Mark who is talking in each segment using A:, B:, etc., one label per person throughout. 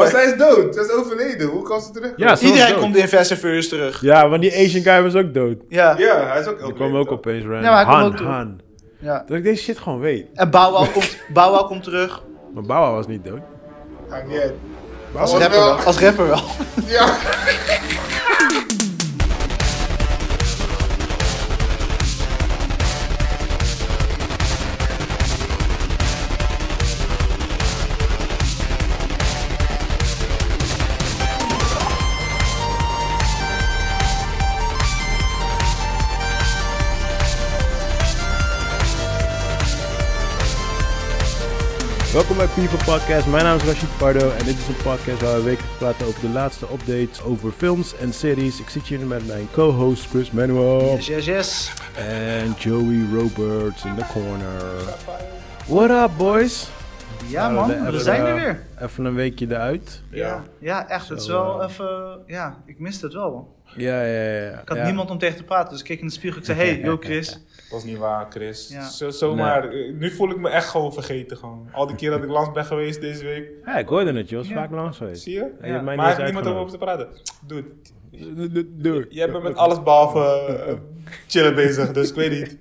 A: Maar zij is dood. Zij is overleden. Hoe kan ze terug?
B: Ja, ze was
C: Iedereen
B: dood.
C: komt in Fast and Furious terug.
B: Ja, want die Asian guy was ook dood.
C: Ja. ja.
A: Ja, hij is ook
B: Die
A: overleden.
B: kwam ook
A: toch?
B: opeens random.
C: Ja, maar hij kwam
B: Han,
C: ook toe.
B: Han. Dat ik deze shit gewoon weet.
C: En Bow Wow komt, Bow Wow komt terug.
B: Maar Bawa was niet dood.
A: Maakt niet uit.
C: Als
A: Bow Wow
C: rapper
A: wel.
C: wel. Als rapper wel.
A: Ja.
B: Welkom bij People Podcast. Mijn naam is Rashid Pardo en dit is een podcast waar we wekelijks praten over de laatste updates over films en series. Ik zit hier met mijn co-host Chris Manuel
C: Yes, yes, yes.
B: en Joey Roberts in the corner. What up boys?
C: Ja
B: Nou,
C: man, we
B: even,
C: zijn er
B: eh,
C: weer.
B: Even een weekje eruit.
A: Ja.
C: Ja, echt. Het is
B: Zo,
C: wel
B: eh,
C: even... Ja, ik miste het wel. man.
B: Ja, ja, ja.
C: Ik had
B: ja.
C: niemand om tegen te praten, dus ik keek in de spiegel. Ik zei, hey, yo Chris.
A: Dat is niet waar, Chris.
C: Ja.
A: Zo, zomaar. eh, Nu voel ik me echt gewoon vergeten. Gewoon. Al die keer dat ik langs ben geweest deze week.
B: Ja, ik hoorde het, je was
C: Ja.
B: vaak langs geweest.
A: Zie je?
B: En je hebt mij
A: maar
B: niet
A: hij heeft niemand over
B: uitgenodigd.
A: te praten. Dude,
B: Doe.
A: jij bent met alles behalve eh, chillen bezig. Dus ik weet niet.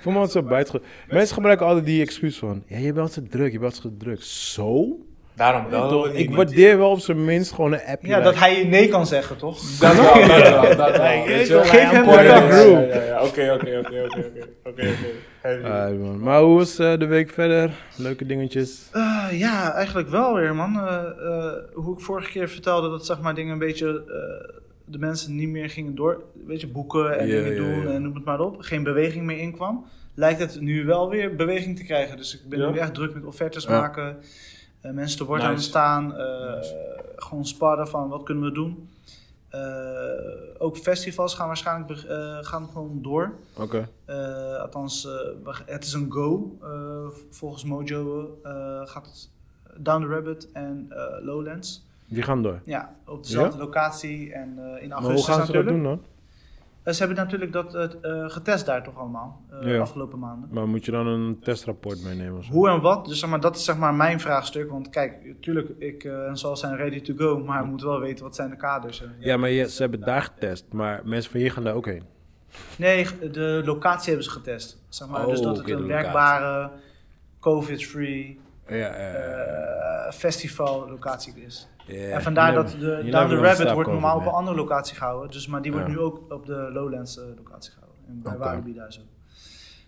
B: Voor me altijd zo buitenge... Mensen gebruiken altijd die excuus van... Ja, je bent altijd druk, je bent altijd druk. Zo?
A: Daarom
B: Toch? ik waardeer wel op zijn minst gewoon een appje.
C: Ja, dat hij je nee kan zeggen, toch?
A: Dat wel, dat wel, dat wel. Weet je wel?
C: Geef hem
A: Ja,
C: de
A: ja,
C: kans.
A: ja, ja, ja. Oké, oké, oké, oké, oké. Oké, oké. Heavy.
B: Ah, man. Maar hoe was eh, de week verder? Leuke dingetjes?
C: Eh, ja, eigenlijk wel weer, man. Eh, eh, hoe ik vorige keer vertelde dat zeg maar, dingen een beetje. eh, de mensen niet meer gingen door. Weet je, boeken en
B: Ja,
C: dingen
B: ja,
C: doen
B: ja.
C: en noem het maar op. Geen beweging meer inkwam. Lijkt het nu wel weer beweging te krijgen. Dus ik ben
A: Ja.
C: nu echt druk met offertes
B: Ja.
C: maken. eh, mensen te woord aan het
A: Nice.
C: staan. eh, Gewoon sparren van wat kunnen we doen. Eh, ook festivals gaan waarschijnlijk beg- eh, gaan gewoon door.
B: Oké.
C: Eh, althans, eh, we- het is een go. eh, volgens Mojo eh, gaat het Down the Rabbit en eh, Lowlands.
B: Die gaan door.
C: Ja, op dezelfde locatie en eh, in
B: Maar hoe
C: augustus
B: gaan ze dat
C: natuurlijk.
B: doen dan?
C: Eh, ze hebben natuurlijk dat eh, eh, getest daar toch allemaal, eh,
B: Ja.
C: de afgelopen maanden.
B: Maar moet je dan een testrapport meenemen? of zo?
C: Hoe en wat, dus zeg maar, dat is zeg maar mijn vraagstuk. Want kijk, natuurlijk, ik eh, en zal zijn ready to go, maar ik moet wel weten wat zijn de kaders. en-
B: Ja, maar je- ze hebben daar getest. Maar mensen van hier gaan daar ook heen.
C: Nee, de locatie hebben ze getest. Zeg maar,
B: Oh,
C: dus dat het
B: oké, de
C: een
B: locatie.
C: werkbare, covid-free,
B: Ja, eh,
C: eh, festivallocatie is.
B: ja.
C: En vandaar
B: Hier
C: dat
B: hebben-
C: de
B: hier
C: Down
B: hebben we
C: the
B: nog
C: Rabbit wordt
B: slaapkomen,
C: normaal op
B: hè.
C: een andere locatie gehouden. Dus, maar die wordt
B: Ja.
C: nu ook op de Lowlands eh, locatie gehouden. En bij
B: Oké.
C: Walibi daar zo.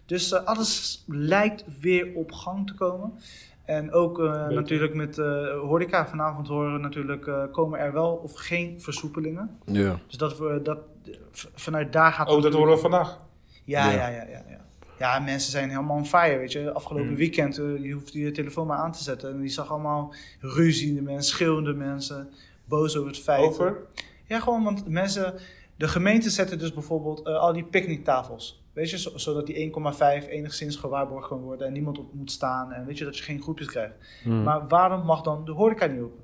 C: Dus eh, alles lijkt weer op gang te komen. En ook eh, natuurlijk met eh, horeca vanavond horen we natuurlijk eh, komen er wel of geen versoepelingen.
B: Ja.
C: Dus dat we dat v- vanuit daar gaat.
A: Oh, dat horen we vandaag.
B: Ja.
C: Ja, ja, ja, ja. ja. Ja, mensen zijn helemaal on fire, weet je. Afgelopen
A: Mm.
C: weekend, eh, je hoeft je telefoon maar aan te zetten. En je zag allemaal ruziende mensen, schreeuwende mensen, boos over het feit.
A: Over?
C: Ja, gewoon, want mensen... De gemeente zetten dus bijvoorbeeld eh, al die picknicktafels. Weet je, zo- zodat die 1,5 enigszins gewaarborgd kan worden en niemand op moet staan. En weet je, dat je geen groepjes krijgt.
B: Hmm.
C: Maar waarom mag dan de horeca niet open?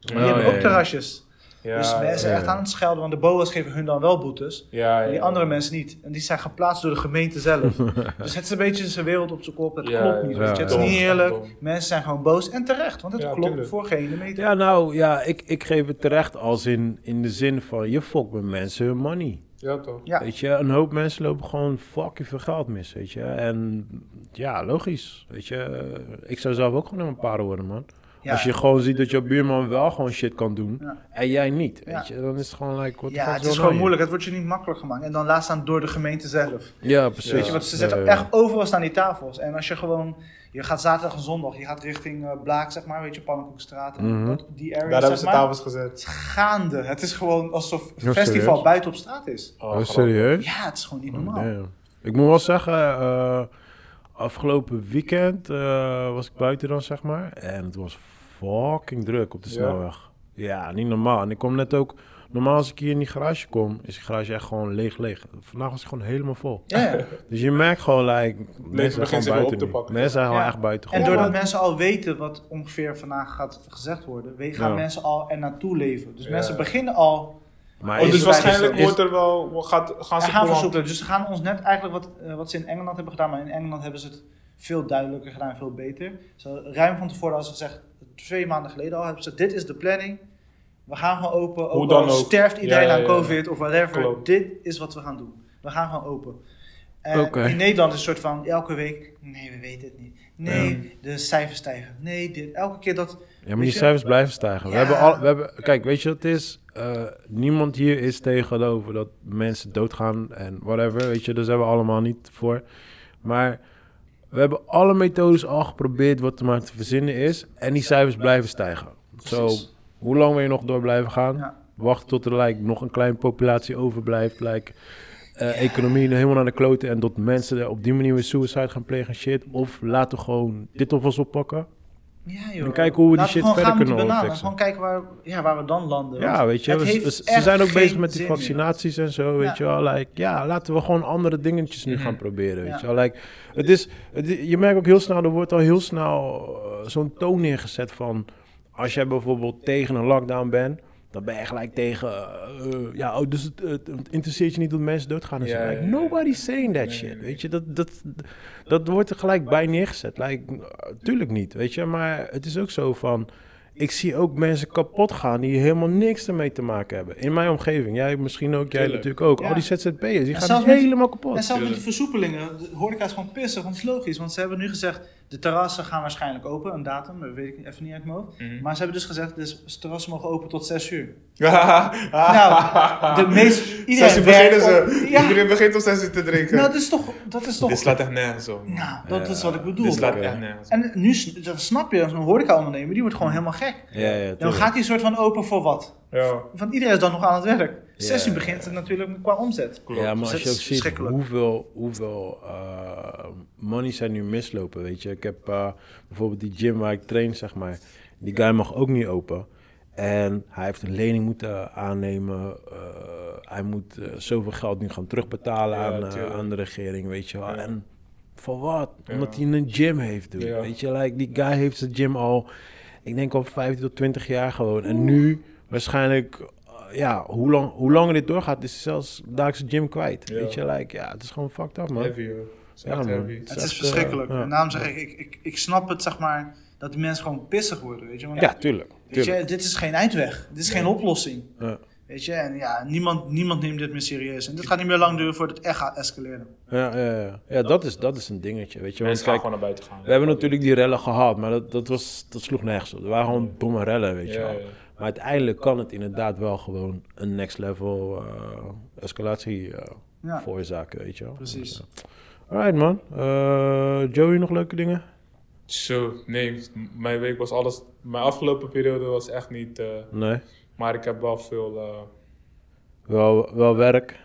C: Die
B: Oh,
C: hebben
B: ja,
C: ook
B: ja.
C: terrasjes.
A: Ja,
C: dus mensen zijn
B: ja,
C: echt
B: ja.
C: aan het schelden, want de boa's geven hun dan wel boetes.
A: Ja,
C: En die andere mensen niet. En die zijn geplaatst door de gemeente zelf. dus het is een beetje zijn wereld op zijn kop. Dat
A: Ja,
C: klopt niet.
B: ja,
C: weet
B: ja.
C: je. Het is
A: Dom,
C: niet eerlijk.
A: dom.
C: Mensen zijn gewoon boos. En terecht, want het
A: Ja,
C: klopt
A: tuurlijk.
C: voor geen meter.
B: Ja, nou ja, ik, ik geef het terecht als in, in de zin van je fokt met mensen hun money.
A: Ja, toch?
C: Ja.
B: Weet je, een hoop mensen lopen gewoon fucking veel geld mis, weet je. En ja, logisch, weet je. Ik zou zelf ook gewoon een paar worden, man.
C: Ja.
B: Als je gewoon ziet dat je buurman wel gewoon shit kan doen
C: Ja.
B: en jij niet, weet
C: Ja.
B: je. Dan is het gewoon like, wat
C: Ja, het is gewoon moeilijk. Het wordt je niet makkelijk gemaakt. En dan laat staan door de gemeente zelf.
B: Ja, precies.
C: Weet je, want ze zetten
B: Ja, ja.
C: echt overal staan die tafels. En als je gewoon... Je gaat zaterdag en zondag. Je gaat richting eh, Blaak, zeg maar. Weet je, Pannenkoekstraat. en
B: Mhm.
C: dat- die
A: Daar
C: area,
A: hebben
C: zeg
A: ze
C: maar.
A: tafels gezet.
C: Het is gaande. Het is gewoon alsof
B: serieus?
C: het festival buiten op straat is.
B: Oh, serieus?
C: Ja, het is gewoon niet normaal.
B: Damn. Ik moet wel zeggen, eh, afgelopen weekend eh, was ik buiten dan, zeg maar. En het was fucking druk op de
A: Ja?
B: snelweg. Ja, niet normaal. En ik kom net ook... Normaal als ik hier in die garage kom, is die garage echt gewoon leeg, leeg. Vandaag was het gewoon helemaal vol.
C: Ja.
B: Dus je merkt gewoon, like, mensen zijn
A: begint
B: gewoon
A: zich weer op
B: buiten
A: te
B: nu.
A: pakken.
B: Mensen zijn gewoon
C: Ja.
B: echt buiten.
C: En
B: gewoon
C: doordat
B: buiten.
C: mensen al weten wat ongeveer vandaag gaat gezegd worden, we- gaan
B: Ja.
C: mensen al er naartoe leven. Dus
A: Ja.
C: mensen beginnen al
B: Maar
A: Oh,
B: is-
A: dus waarschijnlijk
B: is-
A: wordt er wel, gaat, gaan ze
C: en gaan
A: gewoon-
C: verzoeken. Dus ze gaan ons net eigenlijk wat, eh, wat ze in Engeland hebben gedaan, maar in Engeland hebben ze het veel duidelijker gedaan, veel beter. Zo, ruim van tevoren hadden ze gezegd, twee maanden geleden al, hebben ze gezegd, dit is de planning. We gaan gewoon open, ook
A: Hoe
C: al
A: dan ook.
C: sterft iedereen
A: Ja, ja,
C: aan
A: ja.
C: COVID of whatever.
A: Klopt.
C: Dit is wat we gaan doen. We gaan gewoon open. En
B: Oké.
C: In Nederland is het soort van elke week, nee, we weten het niet. Nee, de cijfers stijgen. Nee, dit. Elke keer dat
B: Ja, maar
C: Weet
B: die
C: je-
B: cijfers blijven stijgen. We
C: Ja.
B: hebben al, we hebben, kijk, weet je wat het is? Eh, niemand hier is tegenover dat mensen doodgaan en whatever, weet je. Daar zijn we allemaal niet voor. Maar we hebben alle methodes al geprobeerd wat er maar te verzinnen is. En die cijfers blijven stijgen. Zo,
C: Precies.
B: hoe lang wil je nog door blijven gaan?
C: Ja.
B: Wachten tot er like, nog een kleine populatie overblijft. Like, eh, economie helemaal naar de kloten en dat mensen er op die manier weer suicide gaan plegen en shit. Of laten we gewoon dit op ons oppakken.
C: Ja, joh.
B: En kijken hoe we die
C: Laten
B: shit
C: gewoon
B: verder
C: gaan met die
B: kunnen
C: bananen.
B: fixen.
C: Gewoon kijken waar, ja, waar we dan landen.
B: Ja,
C: Want
B: weet je,
C: het
B: we-
C: heeft
B: we- ze
C: echt
B: zijn ook bezig
C: geen
B: met die
C: zin meer.
B: vaccinaties en zo, weet
C: Ja.
B: je wel. Like, ja, laten we gewoon andere dingetjes
A: Mhm.
B: nu gaan proberen, weet
C: Ja.
B: je wel. Like, het is, het i- je merkt ook heel snel, er wordt al heel snel eh, zo'n toon neergezet van... als jij bijvoorbeeld tegen een lockdown bent, dan ben je gelijk tegen... eh, eh, ja, oh, dus het, het, het interesseert je niet dat mensen doodgaan en zo.
A: Ja,
B: Like,
A: ja, ja.
B: nobody's saying that shit, weet je. Dat, dat, dat wordt er gelijk bij neergezet. Like, eh, tuurlijk niet, weet je. Maar het is ook zo van... Ik zie ook mensen kapot gaan die helemaal niks ermee te maken hebben. In mijn omgeving. Jij misschien ook, jij
A: Tuurlijk.
B: natuurlijk ook.
C: Ja.
B: Al die ZZP'ers, die
C: En
B: gaan
C: zelfs met-
B: helemaal
C: En
B: kapot.
C: zelfs met die versoepelingen, de horeca is gewoon pissig, want het is logisch. Want ze hebben nu gezegd, de terrassen gaan waarschijnlijk open, een datum, dat weet ik even niet uit mijn hoofd.
A: Mhm.
C: Maar ze hebben dus gezegd, dus de terrassen mogen open tot 6 uur.
A: nou,
C: de meest- iedereen
A: Zes uur beginnen
C: werkt
A: ze.
C: op- ja.
A: Iedereen begint om zes uur te drinken.
C: Nou, dat is toch... Dat is toch
A: Dit slaat echt nergens op. man.
C: nou, dat is wat ik bedoel.
A: Dit slaat
B: oké.
A: echt nergens op.
C: En nu, s- dan snap je, zo'n horeca-ondernemer, die wordt gewoon helemaal gek.
B: Ja, ja,
C: Dan gaat hij soort van open voor wat?
A: Ja,
C: Want iedereen is dan nog aan het werk. 6
B: Ja.
C: uur begint het natuurlijk qua omzet.
A: klopt.
B: Ja, maar als
C: Dus
B: je ook
C: het is
B: ziet
C: verschrikkelijk.
B: hoeveel, hoeveel eh, money zijn nu mislopen, weet je. Ik heb eh, bijvoorbeeld die gym waar ik train, zeg maar. Die guy mag ook niet open. En hij heeft een lening moeten aannemen. eh, hij moet eh, zoveel geld nu gaan terugbetalen
A: Ja,
B: aan, eh,
A: tuurlijk.
B: aan de regering, weet je wel.
A: Ja.
B: En voor wat?
A: Ja.
B: Omdat hij een gym heeft, dude.
A: Ja.
B: Weet je, like, die guy heeft zijn gym al, ik denk al 15 tot 20 jaar gewoon. En nu waarschijnlijk, eh, ja, hoe, lang, hoe langer dit doorgaat, is hij zelfs dagelijks zijn gym kwijt.
A: Ja.
B: Weet je, like, ja, het is gewoon fucked up, man.
A: Heavy hoor. Het is
B: Ja,
A: echt
B: man.
A: heavy.
C: Het
B: is
C: is,
B: echt,
C: verschrikkelijk.
B: eh, ja.
C: En daarom zeg ik, ik, ik, ik snap het, zeg maar, dat die mensen gewoon pissig worden, weet je. Want,
B: Ja, tuurlijk.
C: weet
B: tuurlijk.
C: je, dit is geen eindweg. Dit is geen oplossing.
B: Ja.
C: Weet je, en ja, niemand, niemand neemt dit meer serieus. En dit gaat niet meer lang duren voordat het echt gaat escaleren.
B: Ja, ja, ja. ja dat, is, dat is een dingetje, weet je. Want
A: Mensen gaan
B: kijk,
A: gewoon naar buiten gaan.
B: we hebben natuurlijk die rellen gehad, maar dat, dat, was, dat sloeg nergens op. Er waren gewoon domme rellen, weet je
A: Ja,
B: wel.
A: ja.
B: Maar uiteindelijk kan het inderdaad wel gewoon een next level eh, escalatie eh,
C: Ja.
B: veroorzaken, weet je wel.
C: Precies.
B: Dus, eh, Alright man, Eh, Joey nog leuke dingen?
A: Zo, nee, m- mijn week was alles. Mijn afgelopen periode was echt niet. eh,
B: Nee,
A: maar ik heb wel veel. eh,
B: wel, wel werk.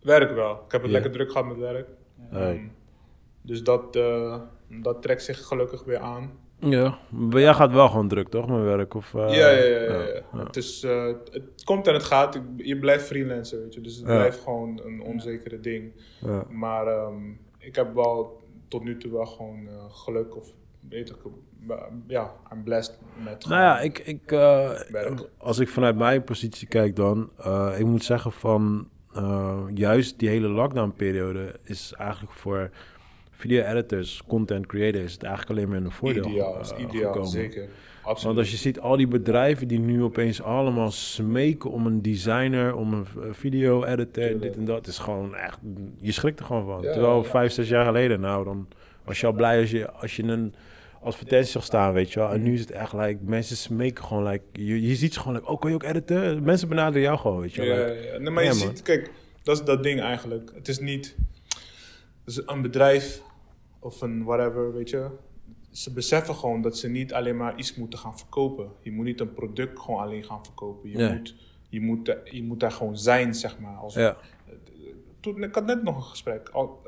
A: werk wel. Ik heb het
B: Ja.
A: lekker druk gehad met werk.
B: Hey.
A: Mm. Dus dat, eh, dat trekt zich gelukkig weer aan.
B: Ja, maar jij gaat wel gewoon druk toch, met werk? Of, eh,
A: ja, ja, ja, ja, ja.
B: ja.
A: Het, is, eh, het komt en het gaat. Ik- Je blijft freelancer, weet je. Dus het
B: Ja.
A: blijft gewoon een onzekere ding.
B: Ja.
A: Maar ehm, ik heb wel tot nu toe wel gewoon eh, geluk of beter. ge- Ja, I'm blessed met.
B: Nou ja, ik, ik, eh,
A: Werk.
B: als ik vanuit mijn positie kijk dan, eh, ik moet zeggen van eh, juist die hele lockdown-periode is eigenlijk voor video-editors, content creators, het eigenlijk alleen maar een voordeel
A: ideaal,
B: eh,
A: is ideaal,
B: gekomen.
A: zeker.
B: Want
A: Absoluut.
B: als je ziet al die bedrijven die nu opeens allemaal smeken om een designer, om een eh, video-editor,
A: Tuurlijk.
B: dit en dat, het is gewoon echt, je schrikt er gewoon van.
A: Ja,
B: Terwijl
A: ja.
B: vijf, zes jaar geleden, nou dan was je al blij als je, als je een advertentie zag staan, weet je wel. En nu is het echt, like, mensen smeken gewoon, like, je, je ziet ze gewoon, like, oh, kan je ook editen? Mensen benaderen jou gewoon, weet je wel.
A: Ja,
B: like,
A: ja. Nee, maar
B: Ja,
A: je
B: man.
A: ziet, kijk, dat is dat ding eigenlijk. Het is niet het is een bedrijf of een whatever, weet je. Ze beseffen gewoon dat ze niet alleen maar iets moeten gaan verkopen. Je moet niet een product gewoon alleen gaan verkopen. Je,
B: Nee.
A: moet, je, moet, je moet daar gewoon zijn, zeg maar. Als,
B: ja.
A: Toen, ik had net nog een gesprek. Al-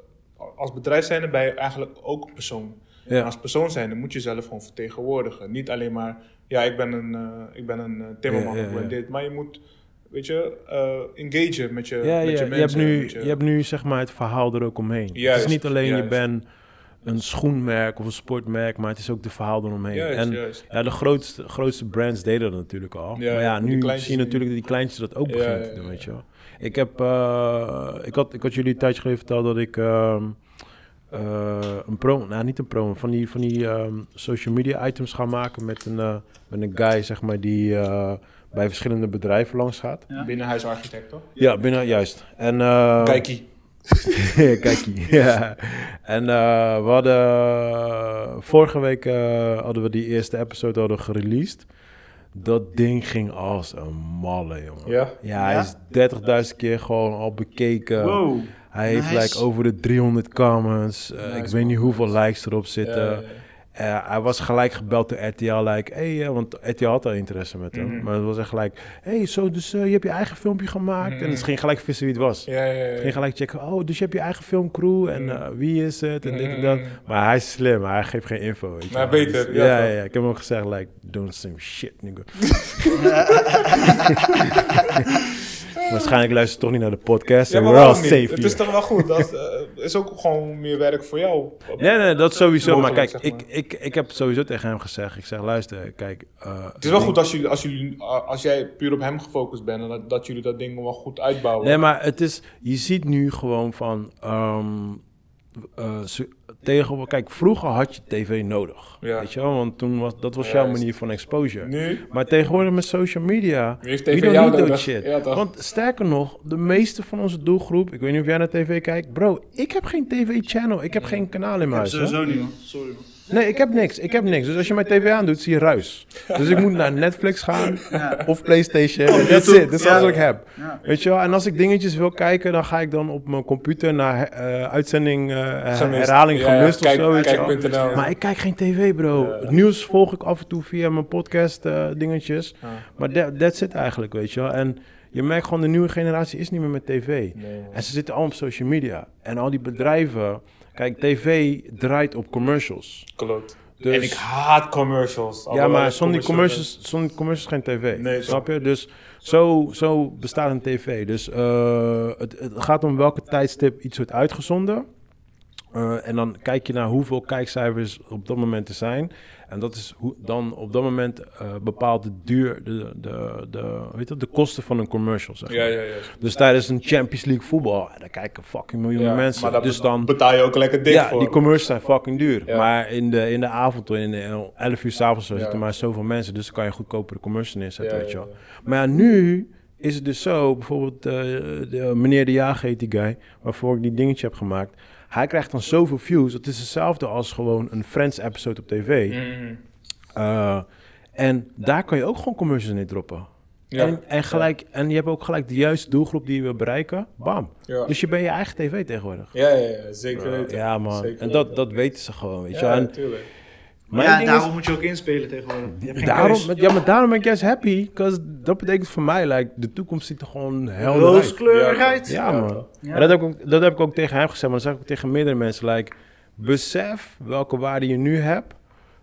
A: Als bedrijf zijnde ben je eigenlijk ook een persoon.
B: Ja.
A: En als persoon zijnde moet je zelf gewoon vertegenwoordigen. Niet alleen maar, ja, ik ben een, eh, ik ben een eh, timmerman,
B: Ja, ja,
A: ik ben
B: ja.
A: dit. Maar je moet, weet je, eh engagen met je,
B: Ja,
A: met
B: ja,
A: je
B: je,
A: mensen.
B: hebt nu,
A: met
B: je hebt nu zeg maar het verhaal er ook omheen. het
A: Juist,
B: is niet alleen je
A: juist.
B: bent een schoenmerk of een sportmerk, maar het is ook de verhaal eromheen.
A: Juist,
B: en
A: juist.
B: Ja, de grootste, grootste brands deden dat natuurlijk al.
A: Ja,
B: maar ja,
A: ja, die
B: nu
A: kleintjes
B: zie je
A: nu.
B: natuurlijk dat die kleintjes dat ook
A: Ja,
B: beginnen
A: ja,
B: te
A: ja,
B: doen, weet
A: ja.
B: je wel. Ik, heb, eh, ik, had, ik had jullie een tijdje geleden verteld dat ik ehm, eh, een promo, nou niet een promo, van die, van die ehm, social media items gaan maken met een, eh, met een guy, zeg maar, die eh, bij verschillende bedrijven langs gaat.
C: Ja.
A: Binnenhuisarchitect, toch?
B: Ja, binnen, juist. En, eh,
A: Kijkie.
B: Kijkie. ja. En eh, we hadden eh, vorige week eh, hadden we die eerste episode hadden we gereleased. Dat ding ging als een malle, jongen.
A: Ja?
B: Ja,
C: Ja?
B: hij is 30.000 keer gewoon al bekeken.
C: Wow.
B: Hij heeft
C: Nice.
B: like, over de 300 comments. Eh, ik
A: Nice,
B: weet
A: man.
B: niet hoeveel likes erop zitten.
A: Ja, ja, ja.
B: Eh, hij was gelijk gebeld door RTL, like, hey, eh, want RTL had al interesse met hem.
A: Mhm.
B: Maar het was echt gelijk, hey, zo, dus eh, je hebt je eigen filmpje gemaakt. En het ging gelijk vissen wie het was.
A: Mhm. Ja, ja, ja. Mhm.
B: Ging gelijk checken, oh, dus je hebt je eigen filmcrew en eh, wie is het en dit en dat.
A: Mm.
B: Maar hij is slim, hij geeft geen info. Weet je
A: Maar
B: wel.
A: beter,
B: Dus-
A: ja,
B: ja,
A: toch?
B: ja, ik heb hem ook gezegd, like, don't some shit, nigga. Waarschijnlijk luistert hij toch niet naar de podcast
A: Ja,
B: en
A: maar
B: we're all
A: waarom
B: safe
A: niet?
B: here.
A: Het is toch wel goed? Dat eh, is ook gewoon meer werk voor jou.
B: Nee, nee, dat sowieso. Maar
A: Mogelijk,
B: kijk,
A: zeg maar.
B: ik, ik, ik heb sowieso tegen hem gezegd. Ik zeg, luister, kijk. eh,
A: Het is wel
B: ding-
A: goed als, jullie, als, jullie, als jij puur op hem gefocust bent en dat, dat jullie dat ding wel goed uitbouwen.
B: Nee, maar het is, je ziet nu gewoon van. ehm, eh, ze- tegen, kijk, vroeger had je tv nodig.
A: Ja.
B: Weet je wel, want toen was dat was
A: Ja,
B: jouw
A: juist.
B: manier van exposure.
A: Nu?
B: Maar tegenwoordig met social media.
A: Nu heeft
B: we
A: TV
B: don't
A: jou
B: need that
A: nodig.
B: shit.
A: Ja, toch?
B: Want sterker nog, de meeste van onze doelgroep. Ik weet niet of jij naar tv kijkt. Bro, ik heb geen tv-channel. Ik heb
A: Mm.
B: geen kanaal in mijn huis. hè?
C: Sowieso niet, man. eh, Sorry, man.
B: Nee, ik heb niks. Ik heb niks. Dus als je mijn tv aandoet, zie je ruis. Dus ik moet naar Netflix gaan of PlayStation.
A: Oh,
B: En That's it. Dat is
C: Ja.
B: alles wat ik heb.
C: Ja.
B: Weet je wel? En als ik dingetjes wil kijken, dan ga ik dan op mijn computer naar eh, uitzending, eh,
A: Gemist.
B: herhaling
A: Ja,
B: gemist
A: kijk-
B: of zo. Weet je wel.
A: kijk.nl.
B: Maar ik kijk geen tv, bro. Het Nieuws volg ik af en toe via mijn podcast eh, dingetjes. Maar that, that's it eigenlijk, weet je wel. En je merkt gewoon, de nieuwe generatie is niet meer met tv.
A: man.
B: en ze zitten allemaal op social media. En al die bedrijven... Kijk, tv draait op commercials.
A: Klopt.
B: Dus-
A: En ik haat commercials.
B: Ja,
A: Alhoewel
B: maar
A: het
B: zonder
A: commercial-
B: commercials, zonder commercials geen tv.
A: Nee,
B: snap je? Dus zo, zo bestaat een tv. Dus eh, het, het gaat om welke tijdstip iets wordt uitgezonden. Eh, en dan kijk je naar hoeveel kijkcijfers op dat moment er zijn. En dat is hoe, dan op dat moment eh, bepaalt de duur, de, de, de, weet dat, de kosten van een commercial. Zeg maar.
A: Ja, ja, ja.
B: Dus tijdens een Champions League voetbal, eh, daar kijken fucking miljoenen
A: Ja,
B: mensen.
A: maar daar
B: dus dan
A: betaal je ook lekker dik
B: ja,
A: voor.
B: die commercials zijn fucking duur.
A: Ja.
B: Maar in de, in de avond, in de 11 uur s'avonds, zitten
A: Ja.
B: maar zoveel mensen. Dus dan kan je goedkopere commercials neerzetten,
A: Ja,
B: weet je
A: ja,
B: wel. Maar ja, nu is het dus zo, bijvoorbeeld eh, de, meneer De Jager heet die guy, waarvoor ik die dingetje heb gemaakt. Hij krijgt dan zoveel views. Het is hetzelfde als gewoon een Friends-episode op tv.
A: Mm.
B: Eh, en daar kan je ook gewoon commercials in droppen.
A: Ja.
B: En, en, gelijk, en je hebt ook gelijk de juiste doelgroep die je wil bereiken. Bam.
A: Ja.
B: Dus je bent je eigen tv tegenwoordig.
A: Ja, ja, ja, zeker
B: Ja,
A: weten.
B: Ja, man.
A: Zeker
B: en dat,
A: weten.
B: dat weten ze gewoon, weet je.
A: Ja,
B: wel. En
A: natuurlijk.
B: mijn
C: ja,
B: ding
C: daarom
B: is,
C: moet je ook inspelen tegenwoordig. Je hebt geen
B: daarom,
C: keus.
B: ja, maar daarom ben ik juist happy. Because dat betekent voor mij, like, de toekomst ziet er gewoon helder uit.
C: Rooskleurig
A: Ja,
C: uit.
B: Ja,
A: Ja,
B: man.
C: Ja.
B: En dat heb, ik ook, dat heb ik ook tegen hem gezegd, maar dat zeg ik ook tegen meerdere mensen. Like, besef welke waarde je nu hebt.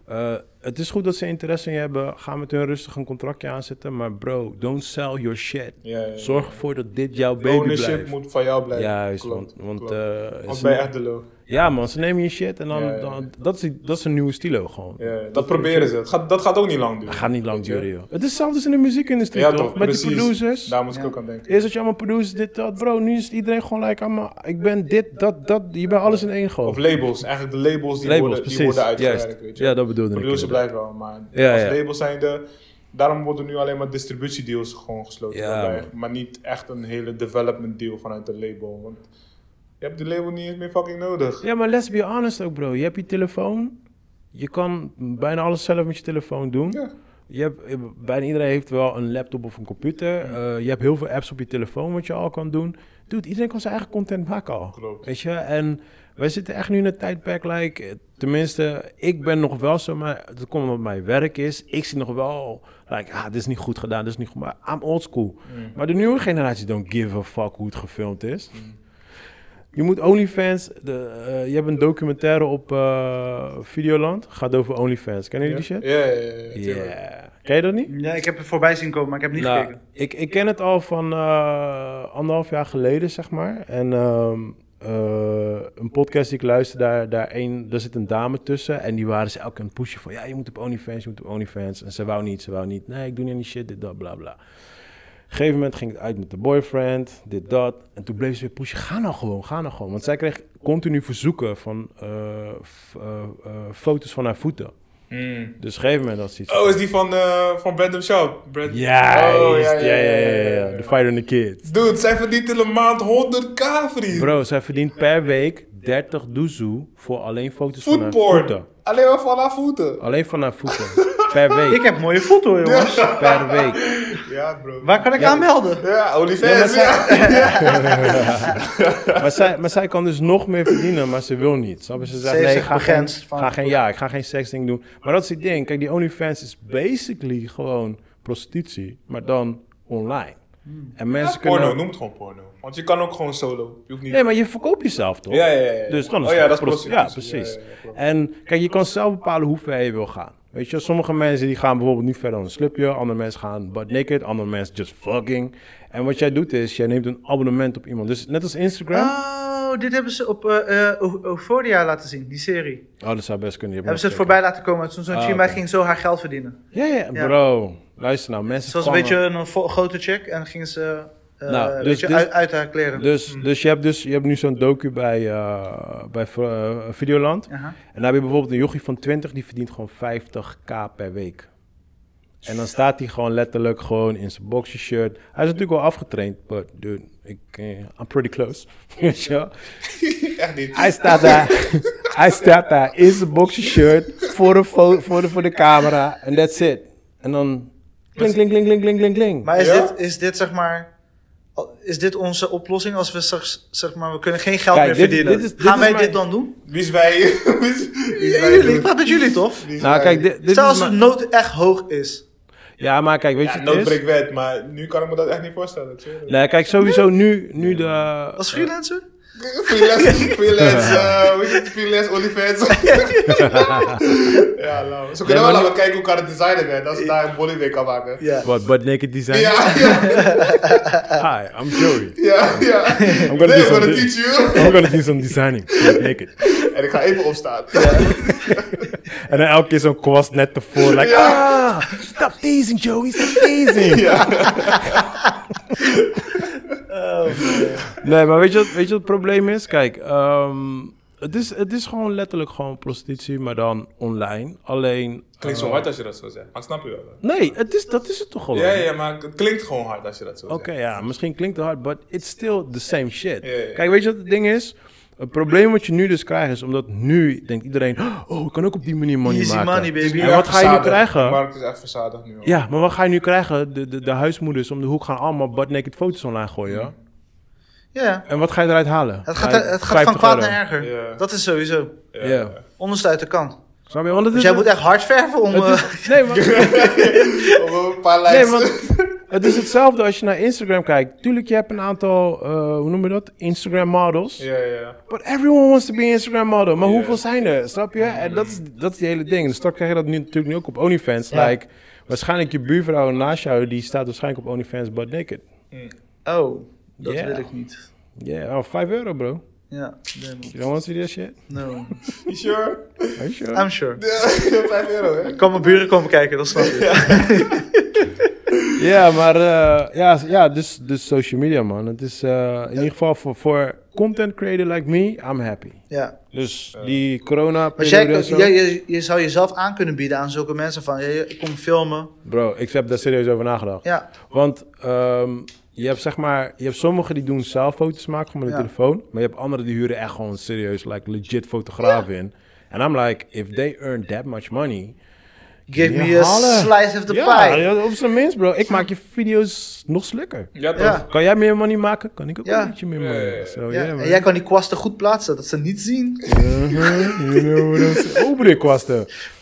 B: Eh, het is goed dat ze interesse in je hebben. Ga met hun rustig een contractje aanzetten. Maar bro, don't sell your shit.
A: Ja, ja, ja.
B: Zorg ervoor dat dit jouw
A: De
B: baby
A: ownership
B: blijft.
A: moet van jou blijven.
B: Juist,
A: Klopt,
B: want, want
A: klopt.
B: eh,
A: Als
B: ze-
A: ben je echt de lul.
B: Ja, man, ze nemen je shit en dan.
A: Ja, ja, ja.
B: dan dat, is, die- dat is een nieuwe stilo gewoon.
A: Ja, dat, proberen ze. Dat gaat, dat gaat ook niet lang duren.
B: Dat gaat niet lang duren, joh. Het is hetzelfde als in de muziekindustrie,
A: Ja,
B: toch?
A: toch,
B: Met
A: precies. Nou-
B: die producers.
A: Daar moet ik ook aan denken.
B: Eerst had je allemaal producers, dit, dat, bro. Nu is iedereen gewoon like, allemaal, ik ben dit, dat, dat. Je bent alles in één
A: Of
B: gewoon.
A: labels, eigenlijk de labels die,
B: Labels,
A: worden, die
B: precies.
A: worden uitgewerkt.
B: Juist.
A: Weet je.
B: Ja, dat bedoelde ik
A: Producer
B: inderdaad.
A: blijft wel, maar
B: Ja,
A: als
B: ja.
A: labels zijn de... Daarom worden nu alleen maar distributiedeals gewoon gesloten.
B: Ja,
A: waarbij-
B: man.
A: maar niet echt een hele development deal vanuit de label. Want je hebt de label niet eens meer fucking nodig.
B: Ja, maar let's be honest ook, bro. Je hebt je telefoon. Je kan bijna alles zelf met je telefoon doen.
A: Ja.
B: Je hebt, je- bijna iedereen heeft wel een laptop of een computer. Eh, je hebt heel veel apps op je telefoon wat je al kan doen. Dude, iedereen kan zijn eigen content maken al.
A: Klopt.
B: Weet je, en wij zitten echt nu in een tijdperk, like, eh, tenminste, ik ben nog wel zo, maar dat komt omdat mijn werk is. Ik zie nog wel, like, ah, dit is niet goed gedaan, dit is niet goed, maar I'm old school.
A: Mm.
B: Maar de nieuwe generatie don't give a fuck hoe het gefilmd is. Je moet OnlyFans, de, eh, je hebt een documentaire op eh, Videoland, gaat over OnlyFans. Kennen
A: Ja,
B: jullie die shit?
A: ja, ja, ja, ja,
B: Ja.
A: tuurlijk.
B: Ken je dat niet?
C: Ja, ik heb het voorbij zien komen, maar ik heb niet
B: Nou,
C: gekeken.
B: ik, ik ken het al van eh, anderhalf jaar geleden, zeg maar. En ehm, eh, een podcast die ik luister, daar, daar, een, daar zit een dame tussen. En die waren ze elke keer aan het pushen van... ja, je moet op OnlyFans, je moet op OnlyFans. En ze wou niet, ze wou niet. Nee, ik doe niet aan die shit, dit, dat, bla, bla. Op gegeven moment ging het uit met de boyfriend, dit, dat. En toen bleef ze weer pushen, ga nou gewoon, ga nou gewoon. Want zij kreeg continu verzoeken van eh, f- eh, eh, foto's van haar voeten.
A: Mm.
B: Dus op een gegeven moment had ze iets
A: Oh, is die van, eh van Brandon Shout? Brad...
B: Ja,
A: Oh,
B: ja, ja, ja, ja, ja. The Fighter and the Kid.
A: Dude, zij verdient in een maand 100k, vriend.
B: Bro, zij verdient per week 30 doezoe voor alleen foto's van haar
A: Foodporn.
B: voeten.
A: Alleen maar van haar voeten.
B: Alleen van haar voeten. per week.
C: Ik heb mooie foto, jongens.
B: Per week.
A: Ja, bro.
C: Waar kan ik aan melden?
A: Ja,
B: Ja, maar,
A: Olivers. Ja,
B: zij... maar, zij, maar zij kan dus nog meer verdienen, maar ze wil niet. Snap je? Ze zegt,
C: Ze is
B: nee, ik
C: zich
B: ga geen,
C: begrensd van-
B: ga geen, ja, ik ga geen seksding doen. Maar dat is het ding. Kijk, die OnlyFans is basically gewoon prostitutie, maar dan online. En mensen
A: porno,
B: Dus kunnen...
A: noemt gewoon porno. Want je kan ook gewoon solo. Je hoeft niet...
B: Nee, maar je verkoopt jezelf toch?
A: Ja, ja, ja, ja.
B: Dus dan is
A: Oh ja,
B: het
A: dat is
B: prost- Ja,
A: prostitutie.
B: precies.
A: Ja, ja, ja, klopt.
B: en kijk, je kan zelf bepalen hoe ver je wil gaan. Weet je, sommige mensen die gaan bijvoorbeeld niet verder dan een slipje. Andere mensen gaan butt naked. Andere mensen just fucking. En wat jij doet is, jij neemt een abonnement op iemand. Dus net als Instagram.
C: Oh, dit hebben ze op eh, eh, Eu- Euphoria laten zien, die serie.
B: Oh, dat zou best kunnen. je hebt
C: hebben ze
B: nog
C: het voorbij laten komen. Zo'n zo'n
B: Ah,
C: Chima
B: oké.
C: ging zo haar geld verdienen.
B: gekeken. Ja, ja,
C: Ja.
B: bro. Luister nou, mensen
C: Ze was een
B: vangen-
C: beetje een vo- grote check en gingen ze eh,
B: Nou,
C: een
B: dus-
C: beetje
B: dus-
C: uit, uit haar kleren.
B: Dus, dus, je hebt dus je hebt nu zo'n docu bij, eh, bij eh, Videoland.
C: Aha.
B: En dan heb je bijvoorbeeld een jochie van 20, die verdient gewoon 50k per week. En dan staat hij gewoon letterlijk gewoon in zijn boxershirt. Hij is natuurlijk wel afgetraind, but dude, ik, eh, I'm pretty close. Weet je wel?
A: Echt niet.
B: hij staat daar, hij staat daar in zijn boxershirt voor de, fo- voor de, voor de camera en that's it. En dan kling, kling, kling, kling, kling, kling, kling.
C: Maar is,
A: Ja?
C: dit, is dit zeg maar... Is dit onze oplossing als we straks, zeg maar, we kunnen geen geld
B: Kijk,
C: meer
B: dit-
C: verdienen?
B: dit is- dit
C: Gaan
B: is
C: wij
B: mijn-
C: dit dan doen?
A: Wie is wij? Wie is, wie is wij,
C: Jullie, ik
A: dude?
C: praat met jullie toch?
A: Wie is
B: Nou,
A: wij?
B: kijk, dit, dit is
C: Stel als de
B: maar-
C: nood echt hoog is.
B: Ja, maar kijk, weet
A: Ja,
B: je wat het is?
A: noodbreekwet, maar nu kan ik me dat echt niet voorstellen. ik zweer het.
B: Nee, kijk, sowieso nu, nu de...
C: Als freelancer?
A: Freelance, freelance, eh, hoe heet het? Freelance OnlyFans. ja, lauw. Ze kunnen
B: maar
A: wel
B: nu-
A: laten kijken hoe kan het designen werd, als ze daar een bolly mee kan maken.
C: Ja.
B: Wat, butt naked design?
A: Ja, ja,
B: Hi, I'm Joey.
A: ja. ja. Nee,
B: I'm do
A: I'm gonna
B: something.
A: teach you.
B: I'm gonna do some designing. Butt naked.
A: En ik ga even opstaan.
B: En dan elke keer zo'n kwast net tevoren. Like, ah, stop teasing, Joey, stop teasing. Nee, maar weet je, wat, weet je wat het probleem is? Kijk, ehm, het, is, het is gewoon letterlijk gewoon prostitutie, maar dan online. Alleen,
A: Klinkt zo hard als je dat zo zegt, maar ik snap je wel.
B: nee, het is, dat is het toch gewoon?
A: Ja, ja, maar het klinkt gewoon hard als je dat zo
B: Oké, ja, misschien klinkt het hard, but it's still the same shit.
A: Ja, ja, ja.
B: Kijk, weet je wat het ding is? Het probleem wat je nu dus krijgt is omdat nu denkt iedereen, oh, ik kan ook op die manier money
C: Easy
B: maken.
C: money, baby.
A: zegt.
B: En wat ga je nu
A: Verzadigd. De
B: krijgen?
A: markt is echt verzadigd nu. hoor.
B: Ja, maar wat ga je nu krijgen? De, de, de huismoeders om de hoek gaan allemaal butt naked foto's online gooien.
C: Ja.
B: En wat ga je eruit halen?
C: Het gaat,
B: Vijf-
C: het gaat van
B: 50
C: kwaad
B: euro.
C: naar erger.
A: Ja.
C: Dat is sowieso.
A: Ja.
B: Ja.
C: Onderste uit de kant.
B: Snap je? Want het
C: Dus
B: is...
C: jij moet echt hard verven om...
B: het
C: eh,
B: is, nee, maar...
A: Op een paar
B: Nee,
A: lijsten.
B: want het is hetzelfde als je naar Instagram kijkt. Tuurlijk, je hebt een aantal, eh, hoe noem je dat? Instagram models.
A: Ja, ja.
B: But everyone wants to be an Instagram model. Maar hoeveel zijn er? Snap je? En dat is, dat is die hele ding. Dus straks krijg je dat nu, natuurlijk nu ook op OnlyFans.
C: Ja.
B: Like, waarschijnlijk je buurvrouw naast jou, die staat waarschijnlijk op OnlyFans butt naked.
C: Oh, dat
B: Ja.
C: wil ik niet.
B: Yeah, oh, 5 euro bro.
C: Ja, nee,
B: You don't want to see that shit?
C: no.
A: You sure?
B: Are you sure?
C: I'm sure.
A: Ja, 5 euro, hè?
C: Ik kan mijn buren komen kijken, dat snap ik.
B: Ja, maar eh, ja, s- ja dus, dus social media man. Het is eh, in ieder geval voor, voor content creator like me, I'm happy.
C: Ja.
B: Dus die corona
C: Maar jij,
B: periode en zo.
C: jij- je, je zou jezelf aan kunnen bieden aan zulke mensen van, je, je- kom filmen.
B: Bro, ik heb daar serieus over nagedacht.
C: Ja,
B: Want ehm, je hebt zeg maar, je hebt sommigen die doen zelf foto's maken van de
C: Ja.
B: telefoon. Maar je hebt anderen die huren echt gewoon serieus, like legit fotograaf in. En I'm like, if they earn that much money.
C: give
B: Ja,
C: me a
B: halen.
C: slice of the
B: ja,
C: pie. Ja,
B: ja, op zijn minst bro. Ik maak je video's nog slikker.
A: Ja, toch?
C: Ja.
B: Kan jij meer money maken? Kan ik ook
C: Ja.
B: een beetje meer money
A: Ja, ja, ja.
B: maken? Zo, ja, man.
C: en jij kan die kwasten goed plaatsen, dat ze niet zien.
B: Mhm, you know what I'm saying. Oh, broer, kwasten.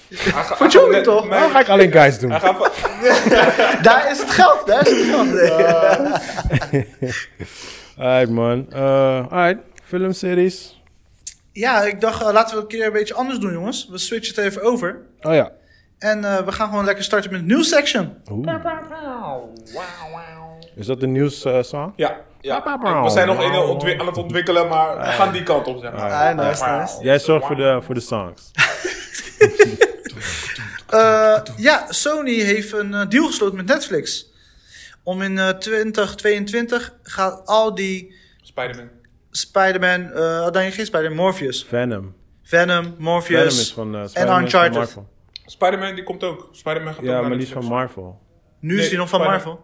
A: Hij ga-
C: Fatsoenlijk
A: hij gaat-
C: toch?
A: nee,
B: Dan ga ik alleen guys doen.
A: Hij gaat van...
C: daar is het geld, daar is het geld.
B: Alright man. Eh, alright, filmseries.
C: Ja, ik dacht, eh, laten we een keer een beetje anders doen, jongens. We switchen het even over.
B: Oh ja.
C: En eh, we gaan gewoon lekker starten met een nieuw section.
B: Is dat de nieuws eh, song?
A: Ja, ja. We zijn nog in de ontwi- aan het ontwikkelen, maar we gaan die kant op, zeg maar.
C: Ah, nice,
A: Wauw.
C: nice.
B: Jij zorgt voor de, voor de songs.
C: Eh, ja, Sony heeft een eh, deal gesloten met Netflix. Om in eh, 2022 gaat al die
A: Spider-Man.
C: Spider-Man, eh dan geen Spider-Man, Morpheus.
B: Venom.
C: Venom, Morpheus.
B: Venom is van eh, Spider-Man is van
C: Uncharted.
B: Marvel.
A: Spider-Man die komt ook. Spider-Man gaat ook
B: Ja,
A: naar
B: maar die is
A: Netflix.
B: van Marvel.
C: nu
A: Nee,
C: is hij nog van
A: Spider-
C: Marvel.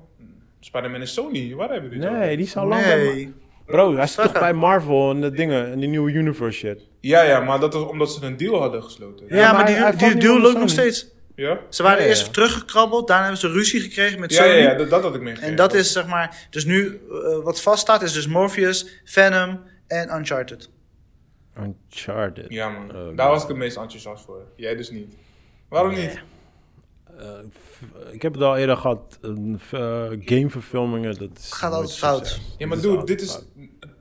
A: Spider-Man is Sony. Waar hebben jullie het over?
B: Nee, die is al lang bij Mar-
C: Nee.
B: Bro, hij zit toch
C: Zeggen.
B: bij Marvel en de dingen, en die nieuwe universe shit.
A: Ja, ja, maar dat is omdat ze een deal hadden gesloten.
C: Ja,
B: Ja,
C: maar
B: maar hij- hij valt
C: die, die
B: niet
C: duel
B: onder
C: loopt nog
B: Sony.
C: steeds.
A: Ja?
C: Ze waren
B: Ja, ja,
C: eerst
B: ja.
C: teruggekrabbeld, daarna hebben ze ruzie gekregen met
A: Ja,
C: Sony.
A: ja, ja, dat, dat had ik meegekregen.
C: En dat is zeg maar, dus nu eh, wat vaststaat is dus Morpheus, Venom en Uncharted.
B: Uncharted.
A: Ja, man.
B: Oh,
A: Daar
B: nee.
A: was ik het meest enthousiast voor. Jij dus niet. Waarom niet?
B: Eh, f- ik heb het al eerder gehad. Een f- eh, gameverfilmingen, dat is
C: Gaat
B: nooit
C: altijd fout.
B: succes.
A: Ja, maar
B: Dat
A: dude,
B: altijd
A: dit is
B: fout.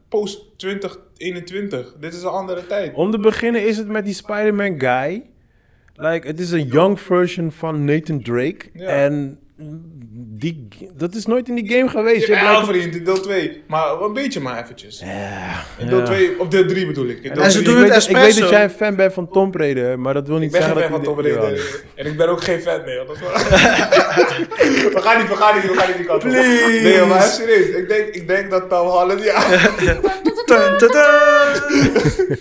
A: post 2021. Dit is een andere tijd.
B: Om te beginnen is het met die Spider-Man guy. Like, het is een young version van Nathan Drake.
A: Ja.
B: En die, dat is nooit in die game geweest.
A: Je hebt
B: blijkt-
A: wel vriend in deel 2. Maar een beetje maar eventjes.
B: Ja,
A: In deel
B: ja.
A: 2, of deel 3 bedoel ik. In deel
C: En ze
A: drie-
C: doen
B: ik,
C: het
B: weet dat, ik weet dat
C: espresso.
B: jij een fan bent van Tom Raider, maar dat wil niet
A: Ik ben geen
B: zeggen
A: fan van
B: dat
A: Tom
B: ieder-
A: Brady.
B: Ja.
A: En ik ben ook geen fan, nee. Dat is waar. we gaan niet, we gaan niet, we gaan niet die kant op.
C: Please.
A: Nee, maar echt serieus. Ik denk, ik denk dat Tom Holland, ja.
C: Dun, dun, dun.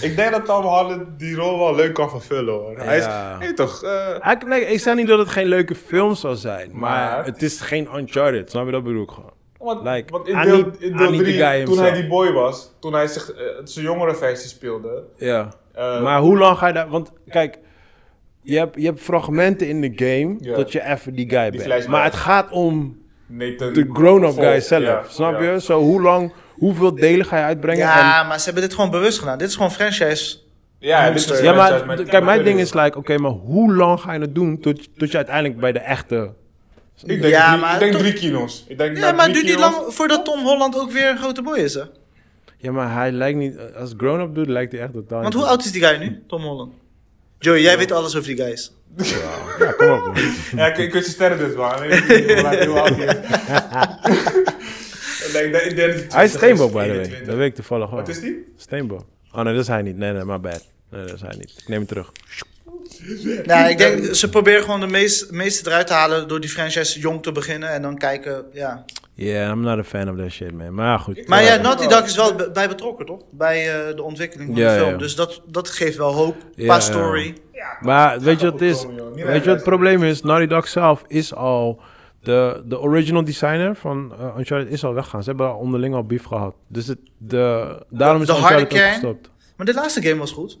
A: ik denk dat Tom Holland die rol wel leuk kan vervullen, hoor. Hij
B: Ja.
A: is, nee toch, eh,
B: Ik, nee, ik zei niet dat het geen leuke film zou zijn, maar,
A: Maar-
B: het is geen Uncharted, snap je dat bedoel ik gewoon.
A: Want,
B: Like,
A: want in
B: I
A: deel,
B: need-
A: in
B: I
A: deel
B: need the
A: 3, toen
B: guy
A: hij
B: himself.
A: die boy was, toen hij zich, eh, zijn jongere versie speelde.
B: Ja.
A: Eh,
B: maar hoe lang ga je daar, want kijk, je hebt, je hebt fragmenten in de game
A: Ja.
B: dat je even die guy bent.
A: flashback.
B: Maar het gaat om
A: Nathan
B: de grown-up
A: Volk,
B: guy zelf,
A: ja,
B: snap
A: ja.
B: je? Zo, hoe lang, hoeveel delen ga je uitbrengen?
C: Ja, maar ze hebben dit gewoon bewust gedaan. Dit is gewoon franchise.
A: Ja, dit is
C: Monster.
A: een
B: En, ja
A: franchise,
B: maar kijk, mijn ding is like, oké, maar hoe lang ga je het doen tot, tot je uiteindelijk bij de echte...
A: Ik denk,
C: Ja,
A: drie,
C: maar
A: ik denk
C: toch-
A: drie kino's. Ik denk
C: Ja,
B: Nou,
A: na
C: maar het
A: drie
C: duurt niet
A: kino's-
C: lang
B: Oh.
C: voordat Tom Holland ook weer een grote boy is. Hè?
B: Ja, maar hij lijkt niet... Als grown-up doet, lijkt hij echt totaal
C: Want
B: niet-
C: hoe oud is die guy nu, Tom Holland? Joey, jij weet alles over die guys.
B: Ja, kom op, man.
A: Ja, ik, ik weet je sterren dus wel. Nee, ik weet niet hoe laat- hoe oud hij is. Ik denk dat- ik denk dat
B: Hij is Steenbok, by the way.
A: 21.
B: Dat weet ik toevallig wel.
A: Wat is die?
B: Steenbok. Oh nee, dat is hij niet. Nee, nee, my bad. Nee, dat is hij niet. Ik neem het terug.
C: Nou, ik denk, ze proberen gewoon de meest, meeste eruit te halen door die franchise jong te beginnen en dan kijken, ja.
B: Yeah, I'm not a fan of that shit, man. Maar goed.
C: Maar
B: eh,
C: ja, Naughty Dog is wel b- bij betrokken, toch? Bij eh, de ontwikkeling van
B: Ja,
C: de film.
B: ja.
C: Dus dat, dat geeft wel hoop.
B: Ja,
C: Qua
B: ja.
C: story.
B: Maar weet je wat het is?
A: Goed komen, joh. Niet
B: Weet je wat het
A: uitluisteren.
B: probleem is? Naughty Dog zelf is al... De, de original designer van eh, Uncharted is al weggegaan. Ze hebben al onderling al beef gehad. Dus het, de, daarom is
C: De harde
B: Uncharted ook
C: kern?
B: gestopt.
C: Maar de laatste game was goed.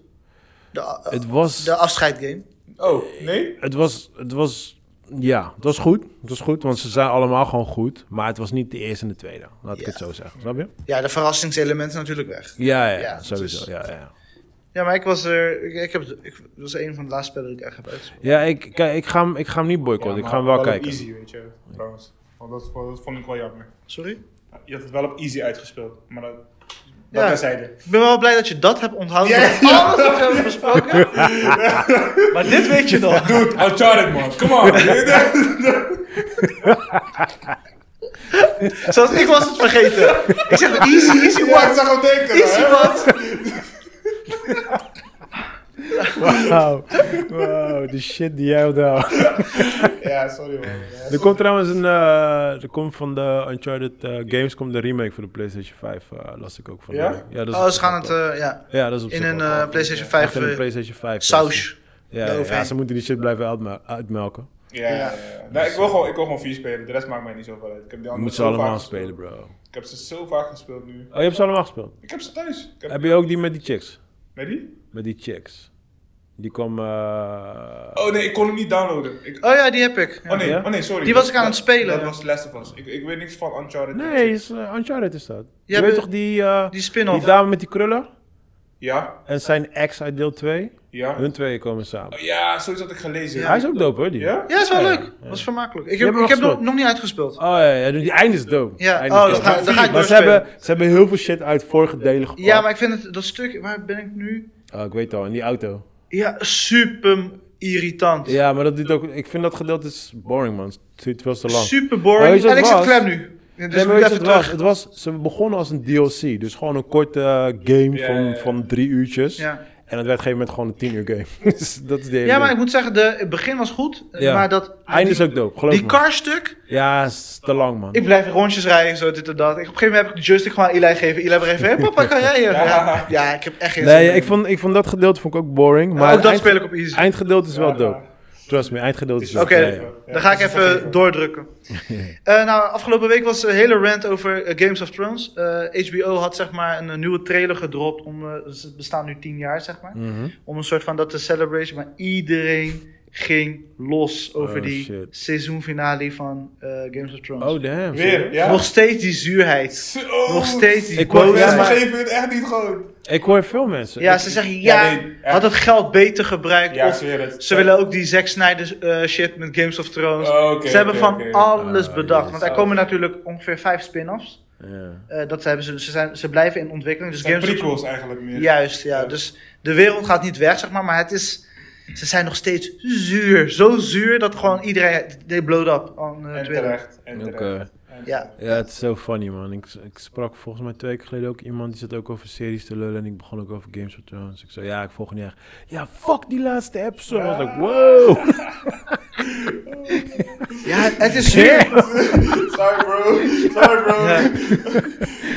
C: De, eh,
B: Het was...
C: de afscheidgame.
A: Oh, nee?
B: Het was, het was, ja, het was goed. Het was goed, want ze zijn allemaal gewoon goed. Maar het was niet de eerste en de tweede, laat ik
C: Ja.
B: het zo zeggen. Snap je?
C: Ja, de verrassingselementen natuurlijk weg.
B: Ja, ja,
C: Ja, dat
B: sowieso.
C: is-
B: Ja, ja.
C: Ja, maar ik was er. Ik, ik heb, ik, dat was een van de laatste spellen die ik echt heb uit.
B: ja ik, kijk, ik, ga hem, ik ga hem niet boycotten. ik ga hem wel
A: op
B: kijken.
A: easy, weet je. Trouwens. Want dat, dat vond ik wel jammer.
C: Sorry?
A: Je had het wel op easy uitgespeeld. Maar dat... Dat
C: Ja.
A: terzijde.
C: Ik ben wel blij dat je dat hebt onthouden.
A: Ja,
C: van Alles wat we hebben besproken. maar dit weet je dan.
A: Dude, Uncharted man, come on.
C: Zelfs ik was het vergeten. Ik zeg easy, easy
A: ja, ik
C: what?
A: zag hem denken.
C: Easy
A: hè?
C: what?
B: Wauw, wow, de shit die jij onthoudt.
A: Ja, sorry man. Ja,
B: Er komt trouwens een, eh, er komt van de Uncharted eh, Games komt de remake voor de PlayStation 5, eh, las ik ook van. de
A: Ja?
B: week. ja dat is
C: Oh,
B: op
C: ze
B: zich
C: gaan
B: wel
C: het
B: tof.
C: eh, ja,
B: ja, dat is op
C: in
B: zich
C: een
B: wel
C: eh,
B: tof.
C: PlayStation
B: Echt
C: 5
B: in een
C: eh,
B: PlayStation 5 versie.
C: saus.
B: Ja, ja,
C: eroverheen.
B: ja, ze moeten die shit blijven uitma- uitmelken.
A: Ja, ja,
C: Dus,
A: ja. Nou, ik,
C: eh,
A: wil gewoon, ik wil gewoon vier spelen. De rest maakt mij niet zoveel uit. Ik heb die andere
B: Moeten ze
A: zo vaak
B: allemaal
A: gespeeld.
B: spelen, bro.
A: Ik heb ze zo vaak gespeeld nu.
B: Oh, je hebt ze allemaal gespeeld?
A: Ik heb ze thuis. Ik heb...
B: Heb je ook die met die chicks?
A: Met die?
B: Met die chicks. Die kwam... eh,
A: Oh nee, ik kon hem niet downloaden. Ik...
C: Oh ja, die heb ik. Ja.
A: Oh, nee.
B: Ja?
A: oh nee, sorry.
C: Die was ik aan het
A: Dat-
C: spelen.
A: Dat was Last of Us. Ik, ik weet niks van Uncharted.
B: Nee, is, eh, Uncharted is dat.
C: Ja,
B: je weet
C: we-
B: toch die, eh,
C: Die
B: die,
C: spin-off.
B: dame met die krullen?
A: Ja,
B: En zijn ex uit deel 2?
A: ja.
B: Hun twee komen samen.
A: Oh, ja, zoiets had ik gelezen.
B: Hij is ook dope hoor, die.
A: Ja?
C: Ja, is wel
B: Ja,
C: leuk. Was vermakelijk. Ik
B: Je
C: heb,
B: hebt
C: ik heb
B: hem al
C: nog, nog niet uitgespeeld.
B: Oh ja, ja, die einde is dope.
C: Ja,
B: Einde is
C: oh,
B: dope.
C: dat ga- dat ga ik
B: Maar ze
C: doorspelen.
B: hebben, ze hebben heel veel shit uit vorige delen gepakt.
C: Ja, maar ik vind het, dat stuk, waar ben ik nu?
B: Oh, ik weet het al, in die auto.
C: Ja, super irritant.
B: Ja, maar dat doet ook... Ik vind dat gedeelte is boring, man. Het duurt wel te lang.
C: Super
B: Maar
C: boring.
B: weet je wat
C: en ik
B: het
C: zit
B: was?
C: klem nu. Ja, Dus
B: Nee, maar
C: ik
B: weet je wat
C: moet even
B: het, was?
C: terug.
B: het was, ze begonnen als een DLC, dus gewoon een korte eh, game
A: Ja,
B: van,
A: ja, ja.
B: van drie uurtjes.
C: Ja.
B: En het werd op een gegeven moment gewoon een 10 uur game. dus dat is de hele
C: Ja, maar ik moet zeggen, de, het begin was goed.
B: Ja.
C: Maar dat...
B: Eind is
C: die-
B: ook dope, geloof
C: Die
B: me.
C: karstuk,
B: Ja, is te lang, man.
C: ik blijf rondjes rijden, zo dit en dat. Ik, op een gegeven moment heb ik de joystick gewoon aan Eli gegeven. Eli heeft hey, papa, kan jij hier? Ja, ja, ik heb echt geen
B: Nee,
C: zin
B: ik
C: in.
B: vond, ik vond dat gedeelte vond ik ook boring.
C: Ja,
B: Maar
C: ook Oh, dat
B: eind-
C: speel ik op easy.
B: eindgedeelte is wel
A: Ja,
B: dope.
A: maar-
B: Trust me, eindgedeelte is
A: Oké.
B: wel
C: Oké,
B: dope. Ja,
A: Ja,
C: dan ga ik
A: dat is
C: even
A: vergeten.
C: doordrukken. Eh, nou, afgelopen week was een hele rant over eh, Games of Thrones. Eh, HBO had zeg maar een, eh, nieuwe trailer gedropt. Om, eh, dus het bestaat nu tien jaar, zeg maar.
B: ja. Mhm.
C: Om een soort van dat te celebration. Maar iedereen ging los over
B: Oh,
C: die
B: shit.
C: seizoenfinale van eh, Games of Thrones.
B: Oh, damn.
A: Weer, ja? Oh,
C: Nog steeds die zuurheid.
A: Zo.
C: Nog steeds die
B: Ik hoor-
A: Mensen
B: Ja, maar-
A: geven het echt niet gewoon.
B: Ik hoor veel mensen.
C: Ja,
B: Ik-
C: ze zeggen ja,
A: Ja, nee, echt.
C: had het geld beter gebruikt.
A: Ja, ik
C: of
A: zweer het.
C: ze willen ook die Zack Snyder eh, shit met Games of Thrones.
A: Oh, oké,
C: ze hebben
A: oké,
C: van
A: oké.
C: alles
B: Ah,
C: bedacht.
B: yes.
C: Want er komen natuurlijk ongeveer vijf spin-offs.
B: Ja.
C: Eh, dat hebben ze, ze, zijn, ze blijven in ontwikkeling. Dus
A: Het zijn
C: Games of
A: prequels eigenlijk meer.
C: Juist, ja.
A: Ja.
C: Dus de wereld gaat niet weg, zeg maar. Maar het is... Ze zijn nog steeds zuur. Zo zuur dat gewoon iedereen... They blowed up on eh,
A: En
C: Twitter.
A: terecht. En
B: Oké.
A: terecht. En
C: Ja.
A: terecht.
B: eh, Ja, het is zo funny, man. Ik, ik sprak volgens mij twee weken geleden ook iemand die zat ook over series te lullen. En ik begon ook over Games of Thrones. Ik zei, ja, ik volg niet echt. Ja, fuck die laatste episode. Ik was like, wow.
C: Ja, het is zuur.
A: Sorry bro. Sorry bro.
C: Ja.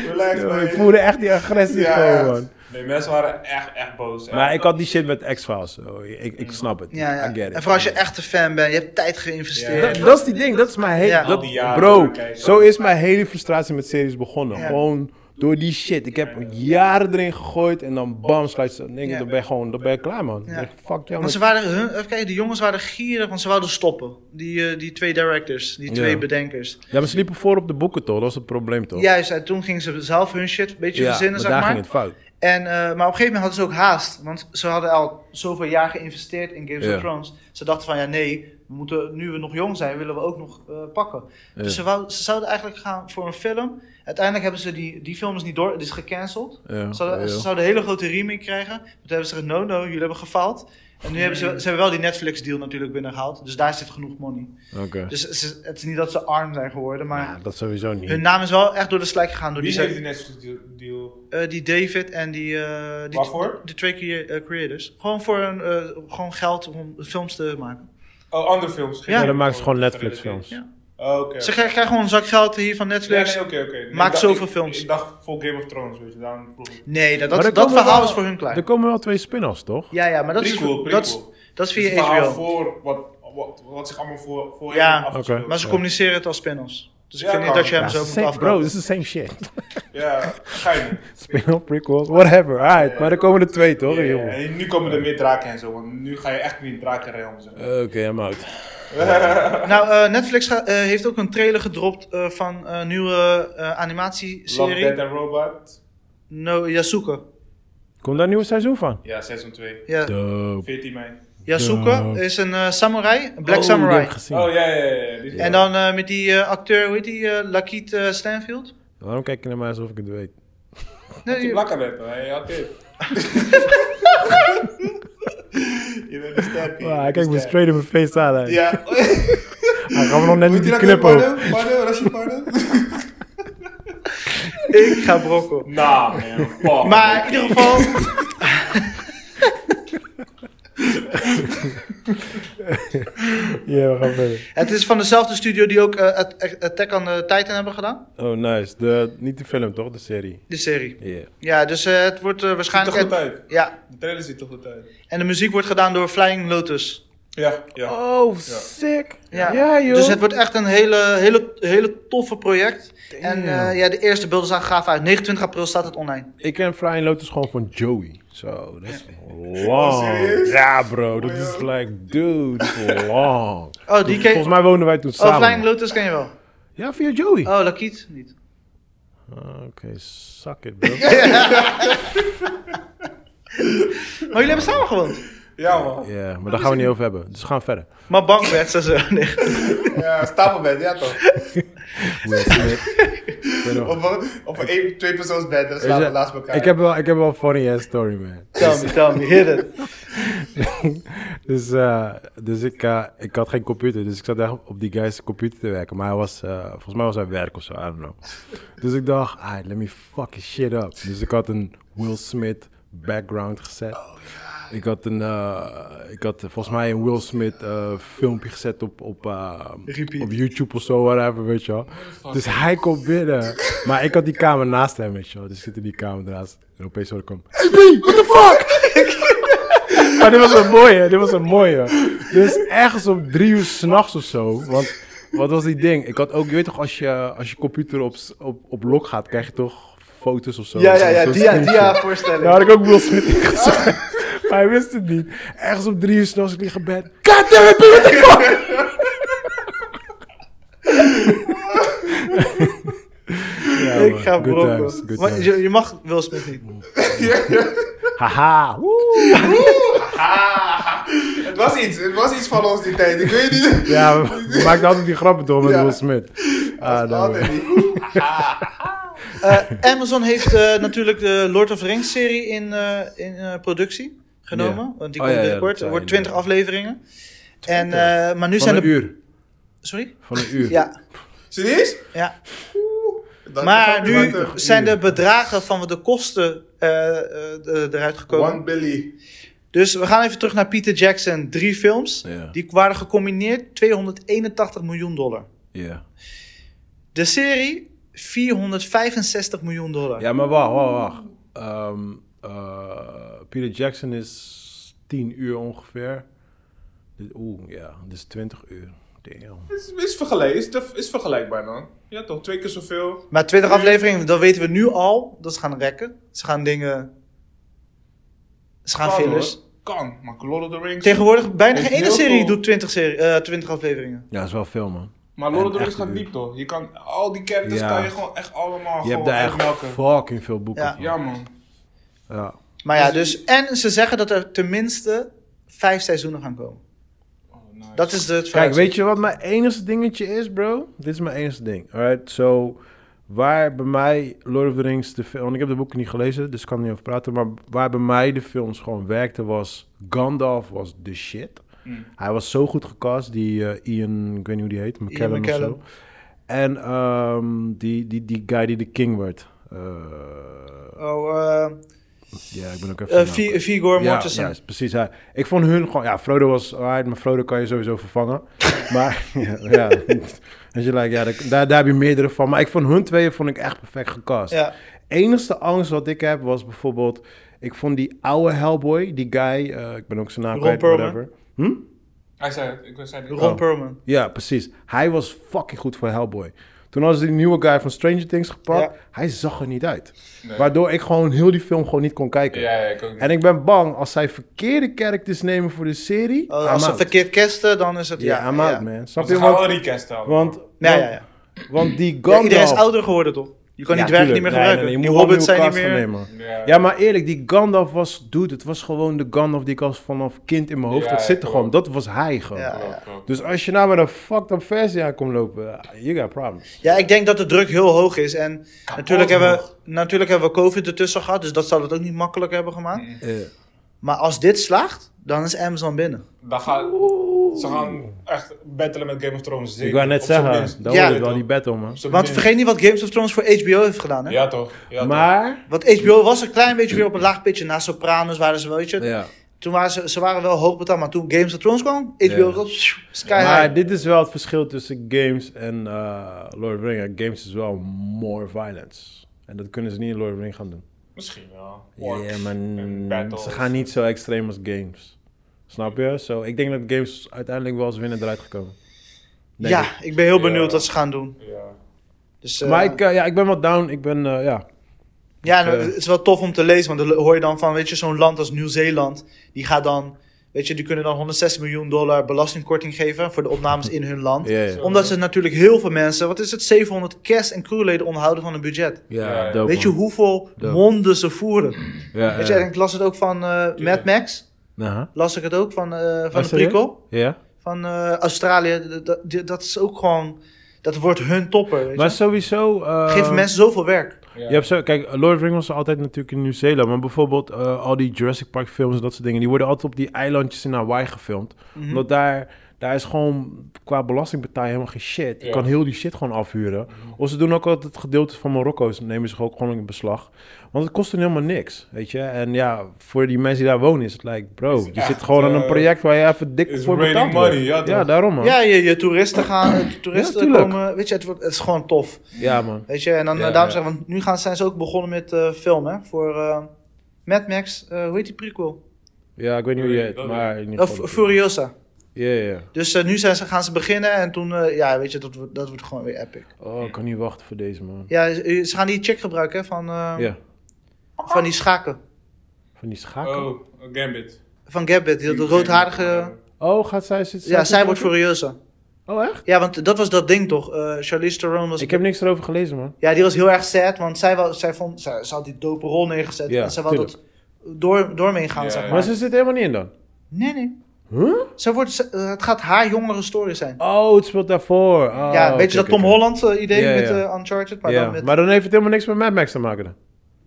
A: Relax
B: Ja,
A: man.
B: ik voelde echt die agressie
A: Ja,
B: gewoon,
A: echt.
B: man.
A: Nee, mensen waren echt, echt boos.
B: Maar
A: Echt.
B: ik had die shit met X-Files. zo. Ik, ik snap het.
C: Ja, ja.
B: I get it.
C: En vooral als je echt een fan bent. Je hebt tijd geïnvesteerd.
B: Dat, dat is die ding, dat is mijn hele...
C: Ja.
B: dat-
A: Al die jaren
B: bro,
A: doorkijken.
B: zo is mijn hele frustratie met series begonnen.
C: Ja.
B: Gewoon door die shit. Ik heb jaren erin gegooid en dan bam, sluit ze. Nee,
C: Ja.
B: dan ben je gewoon, dan ben je klaar, man.
C: Ja.
B: Dan denk ik, Fuck jou.
C: Maar
B: met-
C: ze waren, hun, even kijken, die jongens waren gierig, want ze wilden stoppen. Die, eh, die twee directors, die twee
B: Ja.
C: bedenkers.
B: Ja, maar ze liepen voor op de boeken, toch? Dat was het probleem, toch?
C: Juist, en toen gingen ze zelf hun shit een beetje
B: Ja, maar
C: verzinnen, zeg
B: daar
C: maar.
B: ging het fout.
C: En, eh, maar op een gegeven moment hadden ze ook haast. Want ze hadden al zoveel jaar geïnvesteerd in Games
B: Ja.
C: of Thrones. Ze dachten van, ja nee, we moeten, nu we nog jong zijn, willen we ook nog eh, pakken.
B: Ja.
C: Dus ze, wou- ze zouden eigenlijk gaan voor een film. Uiteindelijk hebben ze die, die film is niet door, het is gecanceld.
B: Ja,
C: Ze, zouden,
B: ja,
C: ze
B: ja.
C: zouden een hele grote remake krijgen. Maar Toen hebben ze gezegd, no, no, jullie hebben gefaald. En nu hebben ze, ze hebben wel die Netflix deal natuurlijk binnengehaald. Dus daar zit genoeg money.
B: Oké.
C: Dus ze- het is niet dat ze arm zijn geworden, maar
B: Ja, dat sowieso niet.
C: hun naam is wel echt door de slijk gegaan. Door
A: Wie
C: die,
A: heeft die Netflix deal- deal?
C: eh, die David en die, eh, die,
A: Waarvoor?
C: die twee crea- eh, creators. Gewoon voor een, eh, gewoon geld om films te maken.
A: Oh, andere films.
C: Ja,
B: Ja, dan maken ze gewoon Netflix-films.
A: Ja.
C: Ja.
A: Oh, oké.
C: Ze krijgen krijgen gewoon een zak geld hier van
A: Ja, nee,
C: Netflix.
A: oké, oké. Nee,
C: Maakt
A: ik dacht-
C: zoveel
A: ik-
C: films.
A: Ik dacht vol Game of Thrones, weet je. Daarom vroeg ik.
C: Nee,
B: Maar
C: dat, dat,
B: er
C: dat
B: komen
C: verhaal
B: wel-
C: is voor hun klaar.
B: Er komen wel twee spin-offs, toch?
C: Ja, ja, maar dat
A: Prequel,
C: is, dat, is,
A: prequel.
C: dat is
A: Dus Het is
C: via
A: verhaal
C: HBO.
A: voor wat, wat, wat zich allemaal voor, voor
C: Ja.
A: hem afgespeeld
B: Oké.
C: Maar ze
B: Ja.
C: communiceren het als spin-offs. Dus ik
A: Ja,
C: vind niet
A: kan.
C: dat je hem
B: Ja,
C: zo
B: het is
C: moet
B: same- bro,
C: afbroken.
B: this is the same shit.
A: Ja, geinig.
B: Spin-off, prequels, whatever. Alright, maar er komen er twee, toch?
A: Ja,
B: Jongen.
A: En nu komen er meer draken en zo, want nu ga je echt weer in drakenrealm zeggen.
B: Oké, I'm out.
C: Nou, eh, Netflix ga- eh, heeft ook een trailer gedropt eh, van een nieuwe eh,
A: Love, Dead
C: animatieserie.
A: and Robot.
C: No, Yasuke.
B: Komt daar een nieuw seizoen van?
A: Ja, seizoen 2.
C: Ja.
B: Dope.
A: 14 mei.
C: Yasuke
B: Dope.
C: is een eh, samurai, een black
B: Oh, die heb
C: samurai.
B: ik gezien.
A: Oh, ja, ja, ja. ja. Dit-
C: En dan eh, met die eh, acteur, hoe heet die, eh, Lakeith eh, Stanfield?
B: Waarom kijk je naar mij alsof ik het weet?
C: Nee,
A: Je
C: die-
A: lakker bent, hij had dit. Je bent een stappie.
B: Ah, hij kijkt me straight in mijn face aan. hè.
A: Ja.
B: Hij gaat me nog net
A: Moet
B: niet
A: je
B: die
A: dat
B: knip
A: ook
B: over.
A: pardon? Pardon, was je pardon?
C: ik ga brokken.
A: Nah, man. fuck.
C: Maar in ieder geval,
B: Ja, we gaan verder.
C: het is van dezelfde studio die ook eh, At- At- Attack on the Titan hebben gedaan,
B: Oh, nice. De, niet de film, toch? De serie.
C: de serie.
B: Yeah.
C: Ja, dus eh, het wordt
A: Ziet
C: eh,
A: er
C: waarschijnlijk...
A: goed uit.
C: Ja,
A: De trailer ziet er goed uit.
C: en de muziek wordt gedaan door Flying Lotus.
A: Ja, ja.
B: Oh, sick.
C: Ja.
B: Ja, joh.
C: Dus het wordt echt een hele, hele, hele toffe project. En eh, ja, de eerste beelden zijn gaaf uit. 29 april staat het online.
B: Ik ken Flying Lotus gewoon van Joey. Zo, dat is
A: Oh,
B: long.
A: serieus?
B: ja, bro. Dat
A: Oh,
B: is
A: joh.
B: like, dude, dat is long.
C: Oh, die ken
B: Dus Volgens mij woonden wij toen
C: Oh,
B: samen.
C: Flying Lotus ken je wel.
B: Ja, via Joey.
C: Oh, Lakiet niet.
B: Ah, Oké, suck it, bro.
C: Maar jullie hebben samen gewoond.
A: Ja, man.
B: Ja, maar daar gaan we niet over hebben. Dus we gaan verder.
C: Maar bankbeds en zo. Nee.
A: Ja, stapelbed, ja toch?
B: Will Smith. Ik weet nog-
A: Of een, of een één, twee persoonsbed, dan slapen
B: Weet
A: we
B: je,
A: naast elkaar.
B: Ik heb wel, ik heb wel een funny ass story, man.
C: Tell me, tell me, hit it.
B: Dus, eh, dus ik, eh, ik had geen computer, dus ik zat echt op die guy's computer te werken. Maar hij was, eh, volgens mij was hij werk of zo, I don't know. Dus ik dacht, ah, let me fucking shit up. Dus ik had een Will Smith background gezet. Ik had een, eh, ik had volgens mij een Will Smith eh, filmpje gezet op, op, eh,
C: Repeat.
B: op YouTube of zo, whatever, weet je wel. Dus hij komt binnen. Maar ik had die kamer naast hem, weet je wel. Dus ik zit in die kamer naast. En opeens hoor ik hem, hey B, what the fuck? maar dit was een mooie, dit was een mooie. Dus ergens om drie uur s'nachts of zo, want... Wat was die ding? Ik had ook, je weet toch, als je, als je computer op, s- op, op log gaat, krijg je toch foto's of zo?
C: Ja, ja, ja,
B: Zo'n
C: dia,
B: screenshot.
C: dia voorstellen.
B: Nou had ik ook Will Smith ingezet. Maar hij wist het niet. Ergens om drie uur s'nachts, ik lig in bed. God damn it, what the fuck? Ja,
C: ik
B: man.
C: ga
B: Good
C: brokken.
B: times, good
C: Maar
B: times.
C: je, je mag Will Smith niet.
B: Haha, woe.
A: Het was iets, het was iets van ons die tijd. Ik weet niet.
B: Ja, we we maakten altijd die grappen door met
A: Ja.
B: Will Smith. Ah, nou,
A: Altijd niet.
C: Eh, Amazon heeft eh, natuurlijk de Lord of the Rings serie in, eh, in eh, productie genomen.
B: Ja.
C: Want die
B: Oh, ja,
C: komt
B: ja,
C: binnenkort.
B: dat zei
C: Er
B: je
C: wordt 20 afleveringen. En, eh, maar nu
B: van
C: zijn
B: een
C: de...
B: uur.
C: Sorry?
B: Van een uur.
C: Ja,
A: Serieus?
C: ja.
A: Dat-
C: maar
A: dat-
C: nu
A: dat-
C: zijn de bedragen van de kosten eh, eh, de- eruit gekomen.
A: One Billy.
C: Dus we gaan even terug naar Peter Jackson. Drie films.
B: Ja.
C: Die waren gecombineerd 281 miljoen dollar.
B: Ja.
C: De serie 465 miljoen dollar.
B: Ja, maar wacht, wacht, wacht. Ehm, eh, Peter Jackson is 10 uur ongeveer. Dit- Oeh, ja, dus 20 uur. Damn.
A: Is, is, vergelijk, is, te- is vergelijkbaar dan. Ja toch, twee keer zoveel.
C: Maar 20 afleveringen, dat weten we nu al. Dat ze gaan rekken. Ze gaan dingen. Ze gaan
A: Kan,
C: fillers.
A: hoor. Kan, maar Lord of the Rings...
C: Tegenwoordig bijna
A: Heeft
C: geen ene
A: heel
C: serie
A: veel-
C: doet 20, serie, eh, 20 afleveringen.
B: Ja, dat is wel veel, man.
A: Maar Lord
B: En
A: of the Rings
B: echt
A: gaat
B: duur.
A: diep toch. Je kan al die characters
B: Ja.
A: kan je gewoon echt allemaal
B: Je hebt
A: gewoon
B: daar echt
A: uitmelken.
B: fucking veel boeken
C: Ja.
B: van.
A: Ja man.
B: Ja.
C: Maar ja, dus. En ze zeggen dat er tenminste vijf seizoenen gaan komen.
A: Oh, nice.
C: Dat is het
B: Kijk, weet je wat mijn enigste dingetje is, bro? Dit is mijn enigste ding. Alright, so waar bij mij Lord of the Rings de film, want ik heb de boeken niet gelezen, dus ik kan er niet over praten, maar waar bij mij de films gewoon werkten was Gandalf was de shit.
A: Mm.
B: Hij was zo goed gecast, die eh, Ian, ik weet niet hoe die heet, McKellen,
C: McKellen.
B: of zo. En ehm, die, die, die guy die de king werd. Eh,
C: Oh, eh
B: ja, ik ben ook even.
C: eh,
B: zijn naam
C: Vi-
B: kwijt.
C: Vigor
B: Ja,
C: Mortensen.
B: juist, precies. Hij, ik vond hun gewoon... Ja, Frodo was alright, maar Frodo kan je sowieso vervangen. maar ja, ja. Als je like, ja daar, daar, daar heb je meerdere van. Maar ik vond hun tweeën vond ik echt perfect gecast.
C: Ja.
B: Enigste angst wat ik heb was bijvoorbeeld... Ik vond die oude Hellboy, die guy... eh, ik ben ook zijn naam
C: Ron
B: kwijt,
C: Perlman.
B: whatever. Hm?
A: Hij zei het, ik zei het.
B: Oh.
C: Ron Perlman.
B: Ja, precies. Hij was fucking goed voor Hellboy. Toen hadden ze die nieuwe guy van Stranger Things gepakt.
C: Ja.
B: Hij zag er niet uit.
A: Nee.
B: Waardoor ik gewoon heel die film gewoon niet kon kijken.
A: Ja, ja, ik ook niet.
B: En ik ben bang als zij verkeerde characters nemen voor de serie.
C: Oh,
B: I'm
C: als ze
B: out.
C: verkeerd casten, dan is het.
B: Ja,
C: Ja,
B: I'm
C: ja.
B: out, man. Snap
A: Want
B: je?
A: ze gaan wel
B: Want,
A: recast houden.
B: want,
C: Ja,
B: want,
C: ja, ja.
B: want die
C: Ja,
B: Gandalf...
C: iedereen is ouder geworden, toch? Je kan die dwerg
B: tuurlijk.
C: niet meer
B: Nee,
C: gebruiken.
B: nee, nee, je
C: die
B: moet
C: hobbits
B: wel
C: zijn niet
B: nieuwe
C: meer.
B: cast gaan nemen.
A: Ja.
B: Ja, maar eerlijk, die Gandalf was... Dude, het was gewoon de Gandalf die ik als vanaf kind in mijn hoofd
A: Ja,
B: had
A: ja,
B: zitten.
A: klopt.
B: Gewoon. Dat was hij gewoon.
C: Ja.
A: Klopt, klopt.
B: Dus als je nou met een fucked up versie aan komt lopen... You got problems.
C: Ja, ik denk dat de druk heel hoog is. En natuurlijk hebben, we, natuurlijk hebben we COVID ertussen gehad, dus dat zal het ook niet makkelijk hebben gemaakt.
B: Eh.
C: Maar als dit slaagt, dan is Amazon binnen.
A: Dan gaan, ze gaan echt battelen met Game of Thrones. zeker.
B: Ik wou net
A: Op zijn
B: zeggen,
A: minst.
B: dan
C: Ja.
B: wordt het wel die battle, man.
A: Op zijn
C: Want
A: minst.
C: vergeet niet wat Games of Thrones voor HBO heeft gedaan. Hè?
A: Ja toch. Ja, toch.
B: Maar...
C: Want HBO was een klein beetje weer op een laag pitje. Na Sopranos waren ze wel, weet je.
B: Ja.
C: Toen waren ze, ze waren wel hoog betaald, maar toen Games of Thrones kwam, HBO
B: Ja.
C: was op pssst, sky
B: Maar
C: high.
B: dit is wel het verschil tussen games en eh, Lord of the Rings. Games is wel more violence. En dat kunnen ze niet in Lord of the Rings gaan doen.
A: Misschien wel.
B: Ja,
A: Orcs
B: maar
A: en battles.
B: ze gaan niet zo extreem als games. Snap je? So, ik denk dat games uiteindelijk wel eens winnen eruit gekomen. Denk ik.
C: Ja, ik ben heel benieuwd
A: Ja.
C: wat ze gaan doen.
A: Ja.
C: Dus, eh,
B: Maar ik, eh, ja, ik ben wel down. Ik ben, eh, ja.
C: Ja,
B: Ik,
C: nou,
B: eh,
C: het is wel tof om te lezen, want dan hoor je dan van, weet je, zo'n land als Nieuw-Zeeland, die gaat dan, weet je, die kunnen dan 160 miljoen dollar belastingkorting geven voor de opnames in hun land.
B: Ja, ja.
C: Omdat ze natuurlijk heel veel mensen, wat is het, 700 cast- en crewleden onderhouden van een budget.
A: Ja, ja.
B: dope,
C: Weet je
B: man.
C: hoeveel
B: Dope.
C: monden ze voeren?
B: Ja,
C: Weet je, en ik las het ook van eh, Mad Max,
B: Aha.
C: las ik het ook van, eh van
B: Oh,
C: de
B: serieus?
C: prikkel,
B: Ja.
C: van eh, Australië. Dat- Dat, dat is ook gewoon, dat wordt hun topper, weet je.
B: Maar sowieso... eh,
C: Geef mensen zoveel werk.
A: Ja.
B: Je hebt zo, kijk, Lord of the Rings was altijd natuurlijk in Nieuw-Zeeland, maar bijvoorbeeld
A: Mhm.
B: eh, al die Jurassic Park films en dat soort dingen, die worden altijd op die eilandjes in Hawaii gefilmd. Omdat daar Daar is gewoon qua belasting betaal je helemaal geen shit. Je
A: Ja. Mhm.
B: kan heel die shit gewoon afhuren. Of ze doen ook altijd gedeeltes van Marokko's, nemen ze ook gewoon in beslag. Want het kost hun helemaal niks, weet je. En ja, voor die mensen die daar wonen is het like, bro,
A: Is
B: je
A: echt,
B: zit gewoon aan
A: eh,
B: een project waar je even dik
A: is
B: voor betaalt
A: raining
B: wordt.
A: money, ja, toch?
B: ja, daarom man.
C: Ja, je, je toeristen gaan, eh, toeristen
B: tuurlijk.
C: komen. Weet je, het, wordt, het is gewoon tof.
B: Ja, man.
C: Weet je, en dan
A: Ja,
C: eh, daarom
A: ja.
C: zeggen want nu gaan, zijn ze ook begonnen met eh film, hè? Voor eh, Mad Max, eh, hoe heet die prequel?
B: Ja, ik weet niet hoe je heet,
A: Dat-
B: maar in ieder
C: Of
B: geval.
C: Furiosa.
B: Ja, ja, ja.
C: Dus eh, nu zijn ze, gaan ze beginnen en toen, eh, ja, weet je, dat, wordt- dat wordt gewoon weer epic.
B: Oh, ik kan niet wachten voor deze man.
C: Ja, ze ze gaan die check gebruiken hè, van, eh,
B: Ja,
C: van die schaken.
B: van die schakel. Oh,
A: Oh, Gambit.
C: Van Gabbit, die, dat roodharige.
B: Oh, gaat zij zitten?
C: Ja, zij wordt Furiosa.
B: Oh, echt?
C: Ja, want dat was dat ding toch? eh Charlize Theron was...
B: Ik heb niks erover gelezen, man.
C: Ja, die was heel erg sad, want zij, was, zij, vond, zij, ze had die dope rol neergezet.
B: Ja,
C: en zij wilde dat door, door meegaan,
A: Ja,
C: zeg
A: ja.
C: maar.
B: Maar ze zit helemaal niet in dan.
C: Nee, nee.
B: Huh?
C: Zij wordt, ze- eh, het gaat haar jongere story zijn.
B: Oh, het speelt daarvoor. Oh,
C: ja,
B: oké,
C: weet je dat
B: oké,
C: Tom
B: oké.
C: Holland eh, idee
B: Ja,
C: met
B: ja.
C: eh, Uncharted? Maar
B: ja,
C: dan met...
B: maar dan heeft het helemaal niks met Mad Max te maken dan.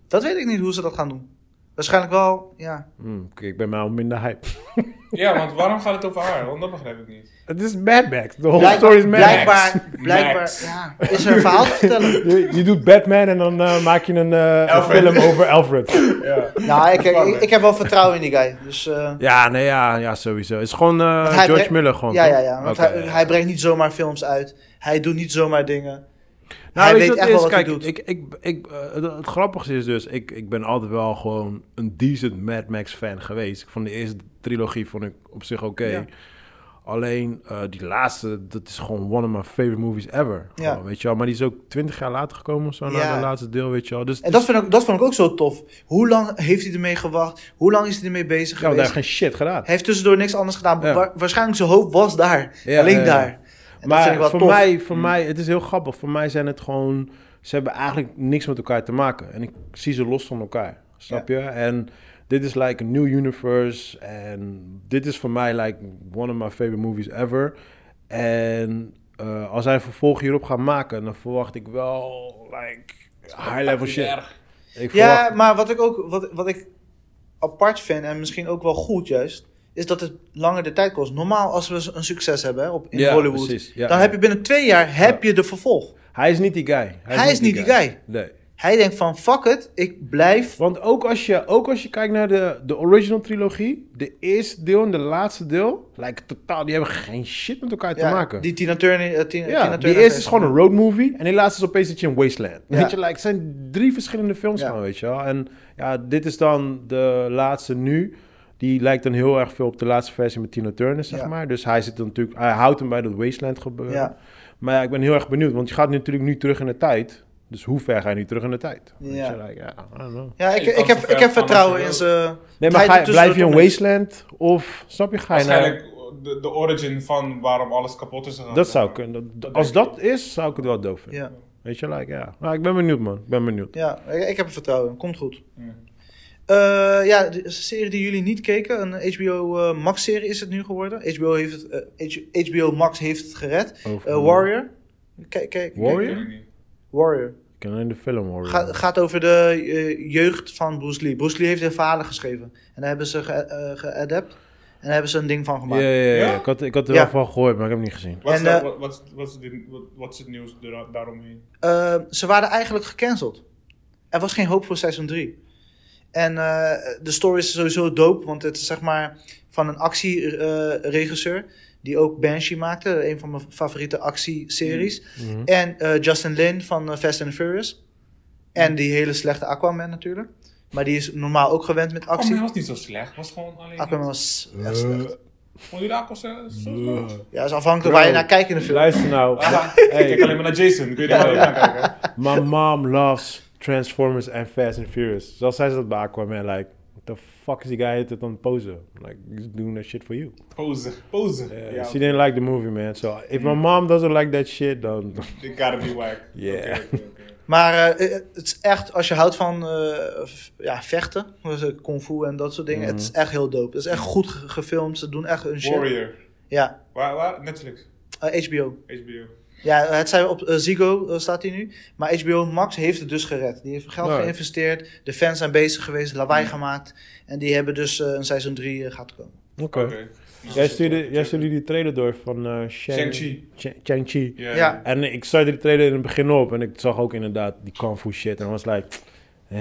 C: Dat weet ik niet hoe ze dat gaan doen. Waarschijnlijk wel, ja.
B: Hmm, oké, ik ben mij al minder hype.
A: Ja, want waarom gaat het over haar? Want dat begrijp ik niet.
B: Het is Mad Max. De whole
C: Blijk-
B: story is Mad Max.
C: blijkbaar,
A: Max.
C: blijkbaar,
A: Max.
C: ja. Is er een verhaal te vertellen?
B: Je, je doet Batman en dan eh, maak je een, eh, een
A: Alfred.
B: film over Alfred.
A: Ja.
C: Nou, ik, ik, ik heb wel vertrouwen in die guy. Dus, eh,
B: ja, nee, ja, ja, sowieso. Het is gewoon eh,
C: Want hij
B: George
C: bre-
B: Miller gewoon,
C: Ja,
B: toch?
C: ja, ja. Want
B: Oké,
C: hij,
B: ja.
C: hij brengt niet zomaar films uit. Hij doet niet zomaar dingen.
B: Nou,
C: hij
B: weet je
C: weet
B: wat
C: echt
B: het
C: wel
B: is?
C: wat hij
B: Kijk, ik,
C: doet.
B: ik, ik, eh, het, het grappigste is dus, ik, ik ben altijd wel gewoon een decent Mad Max fan geweest. Ik vond de eerste trilogie vond ik op zich oké.
C: Ja.
B: Alleen eh, die laatste, dat is gewoon one of my favorite movies ever.
C: Ja.
B: Gewoon, weet je wel. Maar die is ook twintig jaar later gekomen of zo,
C: Ja.
B: na de laatste deel, weet je wel. Dus
C: En dat vind ik, dat vond ik ook zo tof. Hoe lang heeft hij ermee gewacht? Hoe lang is hij ermee bezig
B: ja, want hij
C: geweest?
B: heeft geen shit gedaan.
C: Hij heeft tussendoor niks anders gedaan.
B: Ja.
C: Wa- waarschijnlijk zijn hoop was daar.
B: Ja,
C: Alleen
B: ja, ja.
C: daar. En dat vind ik
B: Maar
C: wel
B: voor
C: tof. Mm.
B: mij, voor mij, het is heel grappig. Voor mij zijn het gewoon, ze hebben eigenlijk niks met elkaar te maken. En ik zie ze los van elkaar, snap je? En dit is like a new universe. En dit is voor mij like one of my favorite movies ever. En eh, als hij een vervolg hierop gaat maken, dan verwacht ik wel like high level shit. Ik
C: Ja,
B: verwacht-
C: maar wat ik ook wat, wat ik apart vind en misschien ook wel goed juist, is dat het langer de tijd kost. Normaal als we een succes hebben hè, op, in
B: Ja,
C: Hollywood,
B: precies. Ja,
C: dan
B: ja.
C: heb je binnen twee jaar heb je de vervolg.
B: Hij is niet die guy. Hij,
C: Hij is niet die guy.
B: Nee.
C: Hij denkt van fuck it, ik blijf.
B: Want ook als je, ook als je kijkt naar de, de original trilogie, de eerste deel en de laatste deel, lijken totaal, die hebben geen shit met elkaar
C: Ja,
B: te maken.
C: Die Tina Turner. eh, Tina, Tina
B: ja,
C: Turner
B: die eerste is
C: versie.
B: gewoon een road movie en die laatste is opeens dat je in Wasteland.
C: Ja.
B: Weet je, like, het zijn drie verschillende films
C: Ja.
B: gewoon, weet je wel. En ja, dit is dan de laatste nu. Die lijkt dan heel erg veel op de laatste versie met Tina Turner, zeg
C: Ja.
B: maar. Dus hij zit dan natuurlijk, hij houdt hem bij dat Wasteland gebeuren.
C: Ja.
B: Maar ja, ik ben heel erg benieuwd, want je gaat natuurlijk nu terug in de tijd. Dus hoe ver ga je nu terug in de tijd? Weet
C: Ja.
B: je, like, ja, I don't know.
C: Ja, ik,
A: Je
C: ik,
A: kan
C: heb,
A: zo ver
C: ik
A: gaan
C: heb vertrouwen in
A: als je
C: ze.
B: Nee, maar
C: hij
B: ga je-
C: doet dus
B: blijf je
C: tussendoor
B: een
C: toch niks.
B: wasteland of snap je, ga je naar...
A: Waarschijnlijk de, de origin van waarom alles kapot is gegaan.
B: eh, Dat zou kunnen. Dat- Als dat is, zou ik het wel doof vinden.
C: Ja,
B: Weet je, like, ja. Maar ik ben benieuwd, man. Ik ben benieuwd.
C: ja ik, ik heb er vertrouwen in. Komt goed.
A: Ja.
C: Eh, ja, de serie die jullie niet keken, een HBO eh, Max-serie is het nu geworden. HBO, heeft het, eh, H- HBO Max heeft het gered.
B: Over-
C: Eh, Warrior. Kijk, kijk.
B: Oh. Warrior?
A: Ik weet het niet.
C: Warrior.
B: Ik ken alleen de film, hoor.
C: Ga- gaat over de eh, jeugd van Bruce Lee. Bruce Lee heeft de verhalen geschreven. En daar hebben ze ge- eh, geadapt. En daar hebben ze een ding van
B: ja,
C: gemaakt.
B: ja, ja, ja.
A: Ja?
B: Ik had, ik had er
C: Ja.
B: wel van gehoord, maar ik heb hem niet gezien.
A: Wat is
C: En,
A: dat-
C: eh,
A: wat- wat is- wat is die- wat- Wat is het nieuws daar- daaromheen?
C: Eh, ze waren eigenlijk gecanceld. Er was geen hoop voor seizoen 3. En eh, de story is sowieso dope, want het is zeg maar van een actieregisseur eh, die ook Banshee maakte, een van mijn favoriete actieseries.
B: Mhm.
C: En eh, Justin Lin van eh, Fast and Furious. En die hele slechte Aquaman natuurlijk. Maar die is normaal ook gewend met
A: Actie
C: actie.
A: Oh, was niet zo slecht. Was gewoon alleen.
C: Aquaman was echt
B: Eh,
C: slecht.
A: Vond jullie Aquaman eh, zo slecht?
C: Ja, dat is afhankelijk waar je naar kijkt in de film.
B: Luister nou.
A: Ah, Ik kijk alleen
B: hey,
A: maar naar Jason. Ik weet niet waar je naar kijken.
B: my mom loves Transformers en Fast and Furious. Zoals zij ze dat bij Aquaman, like... What the fuck is die guy hit het aan het posen? Like, he's doing that shit for you.
A: Pose. Pose.
B: Yeah,
A: Ja,
B: She didn't like the movie, man. So, if my mom doesn't like that shit, then...
A: they gotta be whack.
B: Yeah.
A: Oké, oké, oké.
C: Maar eh, eh, het is echt, als je houdt van eh, v- ja, vechten, dus, eh, kung fu en dat soort dingen, het is
B: Mhm.
C: echt heel dope. Het is echt goed ge- gefilmd, ze doen echt hun shit.
A: Warrior.
C: Ja,
A: Waar, waar? Netflix.
C: eh, HBO.
A: HBO.
C: Ja, het zijn op eh, Ziggo eh, staat hij nu, maar HBO Max heeft het dus gered. Die heeft geld
B: Ja.
C: geïnvesteerd, de
B: Mhm.
C: fans zijn bezig geweest, lawaai gemaakt en die hebben dus eh, een seizoen 3 gaat komen.
B: Oké.
A: Oké.
B: Jij stuurde, jij stuurde die trailer door van eh Shang-
A: Shang-Chi.
B: Ch- Shang-Chi.
A: Ja.
C: Ja.
B: En ik startte die trailer in het begin op en ik zag ook inderdaad die kung fu shit. En was like,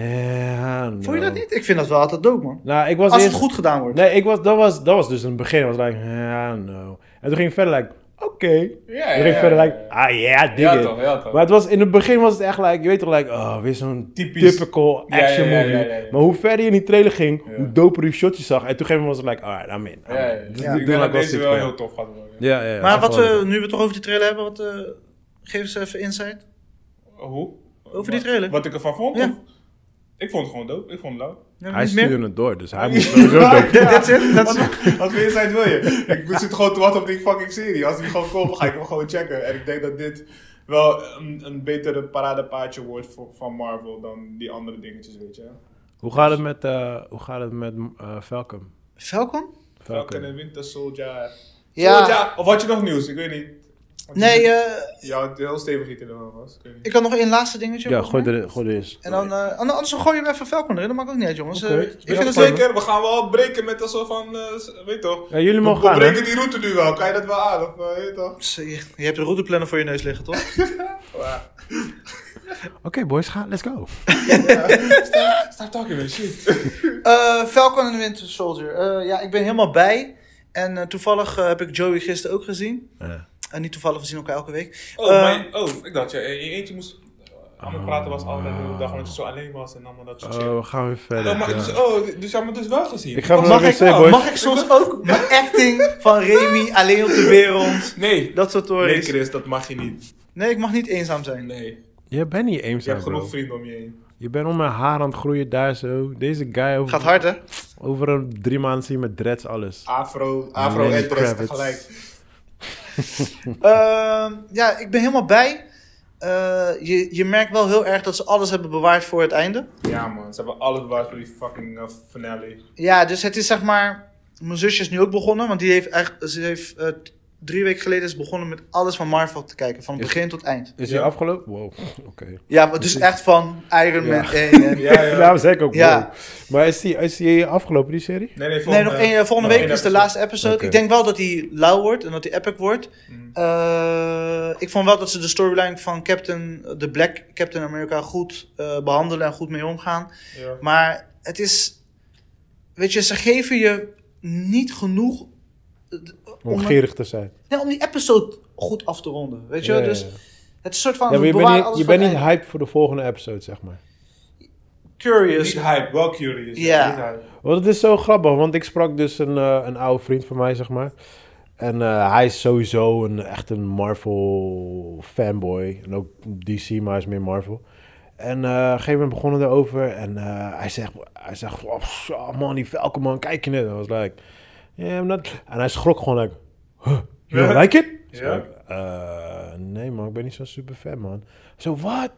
B: eh,
C: Vond je dat
B: no.
C: niet? Ik vind dat wel altijd dope, man.
B: Nou, ik was
C: Als het
B: eerst...
C: goed gedaan wordt.
B: Nee, ik was, dat, was, dat was dus in het begin. Ik was like, ja, no. En toen ging ik verder, like, oké.
A: Ja,
B: Toen
A: ja,
B: ging ik verder,
A: ja,
B: like,
A: ja.
B: ah ja, dit
A: Ja, toch, ja, toch.
B: Maar het was, in het begin was het echt, like, je weet toch, like, oh, weer zo'n
A: Typisch.
B: typical
A: Ja, ja,
B: action
A: ja, ja,
B: movie.
A: ja, ja.
B: Maar hoe verder je in die trailer ging,
A: Ja.
B: hoe doper je shotjes zag. En toen gegeven was het, like, alright, I'm in. I'm
A: Ja, ja, ja.
B: in. Dus
A: Ik
B: toen
A: denk
B: had
A: dat
B: ik wel
A: deze
B: zoiets
A: wel
B: van,
A: heel tof gaat worden. ja.
B: Ja, ja, ja.
C: Maar wat
B: gewoon-
C: we, nu we het toch over die trailer hebben, wat, eh, geef eens even insight.
A: Hoe?
C: Over die trailer.
A: Wat ik ervan vond?
C: Ja.
A: of- Ik vond het gewoon dope. Ik vond het leuk.
C: Ja,
B: Hij
C: niet meer?
B: stuurde het door, dus hij moest sowieso dope.
C: Dit- Dit zit, dat is
A: Wat meer zijn wil je? Ik zit gewoon te wachten op die fucking serie. Als die gewoon komt, ga ik hem gewoon checken. En ik denk dat dit wel een, een betere paradepaardje wordt voor, van Marvel dan die andere dingetjes, weet je.
B: Hoe gaat het met, eh, hoe gaat het met eh, Falcon?
C: Falcon?
A: Falcon en Winter Soldier.
C: Ja.
A: Soldier. Of had je nog nieuws? Ik weet niet. Want je
C: Nee,
A: zit-
C: eh,
A: Ja, het heel stevig iets in de hand was. Ik weet niet.
C: ik had nog één laatste dingetje.
B: Ja,
C: volgens mij.
B: gooi er, gooi er eens.
C: En dan, eh, ander- anders dan gooien we even Falcon erin, dat maakt ook niet uit, jongens. Eh,
B: Oké.
C: ik
A: Ik
C: vind
A: vind
C: het
A: het
C: zeker.
A: zeker, we gaan wel breken met een soort van, eh, s- weet toch?
B: Ja, jullie
A: We-
B: mogen
A: we
B: gaan, hè?
A: breken die route nu wel, kan je dat wel aan? Of, eh, weet je toch?
C: Je, je hebt de routeplanner voor je neus liggen, toch?
A: Ja.
B: Oké, boys, ga, let's go.
A: Stop talking man, shit.
C: Eh, Falcon en Winter Soldier. Eh, ja, ik ben helemaal bij. En eh, toevallig eh, heb ik Joey gisteren ook gezien.
B: Ja.
C: En niet toevallig, we zien elkaar elke week.
A: Oh,
C: Eh,
A: maar, oh, ik dacht, je, je eentje moest aan het praten was altijd de hele dag, omdat je zo alleen was en allemaal dat soort shit.
B: Oh, we gaan weer verder.
A: Oh, maar,
B: ja.
A: dus, oh, dus je had me dus wel gezien?
B: Ik ga even naar
C: mag,
B: de
C: ik,
B: wc,
A: oh.
B: boys.
C: mag ik soms ook mijn acting van Remy alleen op de wereld?
A: Nee.
C: Dat soort
A: Nee,
C: tories.
A: Chris, dat mag je niet.
C: Nee, ik mag niet eenzaam zijn.
A: Nee.
B: Je bent niet
A: Je
B: eenzaam,
A: hebt
B: bro.
A: genoeg vrienden om je heen.
B: Je bent om mijn haar aan het groeien daar zo. Deze guy over,
C: Gaat hard, hè?
B: over een drie maanden zie je met dreads alles.
A: Afro, afro
B: Lenny
A: en Chris
B: Kravitz.
A: tegelijk.
C: Ehm, ja, ik ben helemaal bij. Eh, je, je merkt wel heel erg dat ze alles hebben bewaard voor het einde.
A: Ja man, ze hebben alles bewaard voor die fucking eh, finale.
C: Ja, dus het is zeg maar. Mijn zusje is nu ook begonnen, want die heeft echt. Ze heeft eh, t- drie weken geleden is begonnen met alles van Marvel te kijken, van
B: Is-
C: begin tot eind.
B: Is
A: Ja.
B: die afgelopen? Wow, oké.
C: Ja, maar dus echt van Iron Man
B: Ja.
C: 1. En...
A: Ja, ja.
B: Daarom zei ik ook
C: Ja.
B: wow. Maar is die, is die afgelopen, die serie?
A: Nee, nee, volgende,
C: Nee, nog één, eh, volgende week
A: één
C: is de
A: episode.
C: laatste episode.
B: Oké.
C: Ik denk wel dat die lauw wordt en dat die epic wordt. Eh, ik vond wel dat ze de storyline van Captain, eh, de Black Captain America goed eh, behandelen en goed mee omgaan.
A: Ja.
C: Maar het is. Weet je, ze geven je niet genoeg. eh,
B: Om
C: een-
B: gierig te zijn.
C: nee, om die episode goed af te ronden. Weet je,
B: Ja,
C: wel?
B: ja,
C: dus
B: ja.
C: het is een soort van.
B: Ja, maar
C: we
B: je
C: bewaren
B: bent niet,
C: alles
B: je
C: voor
B: bent niet
C: het
B: hype voor de volgende episode, zeg maar.
C: eind. curious.
A: Niet hype, wel curious.
C: Ja.
A: Niet hype.
B: Want het is zo grappig, want ik sprak dus een, eh, een oude vriend van mij, zeg maar. En eh, hij is sowieso een, echt een Marvel fanboy. En ook DC, maar hij is meer Marvel. En eh, op een gegeven moment begonnen we erover. En eh, hij zegt, hij zegt oh, zo, man, die Falcon, man, kijk je net. En I was like, yeah, I'm not... En hij schrok gewoon, like, huh, you don't
A: Ja.
B: like it? I was
A: Ja.
B: like, eh, nee, man, ik ben niet zo'n super fan, man. Zo, wat?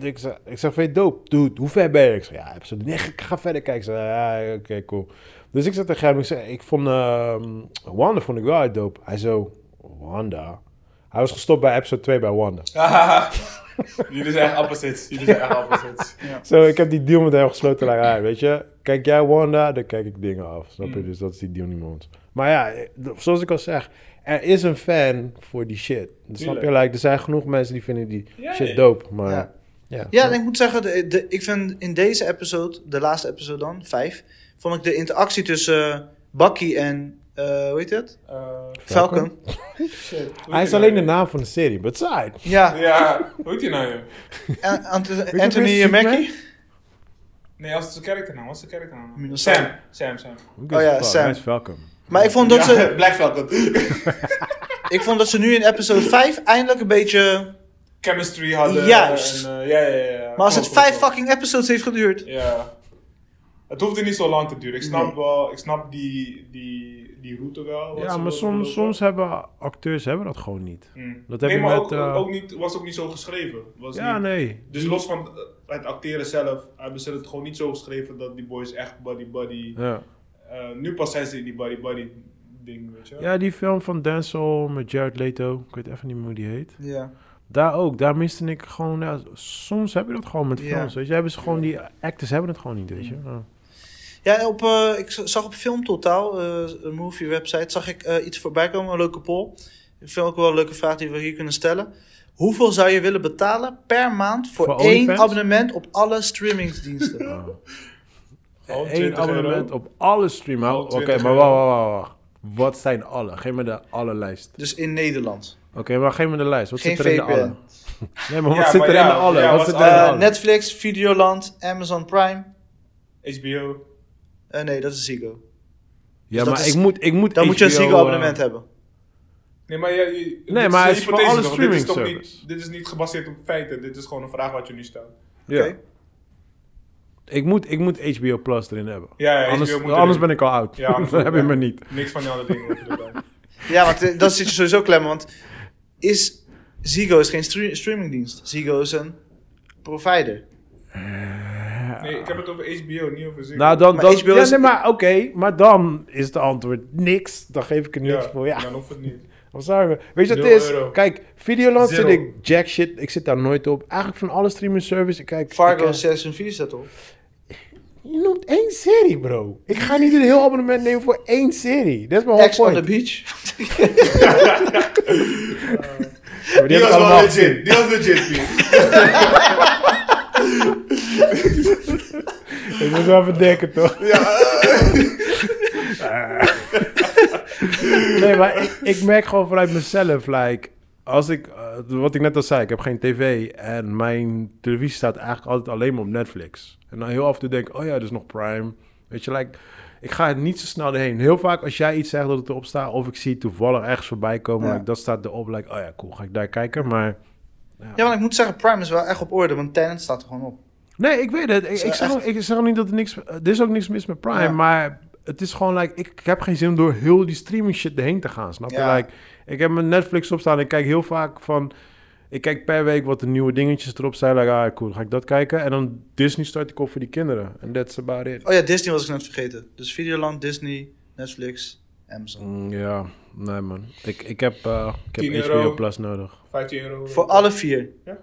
B: Ik zeg, ik zeg, vind je het dope? Dude, hoe ver ben je? Ik zeg, ja, episode 9, ik ga verder kijken. Ik zeg, ja, oké, cool. Dus ik zeg tegen hem, ik, zeg, ik vond ehm, Wanda vond ik wel uit dope. Hij zo, Wanda? Hij was gestopt bij episode 2 bij Wanda.
A: Haha. Jullie zijn echt opposites. Jullie zijn echt opposites.
B: Zo, ik heb die deal met hem gesloten. Like, ah, weet je, kijk jij Wanda, dan kijk ik dingen af. Snap
A: Mm.
B: je? Dus dat is die deal niet met ons. Maar ja, eh, zoals ik al zeg, er is een fan voor die shit. Snap je?
A: Tuurlijk.
B: Like, er zijn genoeg mensen die vinden die
A: Ja, ja.
B: shit dope. Maar
C: Ja.
B: ja,
C: Ja, en ik moet zeggen, de, de- ik vind in deze episode, de laatste episode dan, vijf, vond ik de interactie tussen eh, Bucky en. eh, hoe heet het?
A: Eh,
C: Falcon.
B: Falcon.
A: shit. Hoe
B: Hij
A: heet
B: is
A: die
B: alleen de
A: nou,
B: naam van de serie, but side.
C: Ja,
A: joh? Ja, hoe heet die nou joh?
C: en- Ant-
B: je
C: Anthony
B: wie
C: Mackie.
A: Nee, als het een naam, wat is de kerknaam?
C: Mina
A: Sam. Sam, Sam.
C: Oh ja, Sam.
B: Hij is Falcon.
C: Maar ik vond, dat
A: Ja,
C: ze,
A: Black Falcon.
C: ik vond dat ze nu in episode 5 eindelijk een beetje.
A: Chemistry hadden.
C: Juist.
A: en, eh, ja, ja, ja, ja.
C: Maar
A: Klopt,
C: als het vijf
A: klopt, klopt.
C: fucking episodes heeft geduurd.
A: Ja. Het hoefde niet zo lang te duren. Ik snap
C: Nee.
A: wel, ik snap die, die, die route wel. wat
B: Ja,
A: ze
B: maar
A: wilden
B: soms,
A: lopen.
B: soms hebben acteurs hebben dat gewoon niet.
A: Hmm.
B: dat heb
A: nee,
B: je
A: maar
B: met,
A: ook,
B: eh,
A: ook niet, was ook niet zo geschreven. Was
B: Ja,
A: niet,
B: nee.
A: Dus los van eh, het acteren zelf, hebben ze het gewoon niet zo geschreven dat die boys echt buddy-buddy...
B: Ja.
A: Eh, nu pas zijn ze in die buddy-buddy ding, weet je wel.
B: ja, die film van Denzel met Jared Leto, ik weet even niet meer hoe die heet.
C: Ja.
B: Daar ook, daar miste ik gewoon, ja, soms heb je dat gewoon met
C: Ja. Mm.
B: Oh. films, weet je. Hebben ze gewoon, die actors hebben het gewoon niet, weet je. Ja.
C: Ja, op, eh, ik z- zag op Filmtotaal, eh een movie website, zag ik eh, iets voorbij komen, een leuke poll. Ik vind ook wel een leuke vraag die we hier kunnen stellen. Hoeveel zou je willen betalen per maand voor,
B: Voor
C: één
B: OnlyFans? Oh.
C: abonnement op alle streamingsdiensten?
A: Gewoon
B: Eén
A: 20 euro.
B: abonnement op alle streamen.
A: Gewoon
B: Oké,
A: 20
B: maar
A: euro.
B: wacht, wacht, wacht, wacht. Wat zijn alle? Geef me de alle lijst.
C: Dus in Nederland.
B: Oké, maar geef me de lijst. Wat
C: Geen
B: zit er in de
C: VPN.
B: alle? Nee, maar wat
A: Ja,
B: zit
A: maar
B: er in
A: ja,
B: de alle?
A: ja,
B: wat
A: wat
B: zit er in de
C: Eh,
B: alle?
C: Netflix, Videoland, Amazon Prime.
A: HBO.
C: Eh, nee, dat is Ziggo.
B: Ja,
C: dat
B: maar
C: is-
B: ik moet, ik moet
C: Dan moet je een
B: HBO,
C: Ziggo abonnement
B: eh,
C: hebben.
A: Nee, maar, ja, je- dit
B: maar
A: is
B: hij
A: een
B: is voor
A: hypothese
B: alle
A: toch? Dit is toch
B: streamingservice.
A: niet- Dit is niet gebaseerd op feiten. Dit is gewoon een vraag wat je nu stelt.
B: Ja.
C: Oké.
B: Ik, moet, ik moet HBO Plus erin hebben.
A: Ja, ja,
B: anders
A: HBO moet
B: anders
A: erin.
B: ben ik al oud.
A: Ja,
B: dan heb je me niet.
A: Niks van die andere dingen hoort erbij.
C: Ja, want eh, dat zit je sowieso klem. Want is, Ziggo is geen stre- streamingdienst. Ziggo is een provider.
A: Nee, ik heb het over HBO, niet over Ziggo.
B: Nou, dan,
C: Maar
B: dan
C: HBO
B: ja,
C: is-
B: nee, maar oké, maar dan is het antwoord niks. Dan geef ik er niks voor. Ja,
A: Dan hoeft het niet.
B: I'm sorry. man. Weet je wat het
A: Nul
B: is?
A: euro.
B: Kijk, Videoland
A: Zero.
B: zit ik jack shit. Ik zit daar nooit op. Eigenlijk van alle streaming service. Ik kijk, ik,
C: Fargo
B: eh,
C: seizoen 4 staat op.
B: je noemt één serie, bro. Ik ga niet een heel abonnement nemen voor één serie. Dat is mijn whole
C: Ex on
B: point.
C: the beach.
B: Ja, maar die
A: Die,
B: heb ik
A: was wel
B: allemaal
A: legit. Die was legit, Piet.
B: gezien. Ik moet wel even denken, toch? Eh. nee, maar ik, ik merk gewoon vanuit mezelf, like... Als ik, eh, wat ik net al zei, ik heb geen tv en mijn televisie staat eigenlijk altijd alleen maar op Netflix. En dan heel af en toe denk ik, oh ja, er is nog Prime. Weet je, like, ik ga er niet zo snel doorheen. Heel vaak als jij iets zegt dat het erop staat, of ik zie toevallig ergens voorbij komen,
C: Ja.
B: like, dat staat erop, like, oh ja, cool, ga ik daar kijken. Maar
C: Ja, want ik moet zeggen, Prime is wel echt op orde, want Tenet staat er gewoon op.
B: Nee, ik weet het. Ik, ik,
C: echt-
B: zeg, ook- ik zeg ook niet dat er niks... Er is ook niks mis met Prime,
C: Ja.
B: maar het is gewoon like... Ik, ik heb geen zin om door heel die streaming shit heen te gaan, snap je?
C: Ja.
B: Like, ik heb mijn Netflix opstaan en ik kijk heel vaak van... Ik kijk per week wat de nieuwe dingetjes erop zijn. Like, ah, cool, ga ik dat kijken? En dan Disney start ik op voor die kinderen. En that's about it.
C: Oh ja, Disney was ik net vergeten. Dus Videoland, Disney, Netflix, Amazon.
B: Mm, ja, nee man. Ik, ik heb, eh, ik
A: 10
B: heb
A: euro.
B: HBO Plus nodig.
A: 15 euro.
C: Voor alle vier.
A: Ja.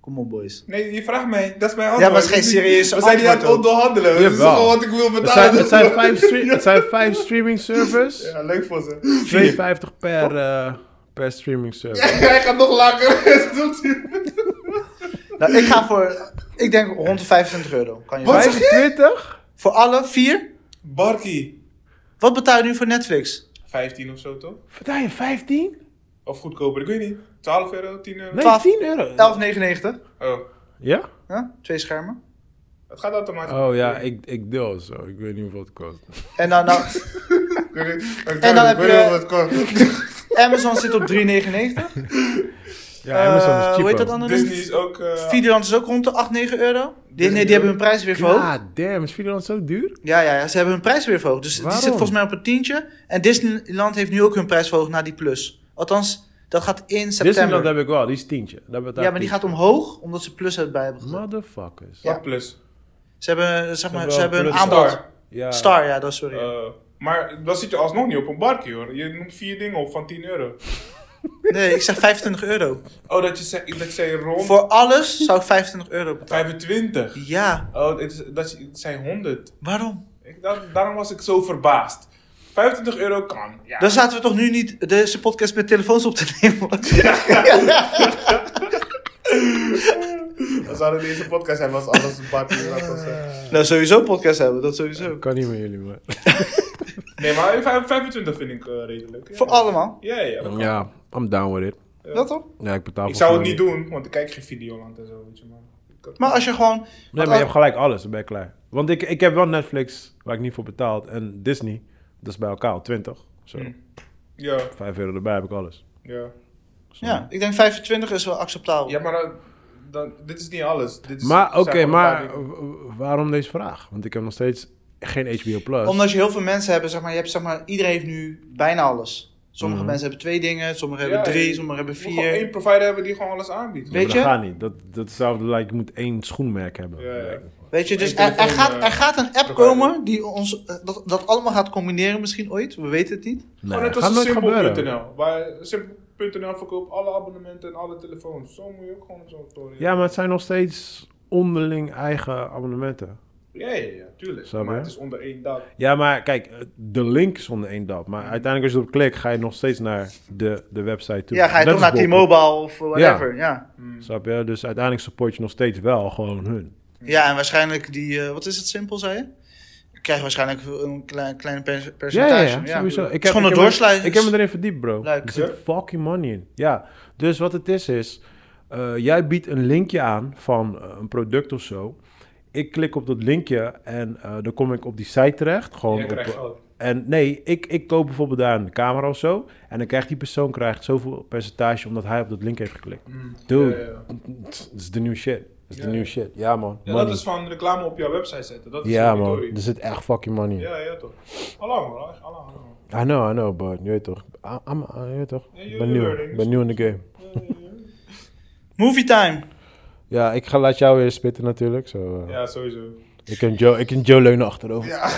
C: Kom op, boys.
A: Nee, je vraagt mij. Dat is mijn antwoord.
C: Ja, maar het is
A: Dat
C: geen
A: niet-
C: serieuze
A: We zijn niet aan het
C: antwoord
A: onderhandelen. Dat is
B: Jawel.
A: gewoon wat ik wil
B: Het
A: betalen.
B: zijn, het zijn, vijf, stre- het zijn vijf streaming servers.
A: Ja, leuk voor ze.
B: 52 per, eh, per streaming service.
A: Hij gaat nog langer. Dat doet hij.
C: Nou, ik ga voor, ik denk rond de 25 euro. Kan je
A: Wat?
C: zeggen.
B: 25?
C: Voor alle vier?
A: Barkie.
C: Wat betaal je nu voor Netflix?
A: 15 of zo, toch?
B: Vertel je 15?
A: Of goedkoper, ik weet niet. 12 euro, 10 euro.
B: Nee,
C: Twaalf.
B: 10 euro.
C: 11,99.
A: Oh,
B: Ja?
C: Ja? Twee schermen.
A: het gaat automatisch.
B: Oh ja, ik, ik deel zo. Ik weet niet hoeveel het kost.
C: En dan, nou,
A: Ik weet niet- ik
C: En dan heb
A: weet
C: je-
A: niet wat het kost.
C: Amazon zit op 3,99.
B: Ja, Amazon
C: Eh,
B: is cheap.
C: Hoe heet dat dan?
A: Disney is ook... eh,
C: Videoland is ook rond de 8, 9 euro. Die,
A: Disney
C: nee, die hebben
A: ook.
C: hun prijs weer verhoogd.
B: Ja, damn. Is Videoland zo duur?
C: Ja, ja, ja, ze hebben hun prijs weer verhoogd. Dus
B: Waarom?
C: die zit volgens mij op een tientje. En Disneyland heeft nu ook hun prijs verhoogd naar die plus. Althans, dat gaat in september.
B: Disneyland heb ik wel. Die is tientje. Daar betaal
C: ja,
B: ik
C: maar die gaat
B: tientje.
C: omhoog, omdat ze plus erbij hebben gedaan.
B: Motherfuckers.
C: Ja.
A: Wat plus?
C: Ze hebben, zeg maar,
B: hebben
C: ze
B: wel
C: hebben een
B: plus.
C: aanbod. Star,
A: Star.
B: Ja.
C: ja, dat is sorry.
A: Eh, maar dan zit je alsnog niet op een barkie hoor. Je noemt vier dingen op van 10 euro.
C: Nee, ik zeg 25 euro.
A: Oh, dat je zei, dat ik zei rond
C: Voor alles zou ik 25 euro betalen.
A: 25.
C: Ja,
A: Oh, het, is, dat, je- het zijn 100.
C: waarom?
A: Ik, da- daarom was ik zo verbaasd. 25 euro kan. Ja.
C: Dan zaten we toch nu niet deze podcast met telefoons op te nemen?
A: Als we hadden deze podcast hebben, was alles een barkie. dat was, eh.
C: nou, sowieso een podcast hebben, dat sowieso.
B: Kan niet meer jullie, man.
A: Nee, maar vijf- 25 vind ik eh, redelijk. Ja.
C: Voor allemaal.
A: Ja, ja. dat kan.
B: Ja, I'm down with it.
C: Dat toch?
B: Ja, ik betaal
A: Ik
B: voor
A: zou het
B: gewoon-
A: niet doen, want ik kijk geen Videoland en zo, weet je man. Ik-
C: Maar als je gewoon...
B: Nee, maar je hebt gelijk alles. Dan ben ik klaar. Want ik, ik heb wel Netflix, waar ik niet voor betaald. En Disney, dat is bij elkaar al 20. Zo,
A: Hm.
C: Hmm.
A: Ja,
B: 5 euro erbij heb ik alles.
A: ja.
C: Ja, ik denk 25 is wel acceptabel.
A: Ja, maar dan, dan- dit is niet alles. Dit is,
B: Maar oké,
A: zijn gewoon een paar
B: maar
A: dingen.
B: w- waarom deze vraag? Want ik heb nog steeds geen HBO Plus.
C: Omdat je heel veel mensen hebt, zeg maar, je hebt, zeg maar, iedereen heeft nu bijna alles. Sommige
B: Mhm.
C: mensen hebben twee dingen, sommigen
A: Ja,
C: hebben drie,
A: je-
C: sommigen hebben
A: Je moet gewoon
C: vier.
A: één provider hebben die gewoon alles aanbiedt.
C: Weet
B: maar
C: je?
B: Dat gaat niet. Dat, dat is hetzelfde, like, je moet één schoenmerk hebben.
A: Ja, ja.
B: Like,
C: Weet je, dus
A: één
C: er, er
A: telefoon,
C: gaat,
A: eh,
C: er gaat een app
A: provider.
C: komen die ons eh, dat, dat allemaal gaat combineren misschien ooit, we weten het niet.
B: Nee,
A: Gewoon net
B: gaat
A: als
B: nooit gebeuren.
A: simpel.nl. Waar simpel.nl verkoopt alle abonnementen en alle telefoons. Zo moet je ook gewoon op zo'n toren.
B: Ja, maar het zijn nog steeds onderling eigen abonnementen.
A: Ja, ja, ja, tuurlijk.
B: Snap
A: maar
B: je?
A: het is onder één dak.
B: Ja, maar kijk, eh, de link is onder één dap. Maar uiteindelijk als je erop klikt, ga je nog steeds naar de, de website toe.
C: Ja, ga je
B: Net als
C: toch naar
B: Bol.com,
C: T-Mobile of whatever. Ja.
B: Snap je? Dus uiteindelijk support je nog steeds wel gewoon hun.
C: Ja. en waarschijnlijk die, eh, wat is het simpel, zei je? Ik krijg waarschijnlijk een klein, kleine per-
B: Ja,
C: percentage.
B: ja, ja, sowieso. Ik
C: Het is gewoon een
B: ik heb, me-
C: doorsluis.
B: ik heb me erin verdiept, bro.
C: Leuk.
B: Er zit fucking money in. Ja, dus wat het is, is... eh, jij biedt een linkje aan van eh, een product of zo. Ik klik op dat linkje en eh, dan kom ik op die site terecht. Gewoon
A: Jij krijgt
B: op, eh,
A: geld.
B: En nee, ik, ik koop bijvoorbeeld daar een camera of zo. En dan krijgt die persoon krijgt zoveel percentage omdat hij op dat link heeft geklikt. Dude,
A: Mm. Ja, ja, ja.
B: dat is de new shit. Dat is de
A: Ja.
B: new shit. Ja, man.
A: Ja,
B: Money.
A: dat is van reclame op jouw website zetten. Dat is
B: ja,
A: een
B: man. Dus-
A: victorie.
B: Er zit echt fucking money in.
A: Ja, ja, toch. Allang, hoor. Echt Allang, allang.
B: I know, I know, but je weet toch. I- I'm, I- je weet toch.
A: Ja,
B: Ik
A: you're
B: ben nieuw.
A: learning.
B: Ik ben nieuw in de game.
C: Movie time.
B: Ja, ik ga laat jou weer spitten natuurlijk. Zo, eh,
A: Ja, sowieso.
B: ik, kan Joe, ik kan Joe leunen achterover.
A: Ja,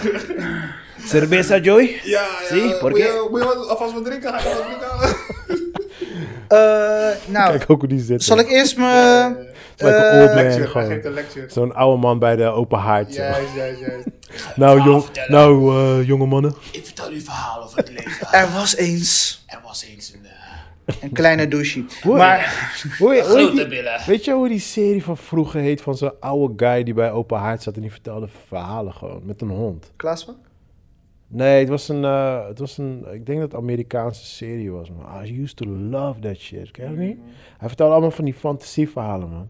B: Cerveza, Joey?
A: ja.
B: Zie, moet je- por qué?
A: Moet je alvast wat drinken? Ga je wat drinken?
C: Eh, nou,
B: Kijk ook hoe die zit.
C: zal
B: man.
C: ik eerst me...
B: Het is like
C: eh,
B: een old man,
A: Lecture, hij
B: gewoon.
A: geeft een lecture.
B: Zo'n oude man bij de open haard. zo.
A: Juist, juist, juist.
B: Nou, jong, nou eh, jonge mannen.
D: Ik vertel u een verhaal over het leven.
C: Er was eens
D: Er was eens een eh,
C: een kleine douche.
B: Hoi.
C: Maar
B: Hoe- hoe heet
D: grote
B: die-
D: billen.
B: weet je hoe die serie van vroeger heet van zo'n oude guy die bij open haard zat en die vertelde verhalen gewoon met een hond?
C: Klaas van?
B: Nee, het was een, eh, het was een ik denk dat het Amerikaanse serie was man. Ah, I used to love that shit, ken je dat niet? Hij vertelde allemaal van die fantasieverhalen man.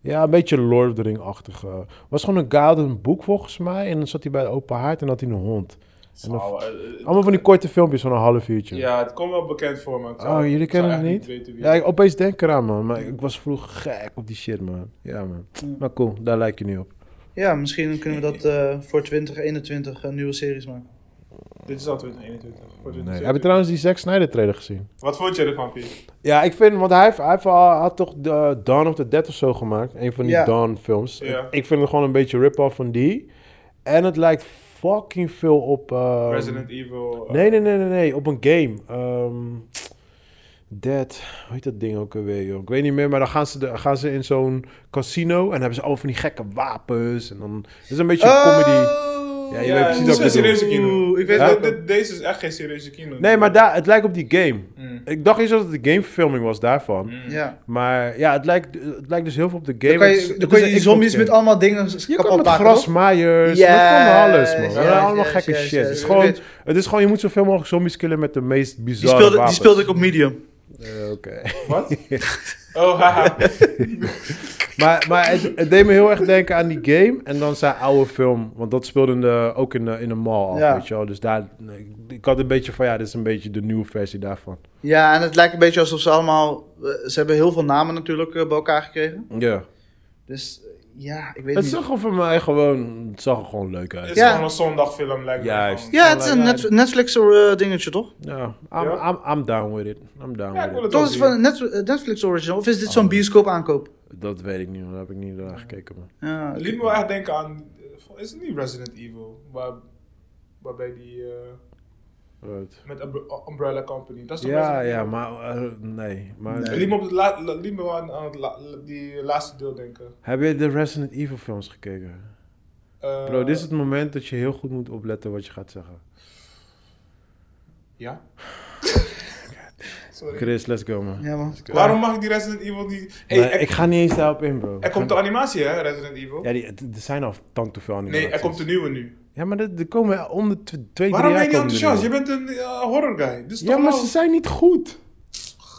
B: Ja, een beetje Lord of the Ring-achtig. eh. was gewoon een guy had een boek volgens mij en dan zat hij bij de open haard en had hij een hond. En dan-
A: Zou, eh, eh,
B: allemaal van die korte filmpjes van een half uurtje.
A: Ja, het komt wel bekend voor, maar ik zou-
B: Oh, jullie
A: ik zou
B: kennen
A: echt
B: het niet?
A: weten wie
B: Ja, ik opeens denk eraan, man. Maar ik was vroeger gek op die shit, man. Ja, man.
A: Mm.
B: Maar cool, daar lijk je nu op.
C: Ja, misschien kunnen we dat eh, voor 2021 een nieuwe series maken.
A: Dit is al 2021. Voor
B: Nee.
A: 2022.
B: Heb je trouwens die Zack Snyder trailer gezien?
A: Wat vond je ervan, Piet?
B: Ja, ik vind, want hij, heeft, hij heeft al- had toch de Dawn of the Dead of zo gemaakt. Een van die
C: Ja.
B: Dawn films.
A: Ja.
B: Ik, ik vind het gewoon een beetje rip-off van die. En het lijkt fucking veel op... ehm,
A: Resident Evil. eh,
B: Nee, nee, nee, nee, nee. Op een game. Ehm Dead. Hoe heet dat ding ook alweer, joh? Ik weet niet meer, maar dan gaan ze, de- gaan ze in zo'n casino en hebben ze al van die gekke wapens. En dan het is een beetje
C: Eh.
B: een comedy.
C: Oh!
B: Ja, je
A: Ja,
B: weet
A: dit
B: precies
A: is
B: wat
A: geen
B: ik bedoel.
A: serieuze kino.
C: Oeh, ik weet
A: Dit-
B: welke.
A: dit- Deze is echt geen serieuze kino.
B: Nee, maar daar, het lijkt op die game.
A: Mm.
B: Ik dacht eerst dat het de gameverfilming was daarvan.
C: Ja.
B: Maar ja, het lijkt, het lijkt dus heel veel op de game.
C: Dan kan
B: Het is-
C: je, dan
B: het
C: kun
B: is
C: je
B: een
C: die
B: Xbox
C: zombies
B: game.
C: met allemaal dingen
B: Je
C: kapot
B: kan met
C: maken. toch?
B: grasmaaiers, met van alles, man.
C: Yes,
B: Ja,
C: yes,
B: allemaal
C: yes,
B: gekke
C: yes,
B: shit.
C: yes.
B: Het, is
C: Ik
B: gewoon,
C: weet-
B: het is gewoon, je moet zoveel mogelijk zombies killen met de meest
C: Die
B: bizarre
C: speelde, die
B: wapens.
C: speelde ik op medium.
B: Eh, Oké.
A: Wat? Oh, haha.
B: Maar, maar het, het deed me heel erg denken aan die game en dan zijn oude film. Want dat speelde in de, ook in de, in de mall af,
C: Ja.
B: weet je wel. Dus daar, ik- ik had een beetje van, ja, dit is een beetje de nieuwe versie daarvan.
C: Ja, en het lijkt een beetje alsof ze allemaal... eh, Ze hebben heel veel namen natuurlijk eh, bij elkaar gekregen.
B: Ja.
C: Dus eh, ja, ik weet
B: Het
C: niet.
B: zag er voor mij gewoon, het zag er gewoon leuk
A: Het
B: uit.
A: is
C: Ja.
A: gewoon een zondagfilm, lijkt me.
B: Juist.
A: gewoon.
C: Ja, het is een Net- Netflix eh, dingetje, toch?
B: Ja,
A: Ja.
B: I'm, I'm, I'm down with it. I'm down
A: Ja, ik wil het
B: with it.
C: Toch
A: wel
C: is het van
A: zien.
C: een Net- eh, Netflix original? Of is dit
B: Oh,
C: zo'n bioscoop aankoop?
B: Dat weet ik niet, want daar heb ik niet naar gekeken. Man.
C: Ja,
A: Het liet me wel echt denken aan... eh, Is het niet Resident Evil? Waar, waarbij die... eh,
B: Right.
A: met Umbre- Umbrella Company. Dat is toch
B: Ja,
A: Resident
B: ja,
A: Evil?
B: maar eh, nee. Maar
A: Het liet me, op het la- la- liet me wel aan, aan het la- die laatste deel denken.
B: Heb je de Resident Evil films gekeken?
A: Eh,
B: Bro, dit is het moment dat je heel goed moet opletten wat je gaat zeggen.
A: Ja? Sorry.
B: Chris, let's go, man.
C: Ja, man.
A: Waarom mag ik die Resident Evil niet... Hey,
B: Maar
A: er,
B: ik ga niet eens daarop in, bro.
A: er komt de animatie, hè, Resident Evil?
B: Ja, die, het- er zijn al tank te veel animaties.
A: nee, er komt de nieuwe nu.
B: Ja, maar er, er komen om de tw- twee, drie jaar...
A: Waarom ben je niet
B: komen er
A: enthousiast? Je
B: nieuwe.
A: bent een eh, horror guy. Dit is
B: Ja,
A: toch
B: maar
A: wel-
B: ze zijn niet goed.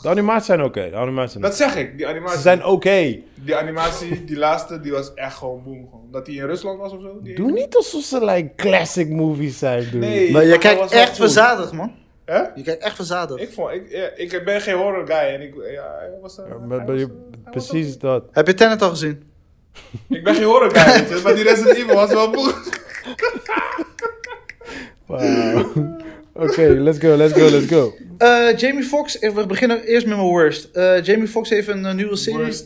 B: De animaties zijn oké. de animaties zijn
A: Dat zeg ik, die animatie.
B: Ze zijn oké.
A: Die animatie, die laatste, die was echt gewoon boom. Gewoon. Dat die in Rusland was of zo? Die...
B: Doe niet alsof ze like classic movies zijn, dude.
A: Nee.
C: Maar je
A: dat
C: kijkt
A: was wel
C: echt
A: goed.
C: verzadigd, man.
A: Hè?
C: Je kijkt echt verzadigd.
A: Ik, vond, ik, ja, ik ben geen horror guy en ik... Ja, hij was, eh,
B: Ja,
A: hij
B: Maar, maar
A: was,
B: je-
A: eh, hij was ook-
B: precies dat.
C: Heb je Tenet al gezien?
A: Ik ben geen horror guy, weet je, maar die Resident Evil was wel boem.
B: Wauw. oké, let's go, let's go, let's go.
C: Eh, Jamie Foxx, eh, we beginnen eerst met mijn worst. Eh, Jamie Foxx heeft een eh, nieuwe serie,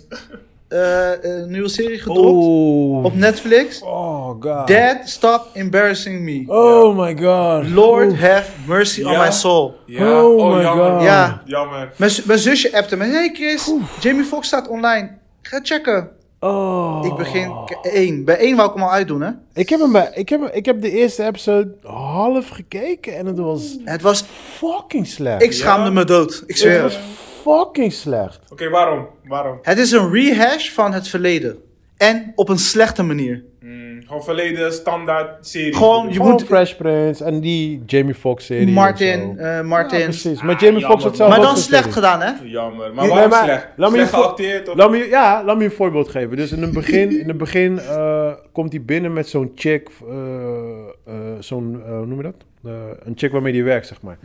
C: eh, een nieuwe serie gedropt
B: Oh.
C: op Netflix.
B: Oh, god.
C: Dad, stop embarrassing me.
B: Oh my god.
C: Lord, have mercy on
A: Ja.
C: my soul.
B: Ja, Oh oh, my jammer. god.
C: Ja.
A: Jammer.
C: Mijn, z- mijn zusje appte me. Hey Chris, Jamie Foxx staat online. Ga checken.
B: Oh.
C: Ik begin k- één. Bij één wou ik hem al uitdoen, hè?
B: Ik heb, hem bij, ik, heb, ik heb de eerste episode half gekeken en het was
C: Het was.
B: fucking slecht.
C: Ik schaamde me dood. Ik
B: het
C: zweer
B: was
C: het.
B: fucking slecht.
A: Oké, waarom? Waarom?
C: Het is een rehash van het verleden. En op een slechte manier.
A: Mm, gewoon verleden standaard serie.
C: Gewoon,
A: Ah,
C: je
B: Gewoon
C: moet.
B: Fresh Prince en die Jamie Foxx serie. en
C: Martin,
B: zo.
C: eh,
B: Ja,
C: Martin.
B: precies, maar Jamie
A: Ah,
B: Foxx
A: jammer.
B: had zelf
C: maar
B: ook
C: dan
B: een
C: slecht
B: serie.
C: gedaan, hè?
A: Jammer, maar
B: Nee,
A: waarom
B: maar-
A: slecht?
B: laat me je
A: slecht
B: voor-
A: geacteerd of...
B: Laat me, ja, laat me je een voorbeeld geven. Dus in het begin, in het begin eh, komt hij binnen met zo'n chick, eh, eh, zo'n, eh, hoe noem je dat? Eh, een chick waarmee hij werkt, zeg maar.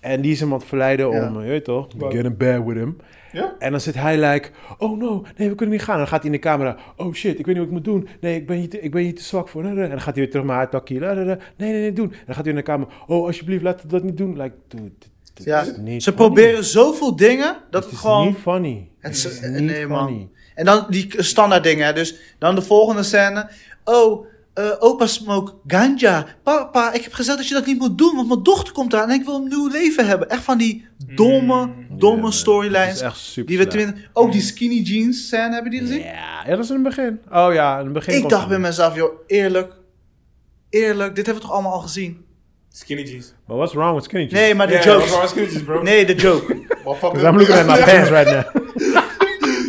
B: En die is hem aan het verleiden
C: Mhm. Ja.
B: om, eh, je weet toch, to
A: Wat?
B: get in bed with him.
A: Ja?
B: En dan zit hij like, oh no, nee, we kunnen niet gaan. En dan gaat hij in de camera, oh shit, ik weet niet wat ik moet doen. Nee, ik ben hier te, ik ben hier te zwak voor. En dan gaat hij weer terug naar haar takkie. Nee, nee, nee, nee, doen. En dan gaat hij in de camera, oh alsjeblieft, laat het dat niet doen. Like, dude, dit- dit
C: Ja.
B: is niet
C: Ze
B: funny.
C: proberen zoveel dingen dat
B: Het
C: het
B: is
C: gewoon.
B: niet funny.
C: Het is,
B: is niet
C: nee, man.
B: funny.
C: En dan die standaard dingen. hè. Dus dan de volgende scène. Oh, eh, opa smoke ganja. Papa, ik heb gezegd dat je dat niet moet doen, want mijn dochter komt eraan en ik wil een nieuw leven hebben. Echt van die domme,
B: Ja,
C: domme
B: man. Het
C: storylines.
B: is echt super
C: Die we
B: slecht.
C: twintig... Ook die skinny jeans scène, hebben die gezien?
B: Ja, ja, dat is in het begin. Oh ja, in het begin.
C: ik
B: komt
C: dacht
B: ze
C: bij
B: niet.
C: mezelf, joh, eerlijk. Eerlijk, dit hebben we toch allemaal al gezien?
A: Skinny jeans.
B: Maar what's wrong with skinny jeans?
C: Nee, maar de
A: Ja, ja,
C: jokes.
A: dat waren skinny jeans, bro.
C: Nee, de joke.
A: What fuck
B: 'Cause I'm looking at my pants right now.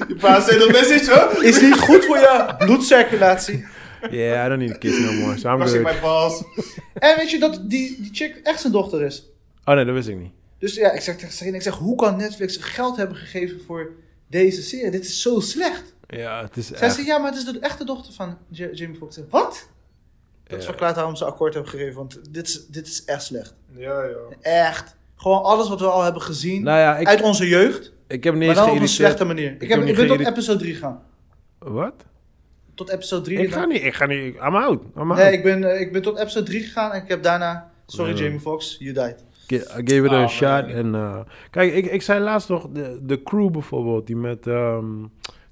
A: You pass the message, huh?
C: Is niet goed voor je bloedcirculatie.
B: Yeah, I don't need a kiss no more, so I'm
A: Brushing
B: good.
A: my balls.
C: En weet je dat die, die chick echt zijn dochter is?
B: Oh nee, dat wist ik niet.
C: Dus ja, ik zeg tegen Serena, ik zeg, hoe kan Netflix geld hebben gegeven voor deze serie? Dit is zo slecht.
B: Ja, het is
C: Zij
B: echt...
C: zei, ja, maar het is de echte dochter van J- Jamie Foxx. Ik zeg, Wat? Dat verklaart waarom ze akkoord hebben gegeven, want dit is, dit is echt slecht.
A: Ja, ja.
C: Echt. Gewoon alles wat we al hebben gezien
B: Nou ja, ik,
C: uit onze jeugd,
B: ik heb niet
C: maar
B: eens
C: dan op een
B: geïrriteerd.
C: slechte manier. Ik,
B: heb
C: heb,
B: hem
C: ik
B: niet
C: ben tot
B: geïrriteerd.
C: episode 3 gaan.
B: Wat?
C: Tot episode 3.
B: Ik ga niet, ik ga niet. I'm out. I'm out.
C: Nee, ik ben, eh, ik ben tot episode 3 gegaan en ik heb daarna, sorry
B: Ja.
C: Jamie Foxx, you died.
B: I gave it
A: Oh,
B: a
A: man.
B: shot. En, eh, kijk, ik, ik zei laatst nog, de, de crew bijvoorbeeld, die met ehm,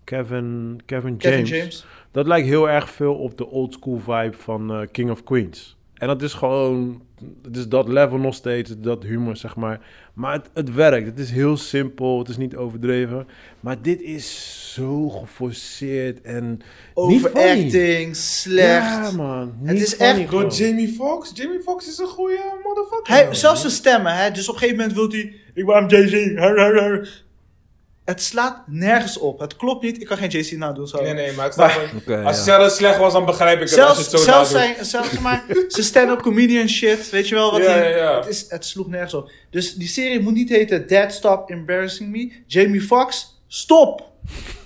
B: Kevin, Kevin,
C: Kevin
B: James,
C: James.
B: Dat lijkt heel erg veel op de old school vibe van eh, King of Queens. En dat is gewoon, het is dat level nog steeds, dat humor zeg maar. Maar het, het werkt, het is heel simpel, het is niet overdreven. Maar dit is zo geforceerd en niet funny.
C: Overacting, slecht.
B: Ja man,
C: Het
B: niet
C: is
B: funny
C: echt-
B: gewoon.
A: Door Jamie Foxx? Jamie Foxx is een goede motherfucker.
C: Hij, zelfs zijn stemmen, hè? dus op een gegeven moment wilt hij. Ik ben Jay-Z. har, har, har." Het slaat nergens op. Het klopt niet. Ik kan geen Jay-Z nadoen. Zo.
A: Nee, nee, maar ik snap
C: Maar-
A: het.
B: Oké,
A: Als
B: ja.
A: het zelfs slecht was, dan begrijp ik het. als je
C: Zelfs,
A: het zo
C: zelfs,
A: nadoet.
C: zijn, zelfs zeg maar, zijn stand-up comedian shit. Weet je wel wat
A: Ja,
C: hij.
A: ja, ja.
C: Het, is, het sloeg nergens op. Dus die serie moet niet heten Dad Stop Embarrassing Me. Jamie Foxx, stop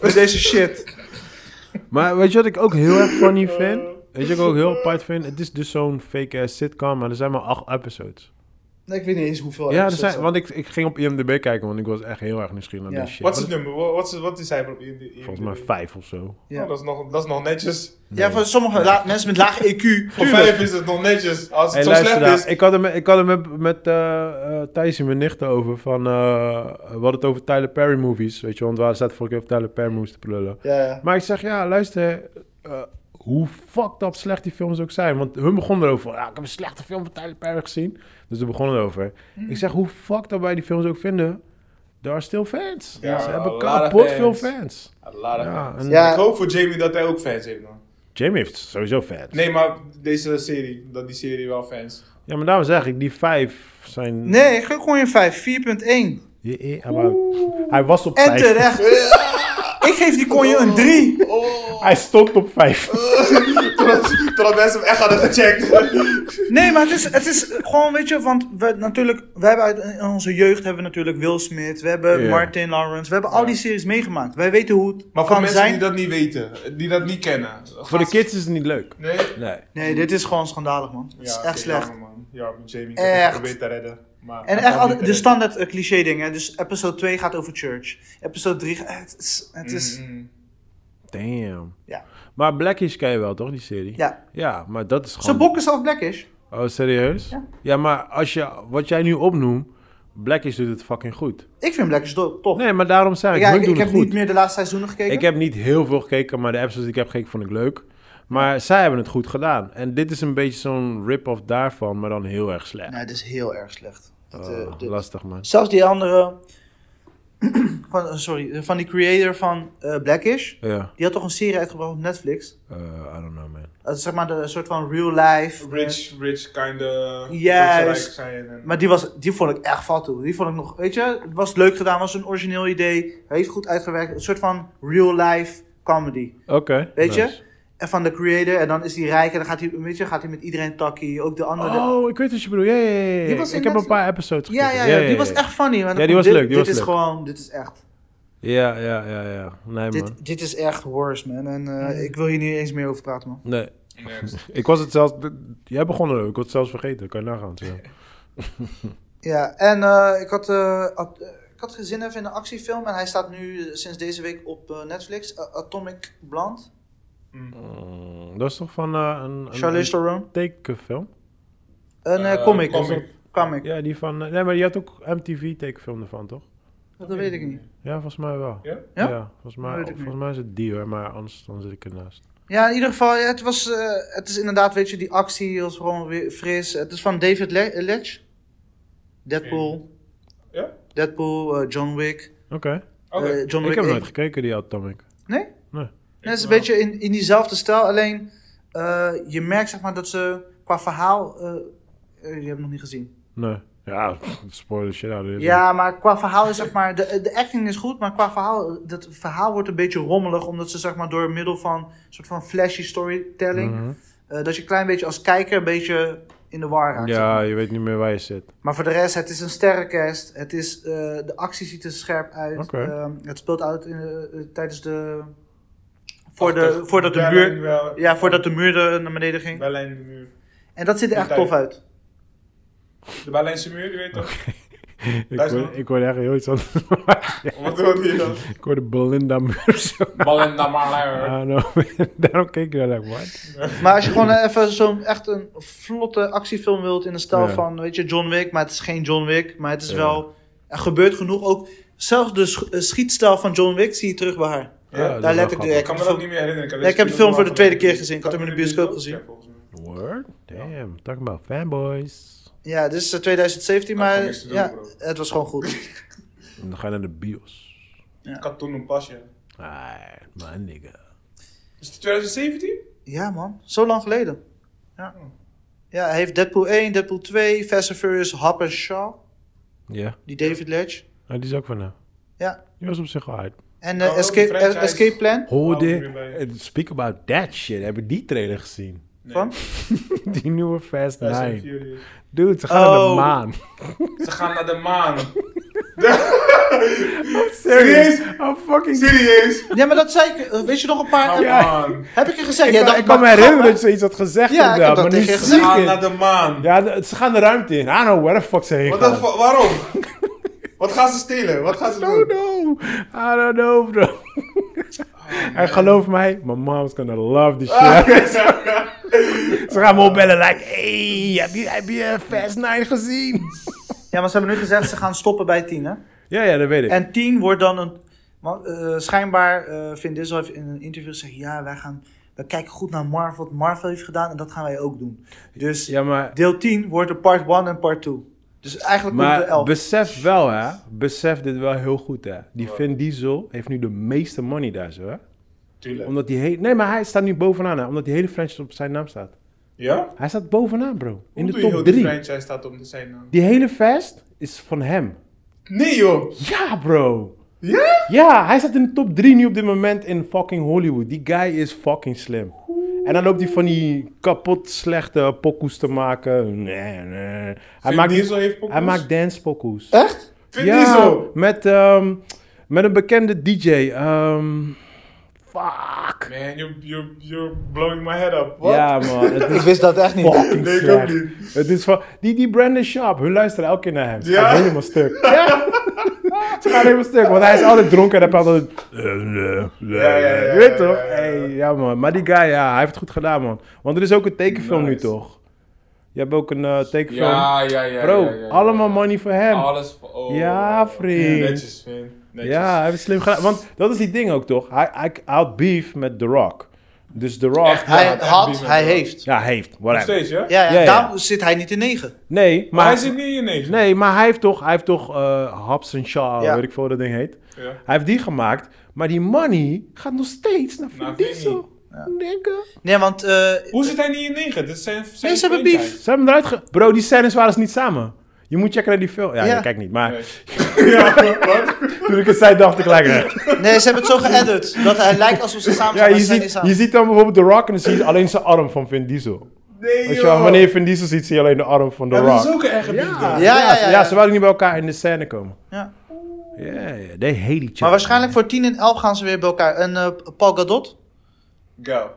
C: met deze shit.
B: Maar weet je wat ik ook heel erg funny vind? Weet je wat ik ook heel apart vind? Het is dus zo'n fake ass sitcom, maar er zijn maar acht episodes.
C: Nee, ik weet niet eens hoeveel.
B: ja, er
C: episodes
B: zijn, want ik, ik ging op IMDb kijken, want ik was echt heel erg nieuwsgierig naar
C: Ja.
B: die shit.
A: Wat is het nummer? Wat is, wat is hij op IMDb?
B: Volgens mij vijf of zo.
C: Ja.
A: Oh, dat, is nog, dat is nog netjes.
C: Ja, voor sommige la- mensen met laag
A: Voor
C: EQ. tuurlijk.
A: vijf is het nog netjes. Als
B: Hey,
A: het zo
B: luister
A: slecht
B: daar.
A: is.
B: Ik had hem, ik had hem met, met eh, eh, Thijs en mijn nicht over. Van, eh, we hadden het over Tyler Perry movies. Weet je, want we zaten vorige keer over Tyler Perry movies te prullen.
C: Ja, ja.
B: Maar ik zeg, ja, luister. eh, hoe fucked up slecht die films ook zijn. Want hun begonnen erover. van, "Ah, ik heb een slechte film van Tyler Perry gezien. Dus we begonnen erover.
C: Hmm.
B: Ik zeg, hoe fucked up wij die films ook vinden. There are still fans.
A: Ja,
B: Ze
A: a
B: hebben
A: lot
B: kapot
A: of
B: veel
A: fans.
B: fans.
A: A lot of
B: Ja,
A: fans.
B: en
C: Ja.
A: Ik hoop voor Jamie dat hij ook fans heeft. Man.
B: Jamie heeft sowieso fans.
A: Nee, maar deze serie, dat die serie wel fans.
B: Ja, maar daarom zeg ik, die vijf zijn...
C: Nee, geef gewoon je 5. 4.1.
B: Ja, ja, hij wou- hij was op
C: En
B: vijf.
C: terecht. Ik geef die konje
A: Oh.
C: een 3.
B: Hij stond op 5.
A: Totdat totdat mensen hem echt hadden gecheckt.
C: Nee, maar het is, het is gewoon, weet je, want we, natuurlijk, we hebben uit in onze jeugd hebben we natuurlijk Will Smith, we hebben
B: Ja.
C: Martin Lawrence, we hebben al die series meegemaakt. Wij weten hoe het
A: Maar voor
C: kan
A: mensen
C: zijn.
A: die dat niet weten, die dat niet kennen.
B: Voor de kids is het niet leuk.
A: Nee?
B: Nee.
C: Nee, dit is gewoon schandalig, man. Het
A: Ja,
C: is echt
A: oké,
C: slecht.
A: jammer, man. Ja, Jamie, ik
C: Echt.
A: heb geprobeerd te redden. Maar
C: En
A: ik
C: echt
A: kan
C: altijd
A: niet
C: de
A: redden.
C: standaard eh, cliché dingen. Dus episode 2 gaat over church. Episode 3 gaat... Het is... Het is
A: Mm, mm.
B: Damn.
C: Ja.
B: Maar Blackish ken je wel, toch, die serie?
C: ja.
B: Ja, maar dat is
C: Ze
B: gewoon...
C: bokken zelf Blackish.
B: Oh, serieus?
C: Ja.
B: maar als je, wat jij nu opnoemt, Blackish doet het fucking goed.
C: Ik vind Blackish do- top.
B: Nee, maar daarom zeg ik,
C: ja,
B: hun
C: ik,
B: doen
C: ik heb
B: het goed.
C: niet meer de laatste seizoenen gekeken.
B: Ik heb niet heel veel gekeken, maar de episodes die ik heb gekeken vond ik leuk. Maar zij hebben het goed gedaan. En dit is een beetje zo'n rip-off daarvan, maar dan heel erg slecht.
C: Nee, het is heel erg slecht. Dat, eh,
B: Oh,
C: dit-
B: lastig, man.
C: Zelfs die andere. van, eh, sorry, van die creator van eh, Blackish.
B: Ja,
C: Die had toch een serie uitgebracht op Netflix?
B: eh, I don't know man.
C: Dat is zeg maar de soort van real life. eh,
A: Rich, rich, kinda.
C: Juist.
A: rich rijk zijn. En,
C: Maar die, was, die vond ik echt fat toe. Die vond ik nog, weet je, het was leuk gedaan, was een origineel idee. Hij heeft goed uitgewerkt. Een soort van real life comedy.
B: Oké.
C: Weet je?
B: nice.
C: En van de creator, en dan is hij rijk en dan gaat hij, weet je, gaat hij met iedereen takkie. Ook de andere.
B: Oh, ik weet wat je bedoelt. Ja, ja, ja, ja.
C: Die was
B: Ik
C: in
B: heb een
C: Netflix.
B: paar episodes
C: ja, ja,
B: gekeken.
C: ja, die was echt funny. maar dan
B: Ja, die
C: komt
B: was
C: dit,
B: leuk, die
C: dit
B: was
C: is
B: leuk.
C: gewoon, dit is echt.
B: Ja, ja, ja, ja. Nee, man.
C: Dit, dit is echt worse, man. En eh, ik wil hier niet eens meer over praten, man.
B: Nee.
A: Next.
B: Ik was het zelfs... Jij begon er ook. Ik was het zelfs vergeten. Kan je nagaan. zo.
C: Ja, en eh, ik, had, eh, at- eh, ik had gezin even in een actiefilm. En hij staat nu eh, sinds deze week op eh, Netflix. A- Atomic Blonde.
B: Mm, dat is toch van eh, een, een,
C: Charlize Theron.
B: een tekenfilm?
C: Een eh,
A: Eh,
C: comic.
A: comic.
C: Een comic.
B: Ja, die van... eh, nee, maar die had ook MTV tekenfilm ervan, toch?
C: Dat weet ik niet.
B: Ja, volgens mij wel.
A: Ja?
C: Ja?
B: volgens,
C: Dat
B: mij,
C: weet ik
B: volgens mij is het die hoor, maar anders dan zit ik ernaast.
C: Ja, in ieder geval, ja, het, was, eh, het is inderdaad, weet je, die actie was gewoon weer fris. Het is van David Le- Leitch. Deadpool.
A: Ja?
C: Deadpool, eh, John Wick.
B: Oké.
A: Oké.
C: Eh, John
B: Ik
C: Wick
B: heb
C: 1.
B: nooit gekeken, die Atomic.
C: Nee?
B: Nee.
C: Nee, het is een beetje in, in diezelfde stijl. Alleen, eh, je merkt zeg maar dat ze qua verhaal... eh, eh, je hebt het nog niet gezien.
B: Nee. Ja, pff, spoiler shit out. of it.
C: Ja, maar qua verhaal is zeg maar. De, de acting is goed, maar qua verhaal. Dat verhaal wordt een beetje rommelig. Omdat ze zeg maar door middel van. Een soort van flashy storytelling.
B: Mhm.
C: eh, dat je een klein beetje als kijker. een beetje in de war raakt. zeg
B: Ja,
C: maar.
B: je weet niet meer waar je zit.
C: Maar voor de rest, het is een sterrencast. Het is, eh, de actie ziet er scherp uit.
B: Oké.
C: Ehm, het speelt uit in, eh, eh, tijdens de. Voor de,
A: Achter-
C: voordat de
A: Berlijn
C: muur.
A: Wel,
C: Ja, voordat de muur er naar beneden ging.
A: Berlijn de muur.
C: En dat ziet er echt tof uit.
A: De Berlijnse muur, je weet toch?
B: ik,
A: Luister.
B: hoorde, ik hoorde echt heel iets anders. maar
A: Wat hoort hier dan?
B: ik hoorde Belinda Murso.
A: Ballen naar Marlijn.
B: Ah, no. Daarom keek ik naar like, what?
C: Maar als je gewoon eh, even zo'n echt een vlotte actiefilm wilt in de stijl
B: Ja.
C: van, weet je, John Wick, maar het is geen John Wick, maar het is
B: Ja.
C: wel, er gebeurt genoeg. Ook zelfs de sch- eh, schietstijl van John Wick zie je terug bij haar.
B: Ja,
A: Ja.
B: dat
C: Daar
B: is
C: let
B: wel
C: ik direct.
A: Ik kan me dat ook niet meer herinneren.
C: Ja, ik heb de film voor de tweede keer gezien. Ik had hem in de bioscoop gezien.
B: Word? Damn, talking about fanboys.
C: Ja, dit is eh, 2017,
A: Had gewoon
C: maar
A: niks te doen,
C: ja,
A: bro.
C: het was gewoon goed.
B: En dan ga je naar de bios.
A: Ik had toen een pasje.
B: Ah, man, nigga.
A: Is het 2017?
C: Ja man, zo lang geleden. Ja. ja, hij heeft Deadpool 1, Deadpool 2, Fast and Furious, Hop en Shaw,
B: Ja,
C: die David Lynch.
B: Ah, die is ook van hem.
C: Ja,
B: Die was op zich al uit.
C: en
A: Kan
C: eh
A: ook
C: Escape,
A: een Oh, franchise.
C: Escape Plan
B: Hoorde,
A: weer bij.
B: eh, speak about that shit. Heb je die trailer gezien?
A: Nee.
C: van?
B: Die nieuwe Fast
A: Fast and
B: 9.
A: Furious.
B: Dude, ze gaan naar de
C: Oh.
B: maan.
A: Ze gaan naar de maan.
B: Serieus? I'm fucking
A: Serieus?
C: Ja, maar dat zei ik, eh, weet je nog een paar...
A: Come
B: Ja.
A: on.
C: Heb ik er gezegd?
B: Ik,
C: Jij
B: kan-
C: dacht,
B: ik kan me
C: maar-
B: herinneren dat je zoiets had gezegd
C: Ja, ik heb
B: inderdaad,
C: dat
B: maar
C: tegen
B: nu
C: je
B: zie
A: Ze
B: ik
A: gaan
B: het.
A: naar de maan.
B: Ja, de- ze gaan de ruimte in. I don't know where the fuck ze heen
A: Wat
B: gaan.
A: dan voor- waarom? Wat gaan ze stelen? Wat gaan ze
B: I don't
A: doen?
B: know. I don't know, bro.
A: Oh,
B: en geloof mij, my mom's gonna love this shit.
A: Ah.
B: Ze gaan me opbellen like, hey, heb je, heb je Fast 9 gezien?
C: Ja, maar ze hebben nu gezegd ze gaan stoppen bij 10, hè?
B: ja, ja, dat weet ik.
C: En 10 wordt dan een. Want, eh, schijnbaar, eh Vin Diesel heeft in een interview gezegd: ja, wij gaan. We kijken goed naar Marvel, wat Marvel heeft gedaan en dat gaan wij ook doen. Dus
B: ja, maar,
C: deel 10 wordt er part 1 en part 2. Dus eigenlijk komt er
B: maar
C: 11.
B: besef wel, hè. Besef dit wel heel goed, hè. Die Vin Diesel heeft nu de meeste money daar, zo, hè.
A: Tuurlijk.
B: Omdat die hele... Nee, maar hij staat nu bovenaan, hè. Omdat die hele franchise op zijn naam staat.
A: Ja?
B: Hij staat bovenaan, bro. In
A: Hoe
B: de
A: doe je
B: top
A: heel die
B: 3.
A: franchise staat op zijn naam?
B: Die hele Fast is van hem.
A: Nee joh!
B: Ja, bro.
A: Ja?
B: Ja, hij staat in de top 3 nu op dit moment in fucking Hollywood. Die guy is fucking slim. En dan loopt hij van die kapot slechte pokoes te maken. Nee, nee. Hij,
A: Vin
B: maakt,
A: Diesel heeft pokoes?
B: hij maakt dance pokoes.
C: Echt?
A: Vin Diesel!
B: Met, ehm, met een bekende DJ. ehm, fuck.
A: Man, you're, you're, you're blowing my head up. Wat?
B: Ja, man. Het
C: Ik
B: is
C: wist dat echt niet.
B: fucking
A: Nee, ik
B: slecht.
A: ook niet.
B: Het is van, die, die Brandon Sharp, hun luisteren elke keer naar hem. Ze
A: Ja?
B: gaan helemaal stuk. Ja. Ze gaan helemaal stuk, want hij is altijd dronken en hij praat altijd...
A: ja, ja,
B: je weet
A: ja,
B: toch?
A: ja, ja.
B: Hey, ja man, maar die guy, ja, hij heeft het goed gedaan man. Want er is ook een tekenfilm nu
A: Nice.
B: toch? Je hebt ook een eh, tekenfilm.
A: Ja, ja, ja.
B: Bro,
A: ja, ja, ja.
B: allemaal money voor hem.
A: Alles voor... Oh.
B: Ja, vriend.
A: Netjes, Vin. Netjes.
B: Ja, hij heeft het slim gedaan. Want dat is die ding ook toch? Hij, hij, hij had beef met The Rock. Dus The Rock...
A: Ja,
C: Hij
A: het echt
C: had,
A: bizar,
C: hij
A: ja.
C: heeft. Ja,
B: Ja, heeft.
A: Nog
B: Whatever.
A: steeds, ja? Maar,
C: ja,
B: Ja, ja.
C: daarom zit hij niet in 9.
B: Nee, maar...
A: hij zit niet in negen.
B: Nee, maar hij heeft toch, hij heeft toch eh Hobbs and Shaw,
C: Ja.
B: weet ik veel hoe dat ding heet.
A: Ja.
B: Hij heeft die gemaakt, maar die money gaat nog steeds naar Vin
A: Naar Vin
B: Diesel. Nigga.
C: Nee, want eh,
A: Hoe zit hij niet in negen? Dit zijn, zijn
C: Mensen hebben
A: franchise.
B: Ze hebben hem eruit ge... Bro, die scènes waren ze niet samen. Je moet checken naar die film. Ja,
C: Ja.
B: ik kijk niet, maar
A: Nee. ja, wat?
B: toen ik het zei dacht ik lekker.
C: nee, ze hebben het zo geëdit dat hij lijkt alsof ze samen
B: Ja,
C: zijn.
B: je
C: maar ze zijn niet
B: ziet,
C: samen.
B: je ziet dan bijvoorbeeld The Rock en dan zie je alleen zijn arm van Vin Diesel.
A: Nee,
B: Weet je
A: joh.
B: wel, wanneer je Vin Diesel ziet, zie je alleen de arm van The
A: Ja,
B: Rock.
A: dat is ook een eigen
B: ja,
A: liefde.
C: Ja, ja,
B: ze-
C: ja,
B: ja,
C: ja.
B: ze wouden niet bij elkaar in de scène komen.
C: Ja.
B: Ja, ja, they hate each other.
C: Maar waarschijnlijk voor 10 en 11 gaan ze weer bij elkaar. En eh, Paul Gadot,
A: Gal.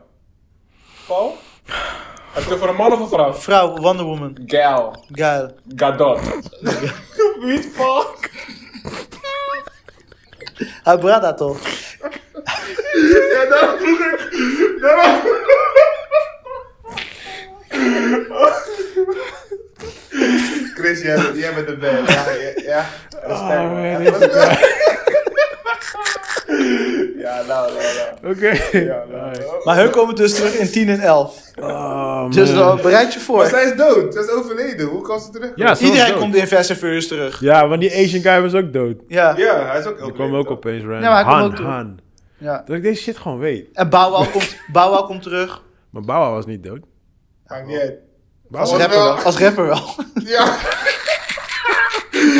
A: Paul? Heb je het voor een man of een vrouw?
C: vrouw Wonder Woman.
A: Gal.
C: Geil.
A: Gadot. Wie is Paul?
C: Hij Brada toch?
A: Ja, daarom vroeg ik. Daarom...
E: Chris, jij bent, jij bent de best. Ja, ja, ja. Respect, man.
B: man,
E: Ja, nou, nou, nou.
B: Oké.
E: Ja, nou, nou.
C: Maar hun komen dus terug in 10 en 11.
B: Oh,
C: Dus
B: man.
C: dan bereid je
E: Maar
C: voor.
E: zij is dood. Zij is overleden. Hoe kan ze terug?
B: Ja, ze was
C: Iedereen
B: dood.
C: komt in Fast and Furious terug.
B: Ja, want die Asian guy was ook dood.
C: Ja.
E: Ja, hij is ook
B: Die
E: overleden.
B: kwam ook
E: toch?
B: opeens random.
C: Ja, maar hij kwam
B: Han,
C: ook toe.
B: Han.
C: ja.
B: Dat ik deze shit gewoon weet.
C: En Bauwau komt, Bauwau komt terug.
B: Maar Bauer was niet dood.
E: Maakt niet uit.
C: Als
E: Bauwau
C: rapper
E: wel.
C: wel. Als rapper wel.
E: Ja.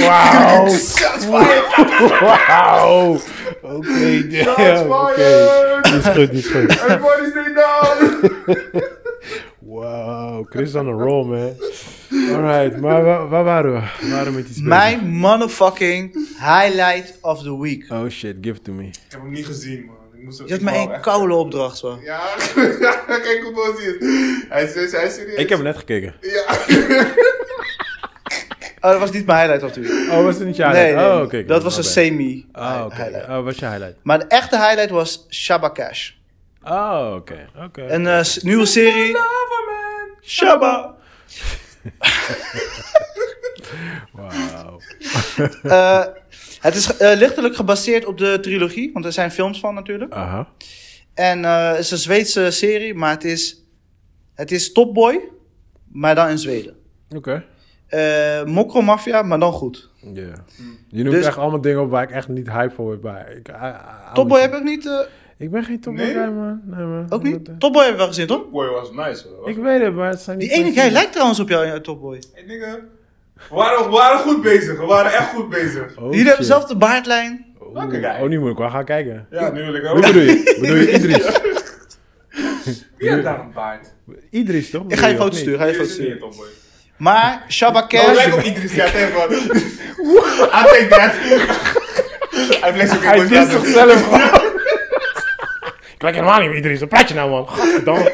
B: Wauw!
E: Shots fired.
B: Wauw! Oké,
E: Shots
B: damn, oké. Die is
E: fired.
B: goed, die is goed.
E: Everybody stay down.
B: Wauw, Chris is on a roll, man. Alright, maar wa- waar waren we? We waren met iets
C: Mijn motherfucking highlight of the week.
B: Oh shit, give it to me.
A: Ik heb hem niet gezien, man. Ik moest
C: Je had maar één koude opdracht, man.
E: Ja, kijk hoe boos hij is. Hij is, hij is, hij is serieus.
B: Ik heb hem net gekeken.
E: Ja.
C: Oh, dat was niet mijn highlight of the week.
B: Oh, was het niet je highlight?
C: Nee, nee,
B: oh,
C: nee.
B: oké,
C: dat was
B: my
C: een
B: bad.
C: semi.
B: Oh, oké.
C: highlight.
B: Oh, was je highlight?
C: Maar de echte highlight was Shabba Cash.
B: Oh, oké. Oké.
C: Een eh, s- nieuwe serie.
B: Shabba! Wauw.
C: Eh, het is ge- eh, lichtelijk gebaseerd op de trilogie, want er zijn films van natuurlijk.
B: Aha.
C: En eh, het is een Zweedse serie, maar het is, het is Top Boy, maar dan in Zweden.
B: Oké.
C: Eh Mokro Mafia, maar dan goed.
B: Ja.
E: Mm.
B: Je noemt
C: Dus-
B: echt allemaal dingen op waar ik echt niet hype voor word. maar ik- I- I-
C: Top Boy heb ik ook niet. eh,
B: Ik ben geen Topboy
E: Nee?
B: guy, man. Nee, man.
C: ook niet. Top Boy heb ik wel gezien, toch?
E: Boy was nice, hoor.
B: Ik weet het, maar het zijn niet...
C: Die ene
B: mijn
C: guy lijkt trouwens op jou, eh, Top Boy.
E: Hey, nigga. We waren, we waren goed bezig. We waren echt goed bezig.
B: Oh,
C: Jullie hebben
B: shit.
C: dezelfde baardlijn.
E: Welke guy?
B: Oh, nu moet ik wel gaan kijken.
E: Ja, nu wil ik
B: Hoe
E: ook.
B: bedoel je? bedoel je Idris?
A: Wie heeft daar een baard?
B: Idris, toch?
C: Ik ga je
B: Bedoel
C: foto
B: of
C: sturen,
B: niet?
C: ga je
A: Hij
C: foto
A: is niet
C: sturen.
A: in Top Boy.
C: Maar
B: Nou,
C: Shabba
E: Oh,
C: Cash.
E: lijkt op Idris gaat hè, man. I take that. Hij blijft ook
B: Hij is
E: in
B: zichzelf gewoon. Ik lijk helemaal niet op Idris. Wat praat je nou, man? Godverdamme.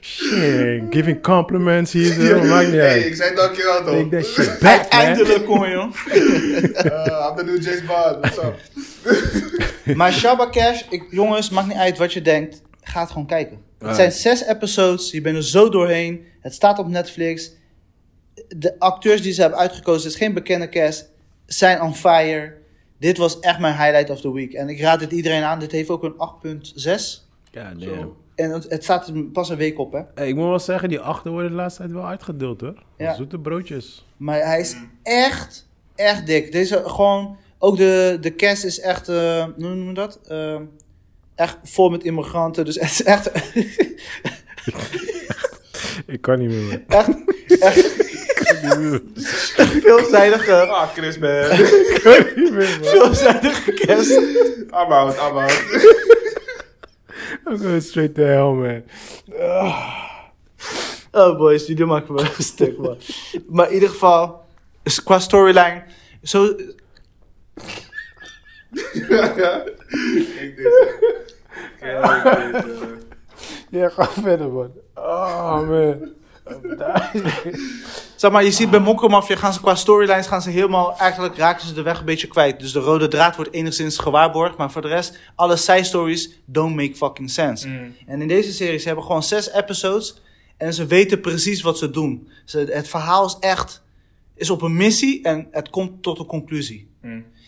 B: Shit, giving compliments hier zo, maakt niet
E: Hey,
B: uit.
E: ik zei dankjewel toch.
B: Take that shit back, man.
C: Eindelijk kom je, joh.
E: Eh, I'm the new James Bond. What's up?
C: Maar Shabba Cash, ik, jongens, maakt niet uit wat je denkt. Ga het gewoon kijken. Het zijn zes episodes, je bent er zo doorheen. Het staat op Netflix. De acteurs die ze hebben uitgekozen, het is geen bekende cast, zijn on fire. Dit was echt mijn highlight of the week. En ik raad dit iedereen aan. Dit heeft ook een 8.6.
B: Ja,
C: En het, het staat er pas een week op, hè.
B: Hey, ik moet wel zeggen, die achter worden de laatste tijd wel uitgedeeld hoor.
C: Ja.
B: Zoete broodjes.
C: Maar hij is echt, echt dik. Deze gewoon, ook de, de cast is echt, eh, hoe noemen we dat? Eh, echt vol met immigranten. Dus het is echt,
B: Ik kan niet meer. man.
C: echt
B: Ik kan niet meer.
C: veelzijdige,
E: Ah, Chris, man.
B: Ik kan niet meer, man.
C: veelzijdige cast.
E: I'm out, I'm out.
B: I'm going straight to hell, man. Ah,
C: Oh boys, jullie maken me een stuk man. Maar in ieder geval, is qua storyline, zo,
E: Ja. Ik denk zo. Ja, ik weet, eh.
B: Ja, ga verder, man. Oh, man.
C: zeg maar, je ziet bij Mokko Mafia gaan ze qua storylines gaan ze helemaal, eigenlijk raken ze de weg een beetje kwijt. Dus de rode draad wordt enigszins gewaarborgd, maar voor de rest, alle side stories don't make fucking sense.
B: Mm.
C: En in deze serie, ze hebben gewoon zes episodes en ze weten precies wat ze doen. Ze, het verhaal is echt, is op een missie en het komt tot een conclusie.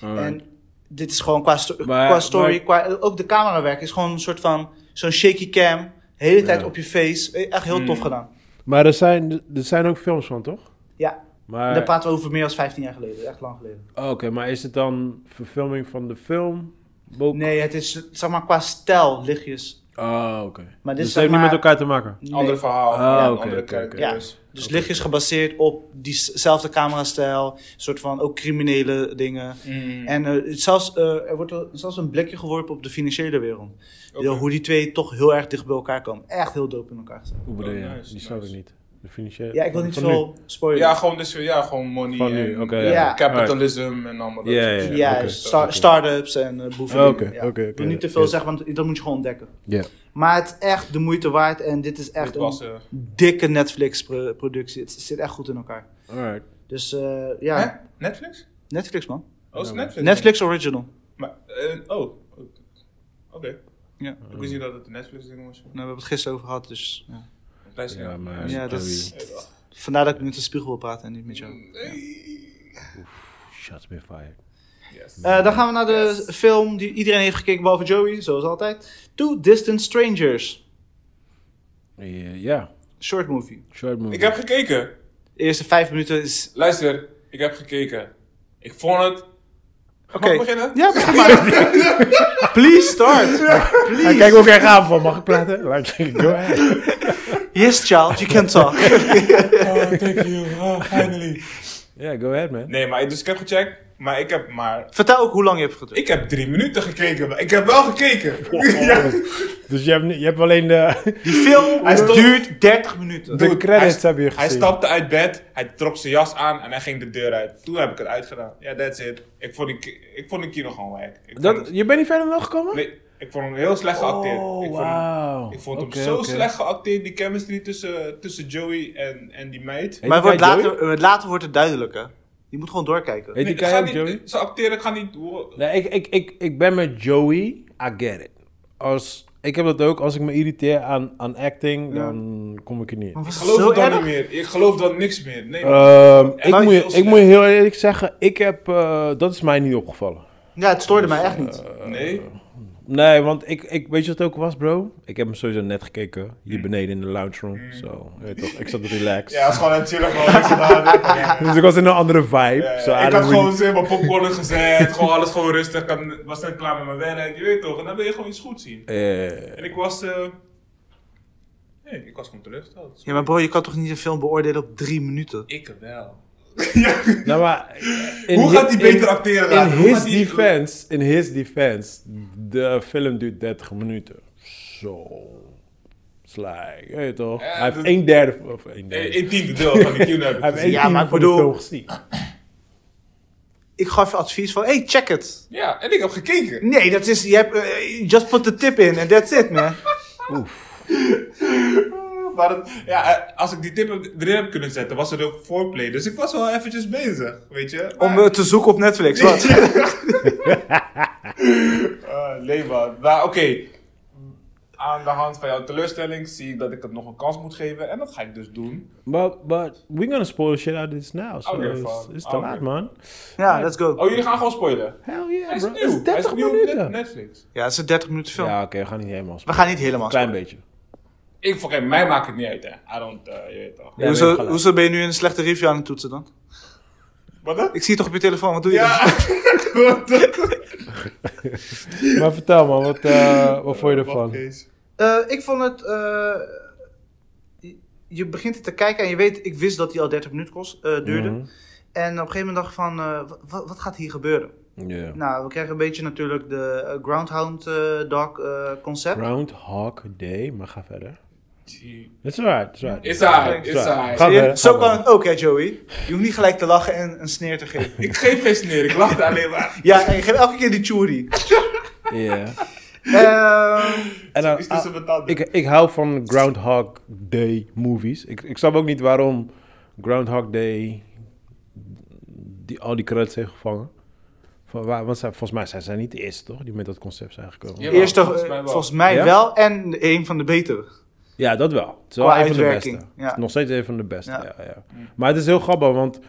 C: En dit is gewoon qua, sto-
B: Mm. Maar-
C: qua story,
B: maar-
C: qua, ook de camerawerk is gewoon een soort van zo'n shaky cam. De hele tijd
B: Ja. Mm.
C: op je face. Echt heel tof gedaan.
B: Maar er zijn, er zijn ook films van, toch?
C: Ja,
A: Eh,
B: Maar, Oh,
C: daar praten we over meer dan 15 jaar geleden. Echt lang geleden.
B: Oké, maar is het dan verfilming van de film? Boek?
C: Nee, het is zeg maar qua stijl lichtjes.
B: Ah, oké.
C: Maar
B: dus het
C: dit is
B: heeft
C: zeg
B: niet met
C: maar-
B: elkaar te maken?
C: Nee.
A: Ander verhaal.
B: Ah,
A: ja,
B: oké,
A: andere
B: oké,
A: characters.
C: oké. Dus lichtjes gebaseerd op diezelfde camerastijl. soort van ook criminele dingen.
A: Mm.
C: En eh, het zelfs, eh, er wordt wel- zelfs een blikje geworpen op de financiële wereld.
A: Oké.
C: Hoe die twee toch heel erg dicht bij elkaar komen. Echt heel dope in elkaar gezet.
B: Hoe bedoel
A: Oh,
B: je?
A: nice,
B: die snap
A: nice.
B: ik niet. De financiële...
C: Ja, ik wil niet
B: van nu.
C: veel spoileren.
A: Ja, gewoon, dus, ja, gewoon money
B: Van nu,
A: en
B: oké,
A: eh,
C: ja.
A: capitalism en allemaal dat
B: Ja,
A: soort
B: ja,
A: shit.
C: Ja,
B: oké.
C: sta-
B: Oké.
C: start-ups en eh, boeven.
B: Oké, oké,
C: ja. Ik wil
B: oké.
C: niet te veel
B: Ja.
C: zeggen, want dat moet je gewoon ontdekken.
B: Ja.
C: Maar het is echt de moeite waard. En dit is echt
A: Dit was,
C: een
A: eh,
C: dikke Netflix-productie. Het zit echt goed in elkaar.
B: Alright.
C: Dus eh, ja,
A: Hè? Netflix?
C: Netflix man.
A: Oh, is het Netflix?
C: Netflix original. Nou,
A: Maar, eh, oh, oké.
C: Ja.
A: Ik wist niet dat het een Netflix-ding was.
C: Nou, we hebben het gisteren over gehad, dus... Ja.
A: Luister,
B: Ja, maar...
C: Ja, dat
B: Terry,
C: is- Vandaar dat ik nu met de spiegel wil praten en niet met jou.
B: Shots been fired.
A: Yes.
C: Eh, dan gaan we naar de film die iedereen heeft gekeken, behalve Joey, zoals altijd. Two Distant Strangers.
B: Eh, Ja,
C: Short movie.
B: short movie.
A: Ik heb gekeken.
C: De eerste vijf minuten is...
A: Luister, ik heb gekeken. Ik vond het...
C: Oké.
A: Mag ik beginnen?
C: Ja, begin maar. Please start.
B: Hij kijkt ook erg aan van, mag ik praten? Laat ik go ahead.
C: Yes, child, you can talk.
A: Oh, thank you. Oh, finally.
B: Ja, go ahead, man.
A: Nee, maar dus ik heb gecheckt. Maar ik heb maar...
C: Vertel ook hoe lang je hebt gedrukt.
A: Ik heb drie minuten gekeken, maar ik heb wel gekeken. ja.
B: Dus je hebt, ni- je hebt alleen de,
C: Die film
A: Hij stond-
C: duurt 30 minuten.
B: de credits
A: hij,
B: heb je gezien.
A: Hij stapte uit bed, hij trok zijn jas aan en hij ging de deur uit. Toen heb ik het uitgedaan. Ja, that's it. Ik vond die, ki- ik vond die kino gewoon wack. Ik vond
B: Dat,
A: hem-
B: je bent niet verder nog gekomen?
A: nee, ik vond hem heel slecht geacteerd. ik vond, hem-
B: wauw.
A: ik vond
B: Oké,
A: hem zo
B: oké.
A: slecht geacteerd, die chemistry tussen, tussen Joey en, en die meid.
B: Heet
C: maar
B: die
C: wordt
B: guy Joey?
C: later, eh, later wordt het duidelijk, hè. Je moet gewoon doorkijken.
B: Heet
A: Nee,
B: die
A: het gaat
B: guy ook
A: niet-
B: Joey?
A: Ze acteren gaan niet door.
B: Nee, ik, ik, ik, ik ben met Joey. I get it. Als, ik heb dat ook. Als ik me irriteer aan, aan acting, dan kom ik er niet in.
C: Maar was
A: Ik
C: het
A: geloof
C: zo
A: het dan
C: erg?
A: niet meer. Ik geloof dan niks meer. Nee, man.
B: Ehm, ik,
A: maar-
B: moet je, ik moet je heel eerlijk zeggen, ik heb, eh, dat is mij niet opgevallen.
C: Ja, het stoorde mij
B: Eh.
C: echt niet.
A: nee.
B: Nee, want ik, ik weet je wat het ook was, bro? Ik heb hem sowieso net gekeken, hier beneden in de lounge room. Zo, je weet toch, ik zat relaxed.
A: Mm. Ja, het is gewoon natuurlijk gewoon niks gedaan. Ja.
B: Dus ik was in een andere vibe.
A: Ja,
B: zo, I
A: ik had
B: don't really-
A: gewoon zeg, mijn popcorn gezet, gewoon alles gewoon rustig. Ik had- was net klaar met mijn werk, je weet toch? En dan wil je gewoon iets goed zien.
B: Eh,
A: En ik was. eh, nee, ik was gewoon teleurgesteld.
C: Ja, maar bro, je kan toch niet een film beoordelen op drie minuten?
A: Ik wel.
B: nou, maar in
A: Hoe
B: hi-
A: gaat hij beter
B: in-
A: acteren
B: In
A: later? Hoe
B: his
A: gaat die-
B: defense, in his defense, de film duurt 30 minuten. Zo. It's like, je weet toch?
A: Eh,
B: Hij heeft
A: dat-
B: een derde, of een
A: Eh,
B: derde.
A: Een tiende deel van die Q-Nap.
B: Hij heeft een
C: Ja,
B: ja,
C: maar ik
B: van
C: bedoel-
B: de film gezien.
C: Ik gaf je advies van, hey, check het.
A: Ja, en ik heb gekeken.
C: Nee, dat is, je hebt, eh, just put the tip in and that's it, man.
A: Maar het- ja, eh, als ik die tip heb- erin heb kunnen zetten, was het ook voorplay. Dus ik was wel eventjes bezig, weet je.
C: Om
A: Maar-
C: eh, te zoeken op Netflix. Wat?
A: Eh, nee, man. Maar oké. Aan de hand van jouw teleurstelling zie ik dat ik het nog een kans moet geven. En dat ga ik dus doen.
B: But, but we're gonna spoil shit out of this now. So
A: Okay,
B: it's,
A: fine.
B: it's te
A: Okay.
B: laat, man.
C: Ja, let's go.
A: Oh, jullie gaan gewoon spoilen.
B: Hell
A: Hij
B: yeah,
A: is
B: bro.
A: nieuw.
B: Het is 30
A: Hij is nieuw op Net-
B: minuten.
A: Netflix.
C: Ja, het is een 30 minuten film.
B: Ja, oké, we gaan niet helemaal
C: We
B: spoilen.
C: gaan niet helemaal
B: Klein
C: spoilen.
B: beetje.
A: Ik, voor mij maakt het niet uit, hè. I don't, eh, je weet toch.
B: Ja, we hebben
C: hoezo,
B: gelijk.
C: hoezo ben je nu een slechte review aan het toetsen dan?
A: Wat dan?
C: Ik zie het toch op je telefoon, wat doe je dan?
A: Ja, wat dan?
B: Maar vertel man, wat, eh, wat vond je ervan?
A: Wacht,
C: Eh, ik vond het. eh, je- je begint het te kijken en je weet, ik wist dat die al 30 minuten kost, eh, duurde.
B: Mhm.
C: En op een gegeven moment dacht ik van, eh, wa- wa- wat gaat hier gebeuren?
B: Ja.
C: Nou, we krijgen een beetje natuurlijk de eh, Groundhound eh, Dog eh, concept.
B: Groundhog Day, maar ga verder.
A: Gee.
B: Het is alright, het is alright.
A: It's alright, it's
B: alright.
A: alright.
B: Ga
C: Zie je?
B: verder,
C: Zo
B: ga
C: kan
B: verder.
C: het ook, hè Joey? Je hoeft niet gelijk te lachen en een sneer te geven.
A: Ik geef geen sneer, ik lachte alleen maar.
C: ja, en je geeft elke keer die churi.
B: Ja.
C: Ehm,
B: En dan,
A: Is tussen mijn tanden.
B: Ah, ik, ik hou van Groundhog Day movies. Ik, ik snap ook niet waarom Groundhog Day die, al die credits heeft gevangen. Van waar, want zij- volgens mij zijn zij niet de eerste, toch? Die met dat concept zijn gekomen.
A: Ja.
B: Ja,
A: Jawel,
C: eerst toch,
A: volgens
C: eh,
A: mij wel.
C: volgens mij
B: Ja?
C: wel en een van de betere.
B: dat wel. Het is wel
C: Qua
B: een van de
C: uitwerking,
B: beste.
C: ja.
B: Het is nog steeds een van de beste,
C: Ja.
B: ja. Ja, Maar het is heel grappig, want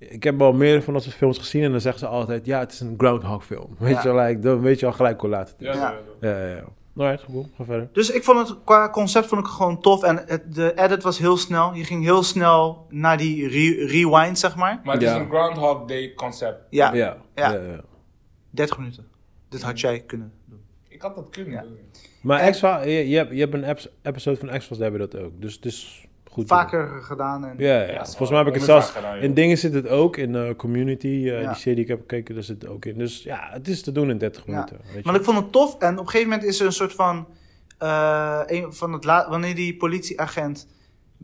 B: Ik heb al meer van dat soort films gezien en dan zeggen ze altijd... Ja, het is een Groundhog film. Weet
C: Ja.
B: je wel, like, dan weet je al gelijk hoe laat het is.
A: Ja,
C: Ja.
A: ja, ja.
B: Ja, ja, ja. Alright, goed. Ga verder.
C: Dus ik vond het qua concept vond ik het gewoon tof. En het, de edit was heel snel. Je ging heel snel naar die re- rewind, zeg maar.
A: Maar het is
B: Ja.
A: een Groundhog Day concept.
C: Ja,
B: Ja.
C: Ja.
B: ja, ja.
C: 30 minuten. Dit had jij kunnen doen.
A: Ik had dat kunnen doen.
B: Maar X-Files, je, je, hebt, je hebt een eps- episode van X-Files, daar heb je dat ook. Dus het is goed. te
C: Vaker gedaan. En,
B: doen. Ja, ja, ja.
A: Ja,
B: volgens mij heb ik het
A: dat is
B: zelfs...
A: vaker gedaan, ja.
B: In dingen zit het ook, in eh, Community, eh,
C: Ja.
B: die serie die ik heb gekeken, daar zit het ook in. Dus ja, het is te doen in 30 minuten. Weet je.
C: Maar ik vond het tof. En op een gegeven moment is er een soort van... eh, een van het la- wanneer die politieagent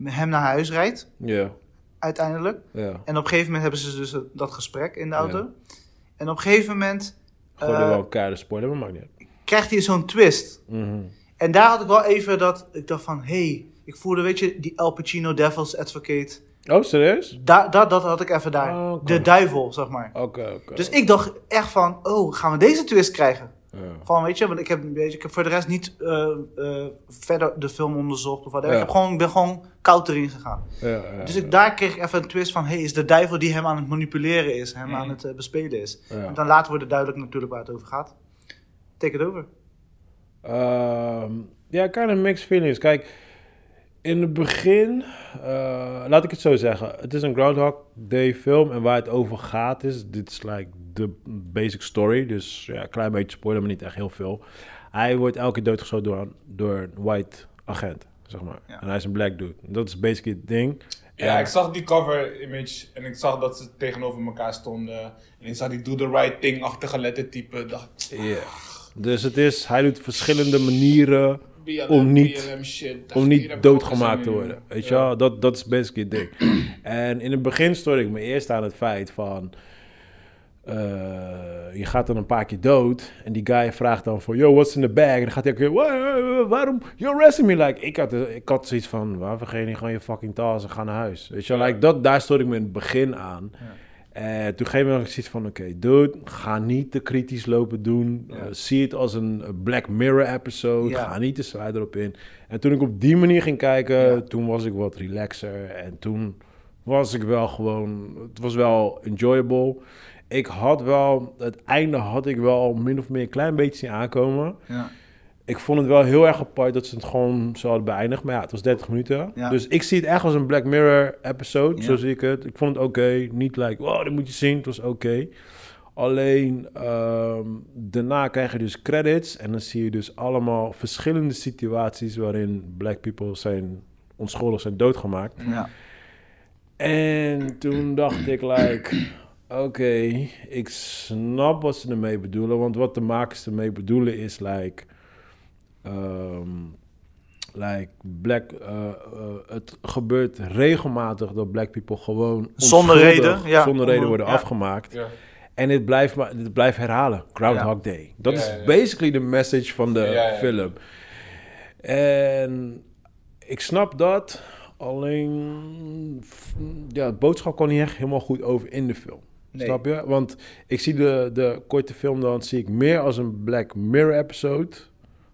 C: hem naar huis rijdt,
B: Ja,
C: uiteindelijk.
B: ja.
C: En op een gegeven moment hebben ze dus dat- dat gesprek in de
B: Ja.
C: auto. En op een gegeven moment
B: Gewoon
C: Eh,
B: door elkaar de spoiler, maar maakt niet uit.
C: krijgt hij zo'n twist.
B: Mhm.
C: En daar had ik wel even dat... Ik dacht van, hé, hey, ik voelde, weet je, die Al Pacino Devil's Advocate...
B: Oh, serieus?
C: Da dat, dat had ik even daar.
B: Ah, oké.
C: De duivel, zeg maar.
B: Oké, oké.
C: Dus ik dacht echt van, oh, gaan we deze twist krijgen?
B: Ja.
C: Van, weet je, want ik heb, een beetje- ik heb voor de rest niet eh, eh, verder de film onderzocht of wat. Ik
B: Ja.
C: heb gewoon, ik ben gewoon koud erin gegaan.
B: Ja, ja,
C: Dus ik, daar kreeg ik even een twist van, hey, is de duivel die hem aan het manipuleren is, hem
A: Mm.
C: aan het eh, bespelen is.
B: ja.
C: Dan later wordt het duidelijk natuurlijk waar het over gaat. Take it over.
B: Ehm, ja, kind of mixed feelings. Kijk, in het begin, eh, laat ik het zo zeggen. Het is een Groundhog Day film en waar het over gaat is, dit is like de basic story. Dus ja, een klein beetje spoiler, maar niet echt heel veel. Hij wordt elke keer doodgeschoten door, een- door een white agent, zeg maar.
C: Ja.
B: En hij is een black dude. Dat is basically het ding.
A: Ja,
B: En-
A: ik zag die cover image en ik zag dat ze tegenover elkaar stonden. En ik zag die do the right thing achtige lettertype. Dacht,
B: Ja. Dus het is, hij doet verschillende manieren
A: BLM,
B: om niet,
A: BLM shit.
B: om
A: Hier
B: niet
A: heb ik ook
B: doodgemaakt te
A: gezien,
B: worden.
A: ja.
B: Weet je wel, dat, dat is basically het ding. En in het begin stoorde ik me eerst aan het feit van... eh, je gaat dan een paar keer dood en die guy vraagt dan voor... Yo, what's in the bag? En dan gaat hij ook weer... "Wa- wa- wa- Waarom? You're arresting me? Like, ik, had, eh, ik had zoiets van... Waar vergeet je gewoon je fucking tas en ga naar huis? Weet je wel, like, dat, daar stoorde ik me in het begin aan. Eh, toen geef ik zoiets van, oké, dude, ga niet te kritisch lopen doen. Eh, zie het als een eh, Black Mirror episode,
C: Ja.
B: ga niet te zwaar erop in. En toen ik op die manier ging kijken, toen was ik wat relaxer. En toen was ik wel gewoon, het was wel enjoyable. Ik had wel, het einde had ik wel min of meer een klein beetje zien aankomen.
C: Ja.
B: Ik vond het wel heel erg apart dat ze het gewoon zo hadden beëindigd. Maar ja, het was 30 minuten.
C: Ja.
B: Dus ik zie het echt als een Black Mirror episode.
C: Ja.
B: Zo zie ik het. Ik vond het oké. Niet like, wow, dat moet je zien. Het was oké. Alleen ehm, daarna krijg je dus credits. En dan zie je dus allemaal verschillende situaties waarin black people zijn onschuldig zijn doodgemaakt.
C: Ja.
B: En toen dacht ik, like, oké, ik snap wat ze ermee bedoelen. Want wat de makers ermee bedoelen is, like, ehm, like black, eh, eh, het gebeurt regelmatig dat black people gewoon
C: Zonder
B: onschuldig,
C: reden, ja. Mhm,
B: zonder reden worden
C: Ja.
B: afgemaakt.
A: Ja.
B: En dit blijft, maar, dit blijft herhalen. Groundhog Day. Dat
A: Ja,
B: is
A: ja, ja.
B: basically de message van de
A: Ja, ja, ja.
B: film. En ik snap dat. Alleen, f- ja, de boodschap kwam niet echt helemaal goed over in de film.
C: Nee.
B: Snap je? Want ik zie de, de korte film dan zie ik meer als een Black Mirror episode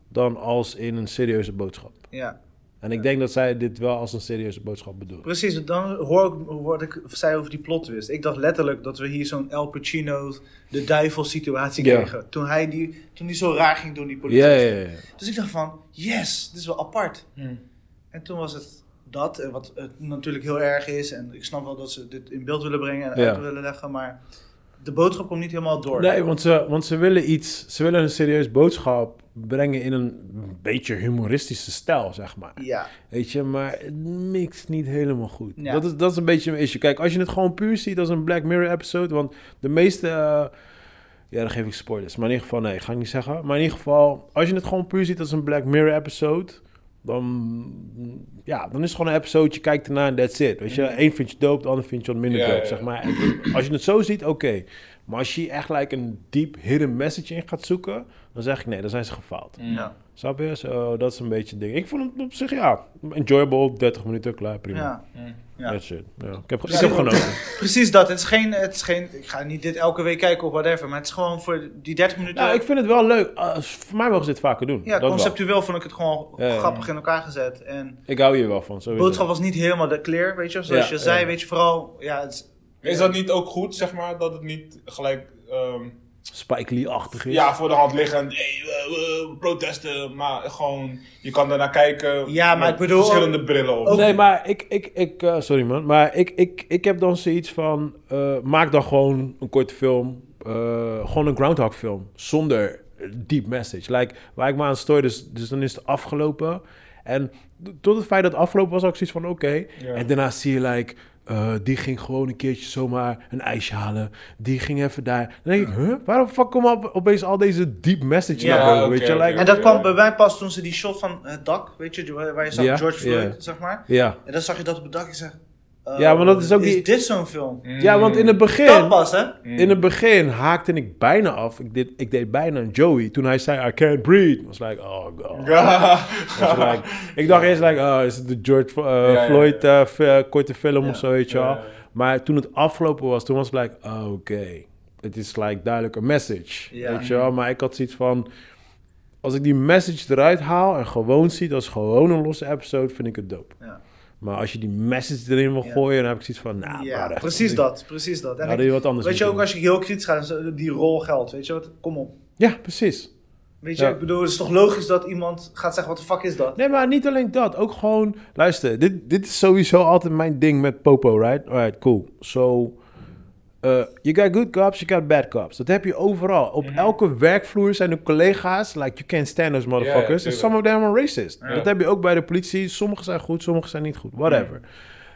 B: dan als in een serieuze boodschap.
C: ja.
B: En ik denk dat zij dit wel als een serieuze boodschap bedoelen.
C: Precies, want dan hoor ik wat ik zei over die plot twist. Ik dacht letterlijk dat we hier zo'n Al Pacino, de duivel situatie
B: Ja.
C: kregen. Toen, hij die, toen die zo raar ging doen, die politie.
B: Ja, ja, ja.
C: Dus ik dacht van, yes, dit is wel apart.
A: Hm.
C: En toen was het dat, en wat eh, natuurlijk heel erg is. En ik snap wel dat ze dit in beeld willen brengen en
B: Ja.
C: uit willen leggen. Maar de boodschap komt niet helemaal door.
B: Nee, want ze, want ze willen iets, ze willen een serieus boodschap brengen in een beetje humoristische stijl, zeg maar.
C: Ja,
B: Weet je, maar het mixt niet helemaal goed.
C: Ja.
B: Dat, is, dat is een beetje mijn issue. Kijk, als je het gewoon puur ziet als een Black Mirror episode, want de meeste... eh, ja, dan geef ik spoilers. Maar in ieder geval, nee, ga ik niet zeggen. Maar in ieder geval, als je het gewoon puur ziet als een Black Mirror episode, dan, ja, dan is het gewoon een episode, je kijkt ernaar en that's it. Weet je, één vind je dope, de ander vind je wat minder
A: Mhm. Ja,
B: dope,
A: ja, ja.
B: zeg maar. En Als je het zo ziet, oké. Maar als je echt like een deep hidden message in gaat zoeken, dan zeg ik nee, dan zijn ze gefaald.
A: Hmm.
C: ja.
B: Snap je? Zo, dat is een beetje het ding. Ik vond het op zich, ja, enjoyable. 30 minuten, klaar, prima.
C: ja. ja.
B: That's it. Ja. Ik heb,
C: Ja,
B: ik heb
C: ik
B: genoten.
C: Precies dat. Het is, geen, het is geen, ik ga niet dit elke week kijken of whatever. Maar het is gewoon voor die 30 minuten.
B: Nou, ik vind het wel leuk. Eh, voor mij mogen ze dit vaker doen.
C: Ja,
B: Dat wel.
C: conceptueel vond ik het gewoon
B: Ja, ja, ja.
C: grappig in elkaar gezet. En
B: Ik hou hier wel van.
C: de
B: Sowieso.
C: boodschap was niet helemaal de clear, weet je. Zoals
B: Ja,
C: je zei,
B: ja.
C: weet je, vooral... Ja, het is
A: Is dat niet ook goed, zeg maar, dat het niet gelijk ehm,
B: Spike Lee-achtig is.
A: ja, voor de hand liggend, hey, eh, eh, protesten, maar gewoon, je kan daarnaar kijken
C: Ja, maar
A: met
C: ik bedoel
A: verschillende brillen op.
B: Nee, maar ik, ik, ik eh, sorry man, maar ik, ik, ik heb dan zoiets van, eh, maak dan gewoon een korte film, eh, gewoon een Groundhog film, zonder deep message. Like, waar ik me aan stoor, dus, dus dan is het afgelopen. En tot het feit dat het afgelopen was, had ik zoiets van, oké.
A: Ja.
B: En daarna zie je, like, eh, die ging gewoon een keertje zomaar een ijsje halen. Die ging even daar. Dan denk ik, huh? waarom fuck komen op, opeens al deze deep message
C: Ja,
B: naar boven,
A: oké,
B: weet je?
A: oké.
B: Like,
C: En dat
A: Ja.
C: kwam bij mij pas toen ze die shot van het dak, weet je, die- waar je zag
B: Ja,
C: George
B: ja.
C: Floyd, zeg maar.
B: Ja.
C: En dan zag je dat op het dak en zeg. eh,
B: Ja, maar dat is ook die-
C: dit zo'n film?
B: ja, want in het begin...
C: Dat pas, hè?
A: Mm.
B: In het begin haakte ik bijna af. Ik deed, ik deed bijna een Joey. Toen hij zei, I can't breathe. was like, oh god. Was like- ik dacht eerst, like, oh, is het de George eh,
A: ja,
B: Floyd eh, f- eh, korte film of zo, weet je
A: Ja,
B: wel.
A: ja, ja.
B: Maar toen het afgelopen was, toen was het like, oh, oké. Het is like duidelijk een message,
C: Ja.
B: weet je wel. Maar ik had zoiets van, als ik die message eruit haal en gewoon zie, als gewoon een losse episode, vind ik het dope.
C: Ja.
B: Maar als je die message erin wil
C: Ja.
B: gooien, dan heb ik zoiets van, nou,
C: Ja,
B: maar, eh,
C: precies dat, precies dat. En
B: Hadden
C: ik-
B: je wat anders
C: weet je ook,
B: moeten
C: als je heel kritisch gaat, is die rol geldt, weet je wat? Kom op.
B: Ja, precies.
C: Weet je,
B: Ja.
C: ik bedoel, het is toch logisch dat iemand gaat zeggen, wat de fuck is dat?
B: Nee, maar niet alleen dat. Ook gewoon, luister, dit, dit is sowieso altijd mijn ding met Popo, right? Alright, cool. So, eh you got good cops, you got bad cops. Dat heb je overal. Op elke werkvloer zijn er collega's, like, you can't stand those
A: Ja, ja,
B: motherfuckers. And
A: tuurlijk.
B: some of them are racist.
A: Ja.
B: Dat heb je ook bij de politie. Sommige zijn goed, sommige zijn niet goed. Whatever.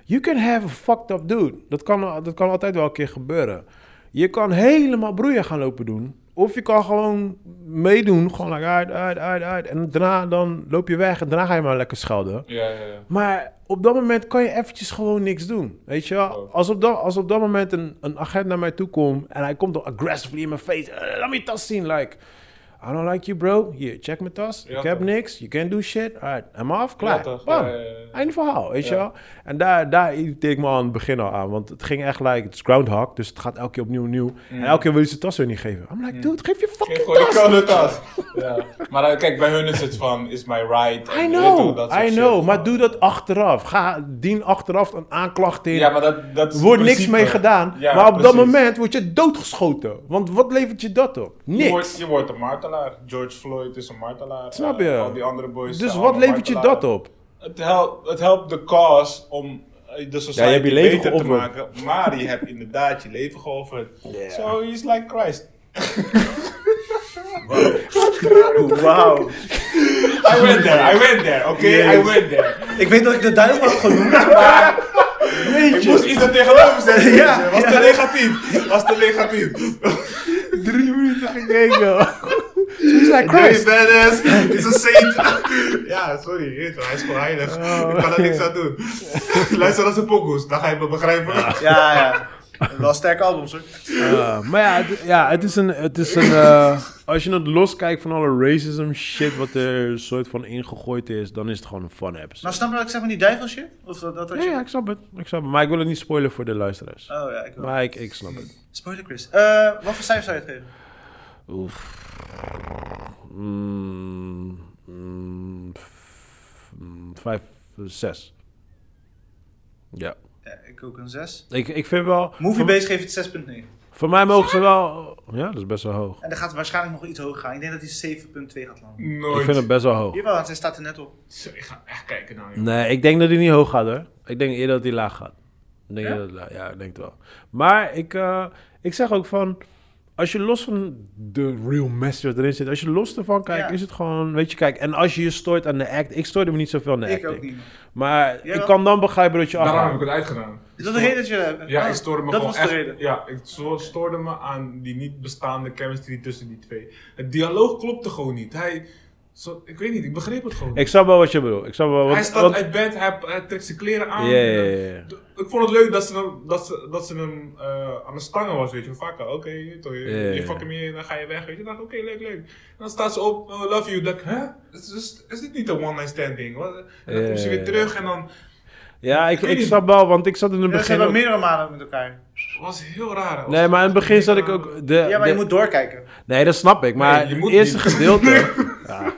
B: You can have a fucked up dude. Dat kan, dat kan altijd wel een keer gebeuren. Je kan helemaal broeien gaan lopen doen. Of je kan gewoon meedoen. Gewoon like, uit, uit, uit, uit. En daarna dan loop je weg. En daarna ga je maar lekker schelden.
A: Ja, ja, ja.
B: Maar op dat moment kan je eventjes gewoon niks doen. Weet je wel?
A: Oh.
B: Als op dat, als op dat moment een, een agent naar mij toe komt... en hij komt dan aggressively in mijn face... "Eh, laat me je tas zien, like... I don't like you, bro. Hier, check mijn tas.
A: Ja,
B: ik heb
A: toch.
B: niks. You can't do shit. Alright, I'm off. Klaar.
A: Ja, toch.
B: Bam.
A: Ja, ja, ja.
B: Einde verhaal, weet je
A: Ja.
B: wel? En daar, daar irriteer ik me aan het begin al aan. Want het ging echt like... Het is Groundhog, dus het gaat elke keer opnieuw nieuw. En
A: Mm.
B: elke keer wil je zijn tas weer niet geven. I'm like, dude, geef je
A: Ik
B: fucking
A: gooi de
B: tas.
A: koude tas. Ja. Maar eh, kijk, bij hun is het van, is my right. en
B: I
A: weet je wel,
B: know,
A: dat
B: I
A: soort
B: know.
A: shit.
B: Maar doe dat achteraf. Ga, dien achteraf een aanklacht in.
A: Ja, maar dat, dat is
B: Er wordt
A: het
B: niks
A: principe.
B: mee gedaan.
A: Ja,
B: maar op
A: precies.
B: dat moment word je doodgeschoten. Want wat levert je dat op?
A: Je wordt,
B: Niks.
A: je wordt een martelaar. George Floyd is een martelaar.
B: Snap
A: Eh,
B: je?
A: al die andere boys.
B: Dus
A: zijn
B: wat
A: allemaal
B: levert je
A: martelaar.
B: dat op?
A: Het, helpt, het helpt de cause om eh, de society
B: Ja, je hebt je leven
A: beter te
B: geofferd.
A: maken. Maar je hebt inderdaad je leven geofferd. So he's like Christ.
C: Wauw.
A: I went there, I went there, oké? I
C: Jezus.
A: went there.
C: ik weet dat ik de duivel had genoemd, maar...
A: Ik moest iets er tegenover zeggen.
C: Ja,
A: Ja, was te negatief. Was te negatief.
B: Drie minuten gekeken. She's like
A: Hey,
B: Christ.
A: badass. is een saint. ja, sorry. je weet wel, Hij is gewoon heilig.
B: Oh,
A: Ik kan er niks aan doen. Luister als een pokoes. Dan ga je me begrijpen.
C: Ja, ja. Wel sterke albums, hoor.
B: Eh, maar ja, het, ja, het is een... Het is een eh, als je het loskijkt van alle racism shit wat er soort van ingegooid is, dan is het gewoon een fun episode.
C: Nou, snap je wat ik zeg van die duivel shit? Of dat, dat wat
B: Ja,
C: je-
B: ja, ik snap het. Ik snap het. Maar ik wil het niet spoilen voor de luisteraars.
C: Oh ja, ik wil.
B: Maar ik, ik snap het.
C: Spoiler Chris. Eh, wat voor cijfer zou je het geven?
B: Oef. Mm, mm, f- mm, vijf, zes. Ja.
C: Ja, ik ook een 6.
B: Ik, ik vind wel... voor,
C: Moviebase geeft het 6.9.
B: voor mij mogen ze wel... Ja, dat is best wel hoog.
C: En dan gaat het waarschijnlijk nog iets hoger gaan. Ik denk dat hij 7.2 gaat landen.
A: Nooit.
B: Ik vind het best wel hoog.
C: Jawel, want hij staat er net op.
A: Zo, ik ga echt kijken naar hem.
B: Nee, ik denk dat hij niet hoog gaat, hoor. Ik denk eerder dat hij laag gaat. Ik denk
C: Ja?
B: dat het laag- ja, ik denk het wel. Maar ik, eh, ik zeg ook van... Als je los van de real message wat erin zit... Als je los ervan kijkt,
C: Ja.
B: is het gewoon... Weet je, kijk, en als je je stoort aan de act... Ik stoorde me niet zoveel aan de
C: Ik
B: acting.
C: ook niet. man.
B: Maar
C: Jawel.
B: ik kan dan begrijpen dat je
A: Daarom heb
B: af.
A: ik het uitgedaan.
C: Is dat de reden dat je...
A: Ja,
C: Ah,
A: ik stoorde me
C: Dat
A: gewoon
C: was de
A: echt-
C: reden.
A: Ja, ik zo- stoorde me aan die niet bestaande chemistry tussen die twee. Het dialoog klopte gewoon niet. Hij, zo, ik weet niet, ik begreep het gewoon
B: Ik snap wel wat je bedoelt. Ik snap wel wat,
A: hij staat
B: wat-
A: uit bed, hij, hij trekt zijn kleren aan. eh,
B: Ja, ja, ja, ja.
A: Ik vond het leuk dat ze hem, dat ze, dat ze hem eh, aan de stangen was, weet je. Vakken, oké, toch, je,
B: Ja, ja,
A: je
B: ja.
A: fucking meer, dan ga je weg, weet je. Ik dacht, oké, leuk, leuk. En dan staat ze op, oh, love you. Dan denk ik, hè? Is, is, is dit niet een one-night stand ding? Wat? En dan
B: Ja,
A: komt ze
B: ja,
A: weer
B: ja.
A: terug en dan...
B: Ja, ik,
A: weet
B: ik
A: niet.
B: snap wel, want ik zat in het
C: Ja, ze
B: begin...
C: hebben
B: ook-
C: meerdere malen met elkaar.
A: was heel raar. hè.
B: Nee, maar in het begin zat ik ook... De,
C: Ja, maar je
B: de-
C: moet doorkijken.
B: Nee, dat snap ik. Maar
A: Nee, je
B: het
A: moet
B: eerste
A: niet.
B: gedeelte... Ja.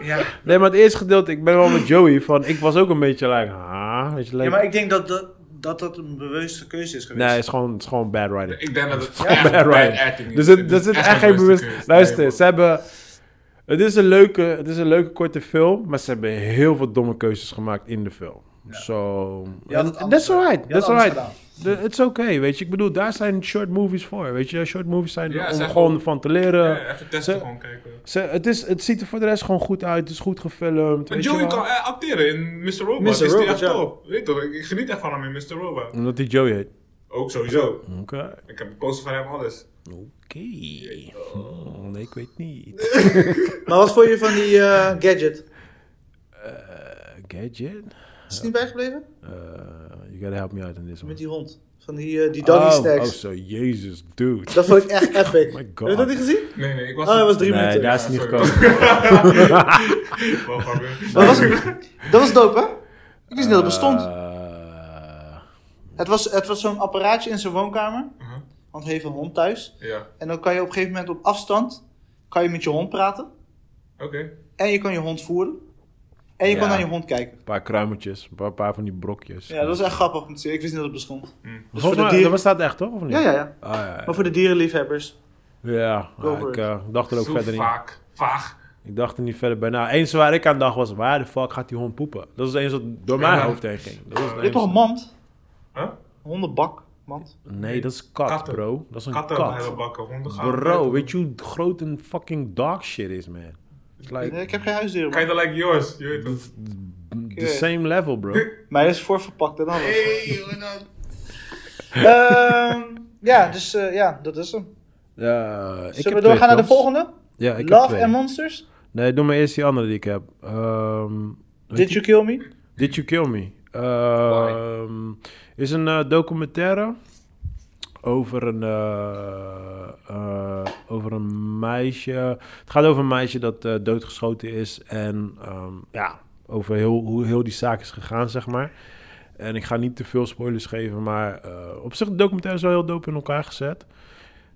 C: Ja.
B: Nee, maar het eerste gedeelte, ik ben wel met Joey van... Ik was ook een beetje like... Ah, weet je,
C: Ja,
B: like
C: maar ik denk dat, dat dat dat een bewuste keuze is geweest.
B: Nee, het is gewoon, het is gewoon bad writing.
E: Ik denk dat het
B: Bad
E: echt bad
B: writing.
E: acting is.
B: Dus het,
E: Dit
B: dat is echt
E: een
B: geen bewust.
E: keuze.
B: Luister,
E: Nee,
B: ze hebben. Het is, een leuke, het is een leuke korte film, maar ze hebben heel veel domme keuzes gemaakt in de film. Zo.
C: Je had het
B: So, eh,
C: anders
B: that's
C: gedaan.
B: alright.
C: Je had
B: That's
C: het anders
B: alright. De- It's okay, weet je. Ik bedoel, daar zijn short movies voor, weet je. Short movies zijn
E: Ja,
B: er om
E: zijn
B: gewoon van te leren.
A: Ja, even testen,
B: Ze-
A: gewoon kijken.
B: Ze, het, is, het ziet er voor de rest gewoon goed uit. Het is goed gefilmd.
A: En
B: weet je
A: Joey
B: wel.
A: kan eh, acteren in Mr. Robot.
C: Mr.
A: Is die
C: Robot,
A: echt
C: ja.
A: top? Weet toch, ik, ik geniet echt van hem in Mr. Robot.
B: Omdat hij Joey heet.
A: Ook sowieso.
B: Oké.
A: Ik heb een poster van hem, alles.
B: Oké. Hmm, nee, ik weet niet.
C: Maar wat vond je van die eh, gadget?
B: Eh, gadget?
C: Is het niet bijgebleven?
B: Eh, you gotta help me out in this one.
C: Met die hond. Van die, eh, die doggy
B: oh, oh,
C: snacks.
B: zo. Jezus, dude.
C: Dat vond ik echt epic.
B: my
C: Heb
B: God.
C: je dat niet gezien?
A: Nee, nee, ik was...
B: Ah,
C: Oh, dat was drie
B: nee,
C: minuten.
B: daar is het niet
A: Ja,
B: gekomen.
A: Wel van weer.
C: Dat was, dat was dope, hè? Ik wist niet dat het bestond.
B: Eh,
C: Het was, het was zo'n apparaatje in zijn woonkamer.
A: Mhm.
C: Want hij heeft een hond thuis.
A: Ja,
C: En dan kan je op een gegeven moment op afstand... kan je met je hond praten.
A: oké.
C: En je kan je hond voeren. En je
B: Ja.
C: kan naar je hond kijken.
B: een paar kruimeltjes, een paar, paar van die brokjes.
C: Ja, dat is echt grappig om te zien. Ik wist niet dat het bestond. Dus voor
B: Volgens
C: de
B: mij,
C: dieren...
B: dat bestaat echt, toch? Of niet?
C: Ja, ja, ja.
B: Ah, ja, ja.
C: Maar voor de dierenliefhebbers.
B: Ja,
C: Go
B: ah,
C: for
B: ik
C: it.
B: eh, dacht er ook
A: Zo
B: verder niet.
A: vaak. Vaag.
B: Ik dacht er niet verder bij na. Eens waar ik aan dacht was, waar de fuck gaat die hond poepen? Dat is eens wat door mijn
A: Ja.
B: hoofd heen ging. Dat is
A: Je
B: het
C: Je hebt toch een
B: enige.
C: mand?
A: Eh, Huh?
C: Hondenbak, mand.
B: Nee, dat is kat,
A: Katten.
B: bro. Dat is een
A: Katten
B: kat.
A: hebben bakken, honden gaan.
B: Bro, weet je hoe groot een fucking dog shit is, man? It's like
C: Nee, ik heb geen huisdieren. man.
A: Kinda like yours, je weet het. eh,
B: the same level, bro.
C: Mij is voorverpakt en alles.
E: joh,
C: Ehm, ja, dus eh, ja, dat is hem.
B: Ja, ik
C: Zullen
B: heb
C: we doorgaan
B: twee
C: naar de
B: films.
C: volgende?
B: Ja, ik heb
C: Love
B: twee.
C: and Monsters.
B: Nee, doe maar eerst die andere die ik heb. Ehm, weet
C: Did
B: je-
C: You Kill Me?
B: Did You Kill Me? Ehm, is een eh, documentaire over een, eh, eh, over een meisje. Het gaat over een meisje dat eh, doodgeschoten is. En ehm, ja, over heel, hoe heel die zaak is gegaan, zeg maar. En ik ga niet te veel spoilers geven, maar eh, op zich de documentaire is wel heel dope in elkaar gezet.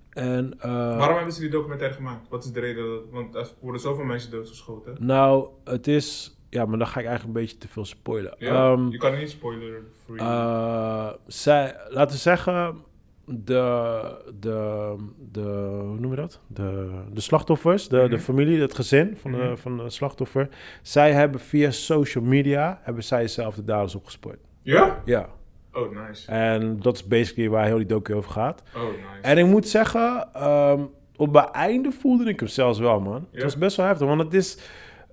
B: En, eh,
A: Waarom hebben ze die documentaire gemaakt? Wat is de reden? Dat, want er worden zoveel mensen doodgeschoten.
B: Nou, het is... Ja, maar dan ga ik eigenlijk een beetje te veel spoilen.
A: Ja,
B: Ehm,
A: je kan niet spoiler-free.
B: Eh, zij, laten we zeggen, de, de, de, hoe noem je dat? De, de slachtoffers, de, de familie, het gezin van, de, van de slachtoffer. Zij hebben via social media, hebben zij zelf de daders opgespoord.
A: ja?
B: Ja.
A: Oh, nice.
B: En dat is basically waar heel die docu over gaat.
A: Oh, nice.
B: En ik moet zeggen, ehm, op het einde voelde ik hem zelfs wel, man. Het
A: Ja?
B: was best wel heftig, want het is...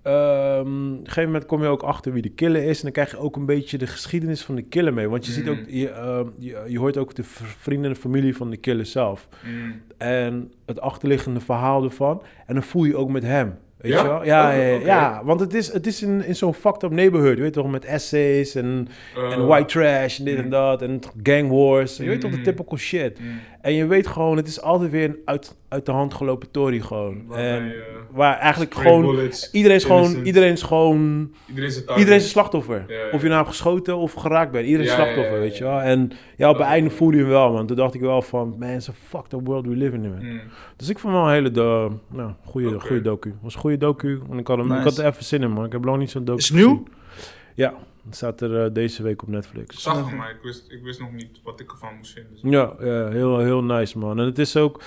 B: ehm, op een gegeven moment kom je ook achter wie de killer is... en dan krijg je ook een beetje de geschiedenis van de killer mee.
A: Mm.
B: Want je, ziet ook, je, ehm, je, je hoort ook de v- vrienden en familie van de killer zelf.
A: Mm.
B: En het achterliggende verhaal ervan. En dan voel je ook met hem. Weet
A: Ja?
B: je wel? Ja,
A: Oh,
B: ja, ja,
A: oké.
B: ja, want het is, het is in, in zo'n fucked up neighborhood, je weet toch, met essays en,
A: Eh,
B: en white trash en dit en dat en gang wars, je weet toch, de
A: Mm.
B: typical shit.
A: mm.
B: En je weet gewoon, het is altijd weer een uit, uit de hand gelopen tory gewoon.
A: Waarbij,
B: en,
A: eh,
B: waar eigenlijk
A: Spray
B: gewoon
A: bullets.
B: iedereen, is gewoon...
A: innocent.
B: iedereen is gewoon...
A: Iedereen is een target.
B: Iedereen is een slachtoffer.
A: Ja, ja.
B: Of je nou hebt geschoten of geraakt bent. Iedereen is
A: Ja,
B: slachtoffer,
A: ja, ja, ja.
B: weet je wel. En ja, op het
A: Oh.
B: einde voelde je hem wel, man. Toen dacht ik wel van, man, it's a fucked up world we live in, man.
A: Mm.
B: Dus ik vond wel een hele do- nou, goede,
A: Oké.
B: goede docu. was een goede docu. En ik had, hem, ik
C: Nice.
B: had er even zin in, man. Ik heb lang niet zo'n docu
C: Is het nieuw?
B: gezien. Ja, het staat er eh, deze week op Netflix.
A: Ik zag hem, maar ik wist, ik wist nog niet wat ik ervan moest vinden. Dus-
B: Ja, ja, heel, heel nice man. En het is ook.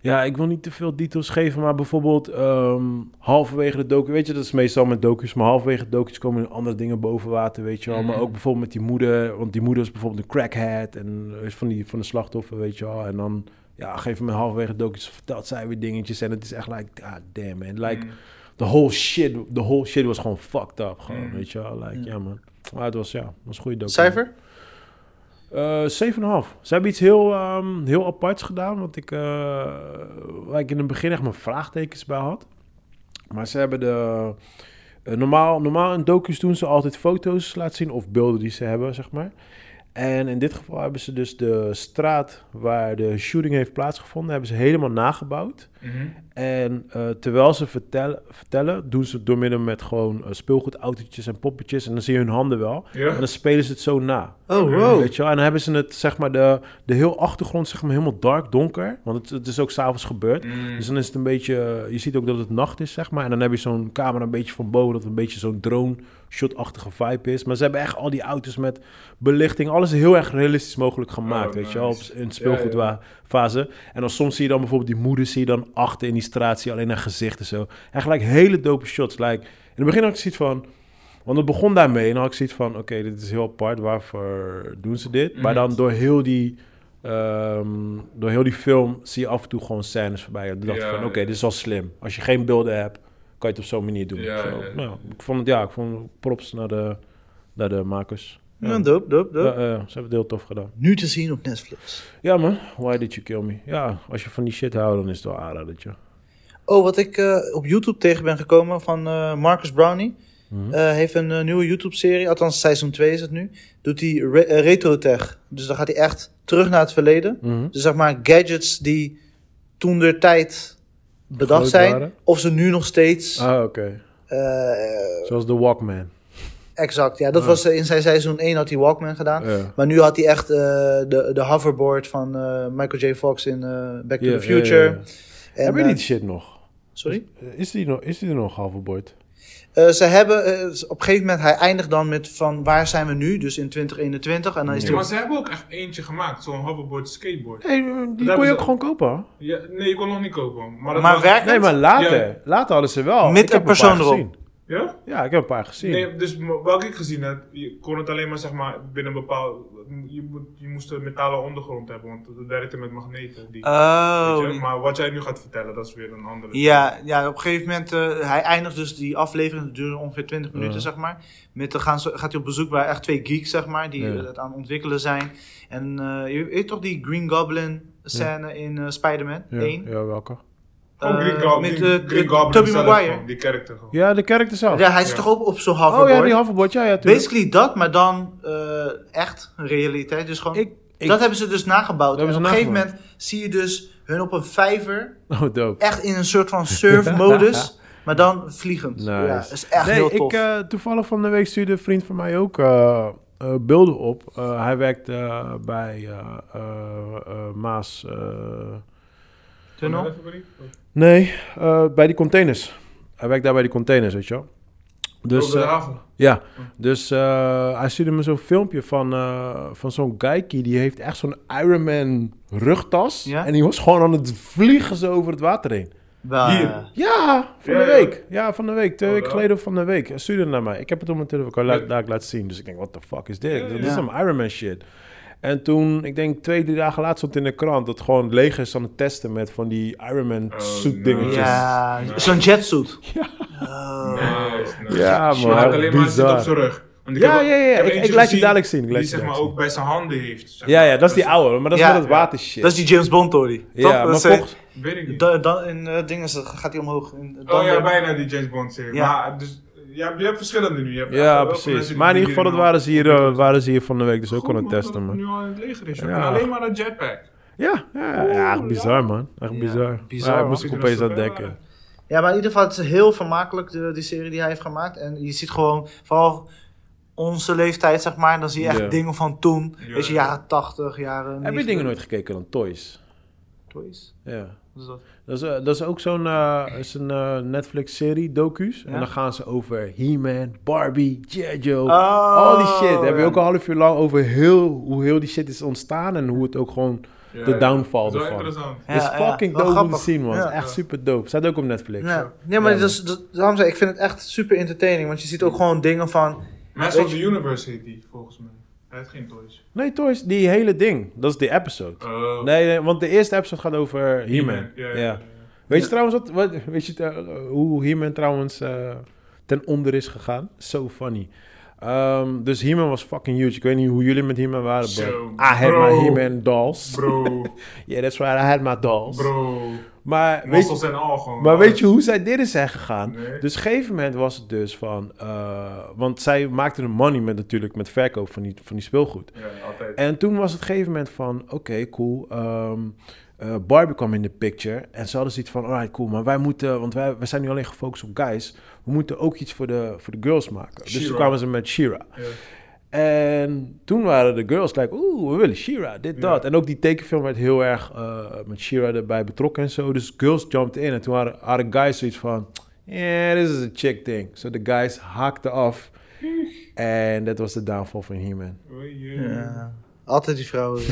B: Ja, ik wil niet te veel details geven, maar bijvoorbeeld ehm, halverwege de docu, weet je, dat is meestal met docus, maar halverwege de docus komen er andere dingen boven water, weet je wel. Maar ook bijvoorbeeld met die moeder, want die moeder is bijvoorbeeld een crackhead en is van, die, van de slachtoffer, weet je wel. En dan, ja, geef me halverwege de docus, vertelt zij weer dingetjes en het is echt like, ah damn man, like, the whole shit, the whole shit was gewoon fucked up, gewoon, weet je wel. Like, ja man. Maar het was, ja, het was een goede docu.
C: Cijfer?
B: Eh, 7,5. Ze hebben iets heel, ehm, heel aparts gedaan, wat ik, eh, waar ik in het begin echt mijn vraagtekens bij had. Maar ze hebben de... eh, normaal, normaal in docu's doen ze altijd foto's laten zien of beelden die ze hebben, zeg maar. En in dit geval hebben ze dus de straat waar de shooting heeft plaatsgevonden, hebben ze helemaal nagebouwd.
A: Mhm.
B: En eh, terwijl ze vertellen, vertellen, doen ze het door middel met gewoon eh, speelgoedautootjes en poppetjes. En dan zie je hun handen wel.
A: Ja.
B: En dan spelen ze het zo na.
C: Oh,
B: Weet je wel? En dan hebben ze het, zeg maar, de, de heel achtergrond zeg maar, helemaal dark, donker. Want het, het is ook s'avonds gebeurd.
A: Mm.
B: Dus dan is het een beetje, eh, je ziet ook dat het nacht is, zeg maar. En dan heb je zo'n camera een beetje van boven, dat een beetje zo'n drone shot-achtige vibe is. Maar ze hebben echt al die auto's met belichting, alles alles heel erg realistisch mogelijk gemaakt,
A: Oh,
B: weet je wel, op,
A: nice.
B: in de
A: Ja, ja.
B: speelgoedfase. En dan soms zie je dan bijvoorbeeld die moeder, zie je dan achter in die straat, zie je alleen haar gezicht en zo. En gelijk hele dope shots. Like, in het begin had ik zoiets van, want het begon daarmee en dan had ik zoiets van, oké, dit is heel apart, waarvoor doen ze dit? Maar dan door heel die... ehm, door heel die film zie je af en toe gewoon scènes voorbij. En dan dacht ik
A: Ja,
B: van, oké,
A: ja.
B: dit is wel slim. Als je geen beelden hebt, kan je het op zo'n manier doen.
A: Ja,
B: Zo.
A: ja, ja.
B: Nou, ik vond het, ja, ik vond props naar de, naar de makers. Ja.
C: Ja, dope, dope, dope.
B: Ja, eh, ze hebben het heel tof gedaan.
C: Nu te zien op Netflix.
B: Ja man, why did you kill me? Ja, als je van die shit houdt, dan is het wel aanradertje.
C: Oh, wat ik eh, op YouTube tegen ben gekomen van eh, Marcus Brownie.
B: Mhm.
C: Eh, heeft een eh, nieuwe YouTube-serie, althans seizoen 2 is het nu. Doet hij re- eh, retro-tech. Dus dan gaat hij echt terug naar het verleden.
B: Mhm.
C: Dus zeg maar gadgets die toen der tijd bedacht
B: Groot
C: zijn.
B: waren?
C: Of ze nu nog steeds.
B: Ah, oké.
C: eh,
B: Zoals de Walkman.
C: exact, ja. Dat
B: Ah.
C: was eh, in zijn seizoen 1 had hij Walkman gedaan.
B: Ja.
C: Maar nu had hij echt eh, de, de hoverboard van eh, Michael J. Fox in eh, Back to
B: Ja,
C: the
B: ja,
C: Future.
B: ja, ja.
C: En,
B: Heb je
C: eh,
B: die shit nog?
C: sorry?
B: Is die, nog, is die er nog halverboord?
C: Eh, ze hebben, eh, op een gegeven moment, hij eindigt dan met van waar zijn we nu, dus in 2021. En dan is
A: Ja,
C: hij
A: maar ze hebben ook echt eentje gemaakt, zo'n hoverboard skateboard.
B: Nee, eh, die
A: Daar
B: kon je
A: is-
B: ook gewoon kopen. hoor.
A: Ja, nee, je kon nog niet kopen. Maar, dat
C: Maar
A: was-
C: werkt-
B: Nee, maar later.
A: Ja.
B: Later hadden ze wel.
C: Met
B: Ik heb
C: een persoon
B: paar
C: erop.
B: gezien.
A: Ja?
B: Ja, ik heb een paar gezien.
A: Nee, dus m- welke ik gezien heb, je kon het alleen maar zeg maar binnen een bepaald... Je, moet- je moest een metalen ondergrond hebben, want dat werkte met magneten. Die, weet je,
C: Oh,
A: maar wat jij nu gaat vertellen, dat is weer een andere.
C: ja, ja, op een gegeven moment, eh, hij eindigt dus die aflevering, dat duurde ongeveer 20 minuten,
B: Ja.
C: zeg maar. Met, dan gaan ze, gaat hij op bezoek bij echt twee geeks, zeg maar, die
B: Ja.
C: eh, het aan het ontwikkelen zijn. En eh, je weet toch die Green Goblin scène in eh, Spider-Man
B: Ja, Oh,
C: 1?
B: ja, welke?
A: Gewoon Oh, Green, Goblin-
C: met
A: Green-
C: eh,
A: Green
C: K-
A: Goblin
C: Tobey
A: zelf
C: Maguire.
A: gewoon, die karakter gewoon.
B: Oh, Ja, de character zelf.
C: Ja, hij is
A: Ja.
C: toch ook op zo'n
B: oh
C: hoverboard?
B: ja, die halverboard. Ja, ja, tuurlijk.
C: Basically dat, maar dan eh, echt realiteit. Dus gewoon
B: Ik, ik,
C: dat hebben ze dus nagebouwd.
B: Dat
C: En
B: hebben
C: op een
B: ze
C: gegeven
B: nagebouwd.
C: moment zie je dus hun op een vijver,
B: Oh, dope.
C: echt in een soort van surf-modus, maar dan vliegend.
B: Nice.
C: Ja, dat is echt
B: nee,
C: heel tof.
B: Ik, eh, toevallig van de week stuurde een vriend van mij ook eh, eh, beelden op. Eh, hij werkt eh, bij eh, eh, eh, Maas. eh,
C: Tunnel.
B: nee, eh, bij die containers. Hij werkt daar bij die containers, weet je wel. Dus,
A: Dus, de
B: eh,
A: haven.
B: ja, dus eh, hij stuurde me zo'n filmpje van, eh, van zo'n geikie. Die heeft echt zo'n Ironman rugtas.
C: Ja?
B: En die was gewoon aan het vliegen zo over het water heen.
C: Wel,
A: Hier.
C: eh,
B: Ja, van
A: Ja, ja.
B: de week. Ja, van de week. Twee
A: Oh,
B: weken
A: ja.
B: geleden of van de week. Hij stuurde het naar mij. Ik heb het op mijn telefoon ik kan laat-
A: Ja.
B: daar laten zien. Dus ik denk, what the fuck is dit?
A: ja,
B: Dit
A: ja.
B: is some Iron Man shit. En toen, ik denk twee, drie dagen later stond in de krant... dat gewoon het leger is aan het testen met van die Iron Man
A: Oh,
B: suit
A: nice.
B: dingetjes. Ja,
C: ja,
A: Nee.
C: zo'n jetsuit.
A: Nice, nice. Maar
B: man.
A: hij had alleen maar zit op
B: eh, bizar.
A: zijn rug. Want
B: Ja,
A: heb ook-
B: ja, ja, ja.
A: heb
B: Ik-
A: eentje
B: ik laat je
A: gezien
B: dadelijk zien, ik laat
A: Die
B: je
A: zeg maar
B: dadelijk
A: ook bij zijn handen heeft. zeg
B: Ja,
A: maar.
B: ja, dat is die oude. Maar dat is
C: Ja.
B: met het water shit.
C: Dat is die James Bond tory.
B: ja, maar volgens...
A: Weet ik niet.
C: Dan, dan in eh, dingen ze- gaat hij omhoog. In, dan
A: Oh ja,
C: weer-
A: bijna die James Bond serie.
C: Ja.
A: Maar dus, ja, je hebt verschillende nu. Je hebt echt
B: Ja,
A: wel mensen
B: precies.
A: die
B: Maar in ieder geval, dat
A: jullie
B: waren
A: nou-
B: ze hier, eh, waren ze hier van de week. Dus ook
A: Goed,
B: aan het
A: man, dat
B: testen,
A: het
B: man.
A: Nu al in het leger is.
B: Ja.
A: joh. En alleen maar dat jetpack.
B: Ja, ja, ja, echt bizar, man. Echt bizar.
C: bizar,
B: Ja,
C: man.
B: moest ik
A: Ziet er
B: opeens
A: nog
B: aan
A: zo bij
B: denken.
C: Ja, maar in ieder geval, het is heel vermakelijk, de, die serie die hij heeft gemaakt. En je ziet gewoon, vooral onze leeftijd, zeg maar, dan zie je echt
B: Ja.
C: dingen van toen.
A: Ja.
C: Weet je, jaren 80, jaren
B: Heb je
C: 90.
B: dingen nooit gekeken dan Toys?
C: Toys?
B: Ja.
C: Wat is dat?
B: Dat is, eh, dat is ook zo'n eh, is een eh, Netflix-serie, docu's.
C: Ja?
B: En dan gaan ze over He-Man, Barbie, G.I. Joe,
C: Oh,
B: al die shit. Daar heb je
C: ja.
B: ook een half uur lang over heel, hoe heel die shit is ontstaan en hoe het ook gewoon...
A: Ja,
B: De
A: ja.
B: downfall
A: Dat is wel
B: ervan.
A: interessant.
C: Ja,
B: is
C: ja,
B: fucking
C: wel
B: dope om te
C: grappig.
B: zien, man.
C: Ja.
B: Echt super dope. Staat ook op Netflix.
C: Ja. Nee, maar
B: Ja,
C: dat is, dat, daarom zei ik, ik vind het echt super entertaining. Want je ziet ook gewoon dingen van...
A: Master of the Universe heet die, volgens mij. Hij heeft geen toys.
B: Nee, Toys, die hele ding. Dat is die episode.
A: Oh.
B: Nee, nee, want de eerste episode gaat over He-Man.
A: Ja, ja,
B: ja.
A: ja.
B: Weet je trouwens wat, wat- weet je, eh, hoe He-Man trouwens eh, ten onder is gegaan? So funny. Ehm, dus He-Man was fucking huge. Ik weet niet hoe jullie met He-Man waren, but
A: Zo,
B: I had
A: bro.
B: my He-Man dolls.
A: Bro,
B: Yeah, that's right, I had my dolls.
A: bro.
B: Maar weet,
A: Muscles en al gewoon.
B: maar weet je hoe zij dit is zijn gegaan?
A: Nee.
B: Dus op een gegeven moment was het dus van... eh, want zij maakten de money met natuurlijk met verkoop van die, van die speelgoed.
A: Ja, altijd.
B: En toen was het gegeven moment van, oké, cool. ehm, eh, Barbie kwam in de picture. En ze hadden zoiets van, alright, cool. Maar wij moeten, want wij, wij zijn nu alleen gefocust op guys. We moeten ook iets voor de, voor de girls maken. Dus toen
A: She-Ra.
B: kwamen ze met Shira.
A: Ja.
B: En toen waren de girls like, oeh, we willen Shira, dit, dat. En ook die tekenfilm werd heel erg eh, met Shira erbij betrokken en zo. Dus girls jumped in en toen hadden,
A: Hmm.
B: hadden guys zoiets van, yeah, this is a chick thing. So de guys haakten af. En dat was de downfall van He-Man.
C: Ja. eh, Altijd die vrouwen.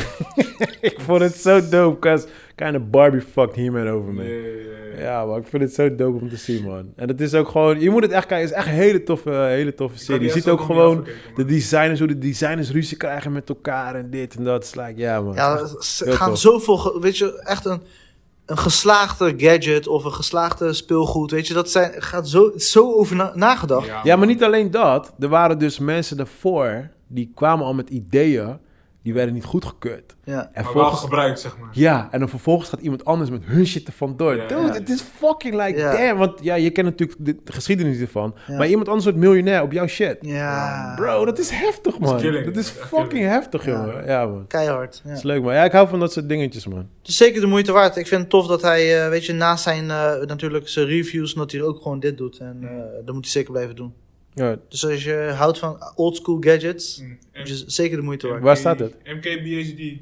B: ik vond het zo dope, cause kind of Barbie fucked He-Man over me. Ja, maar ik vind het zo dope om te zien, man. En het is ook gewoon, je moet het echt kijken, het is echt een hele toffe, eh, hele toffe serie. Je ziet ook gewoon de designers, hoe de designers ruzie krijgen met elkaar en dit en dat. Het is like, ja, man.
C: Ja, ze
B: heel
C: gaan
B: tof.
C: zoveel, ge- weet je, echt een, een geslaagde gadget of een geslaagde speelgoed, weet je, dat zijn, gaat zo, zo over na- nagedacht.
B: Ja, maar niet alleen dat. Er waren dus mensen daarvoor, die kwamen al met ideeën, die werden niet goedgekeurd.
C: Ja.
B: En
A: Maar wel
B: volgens,
A: gebruikt, zeg maar.
B: Ja, en dan vervolgens gaat iemand anders met hun shit er vandoor.
A: Ja.
B: Dude, het is fucking like
C: Ja.
B: damn. Want ja, je kent natuurlijk de geschiedenis ervan.
C: Ja.
B: Maar iemand anders wordt miljonair op jouw shit.
C: Ja.
B: Bro, dat is heftig, man.
A: killing.
B: Dat is
A: Dat is echt
B: fucking
A: killing.
B: heftig,
C: Ja.
B: jongen. Ja, man.
C: Keihard. Ja.
B: Dat is leuk, man. Ja, ik hou van dat soort dingetjes, man.
C: Dus zeker de moeite waard. Ik vind het tof dat hij, eh, weet je, naast zijn, eh, natuurlijk zijn reviews, dat hij ook gewoon dit doet. En eh, dat moet hij zeker blijven doen.
B: Ja.
C: Dus als je houdt van oldschool gadgets,
A: Mm.
C: is het zeker de moeite waard.
B: Waar staat het?
A: MKBHD.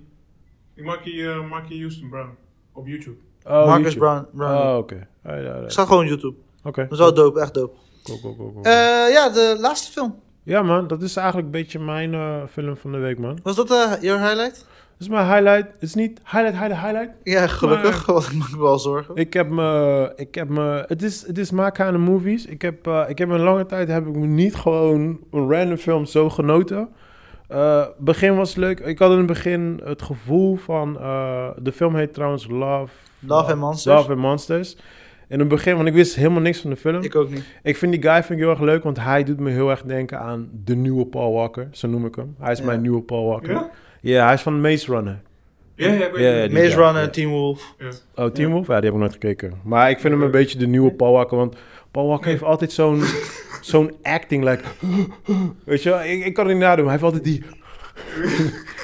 A: Die Marky, eh, Marky Houston Brown. Op YouTube.
B: Oh,
C: Marcus
B: YouTube.
C: Brown. Brown.
B: Oh, oké. Alright,
C: Ik
B: alright.
C: sta gewoon op YouTube.
B: Oké.
C: Dat is wel dope, echt dope.
B: Cool, cool, cool, cool.
C: Eh, ja, de laatste film.
B: Ja, man. Dat is eigenlijk een beetje mijn eh, film van de week, man.
C: Was dat eh your highlight?
B: Dat is mijn highlight. Het is niet highlight, highlight, highlight.
C: Ja, gelukkig, want ik maak me wel zorgen.
B: Ik heb me, ik heb me, het is, het is my kind of movies. Ik heb, eh, ik heb een lange tijd heb ik me niet gewoon een random film zo genoten. Eh begin was leuk. Ik had in het begin het gevoel van, eh, de film heet trouwens Love.
C: Love and Monsters.
B: Love and Monsters. In het begin, want ik wist helemaal niks van de film.
C: Ik ook niet.
B: Ik vind die guy vind ik heel erg leuk, want hij doet me heel erg denken aan de nieuwe Paul Walker. Zo noem ik hem. Hij is
C: Ja.
B: mijn nieuwe Paul Walker. Ja,
A: Ja?
B: hij is van Maze Runner.
A: Ja, ja, ik weet
B: Ja,
A: het.
B: die-
C: Maze Runner,
B: ja.
C: Team Wolf.
B: Oh, Team Wolf? Ja, die heb ik nooit gekeken. Maar ik vind hem een beetje de nieuwe Paul Walker. Want Paul Walker heeft altijd zo'n zo'n acting, like... Weet je wel? Ik, ik kan het niet nadoen, maar hij heeft altijd die...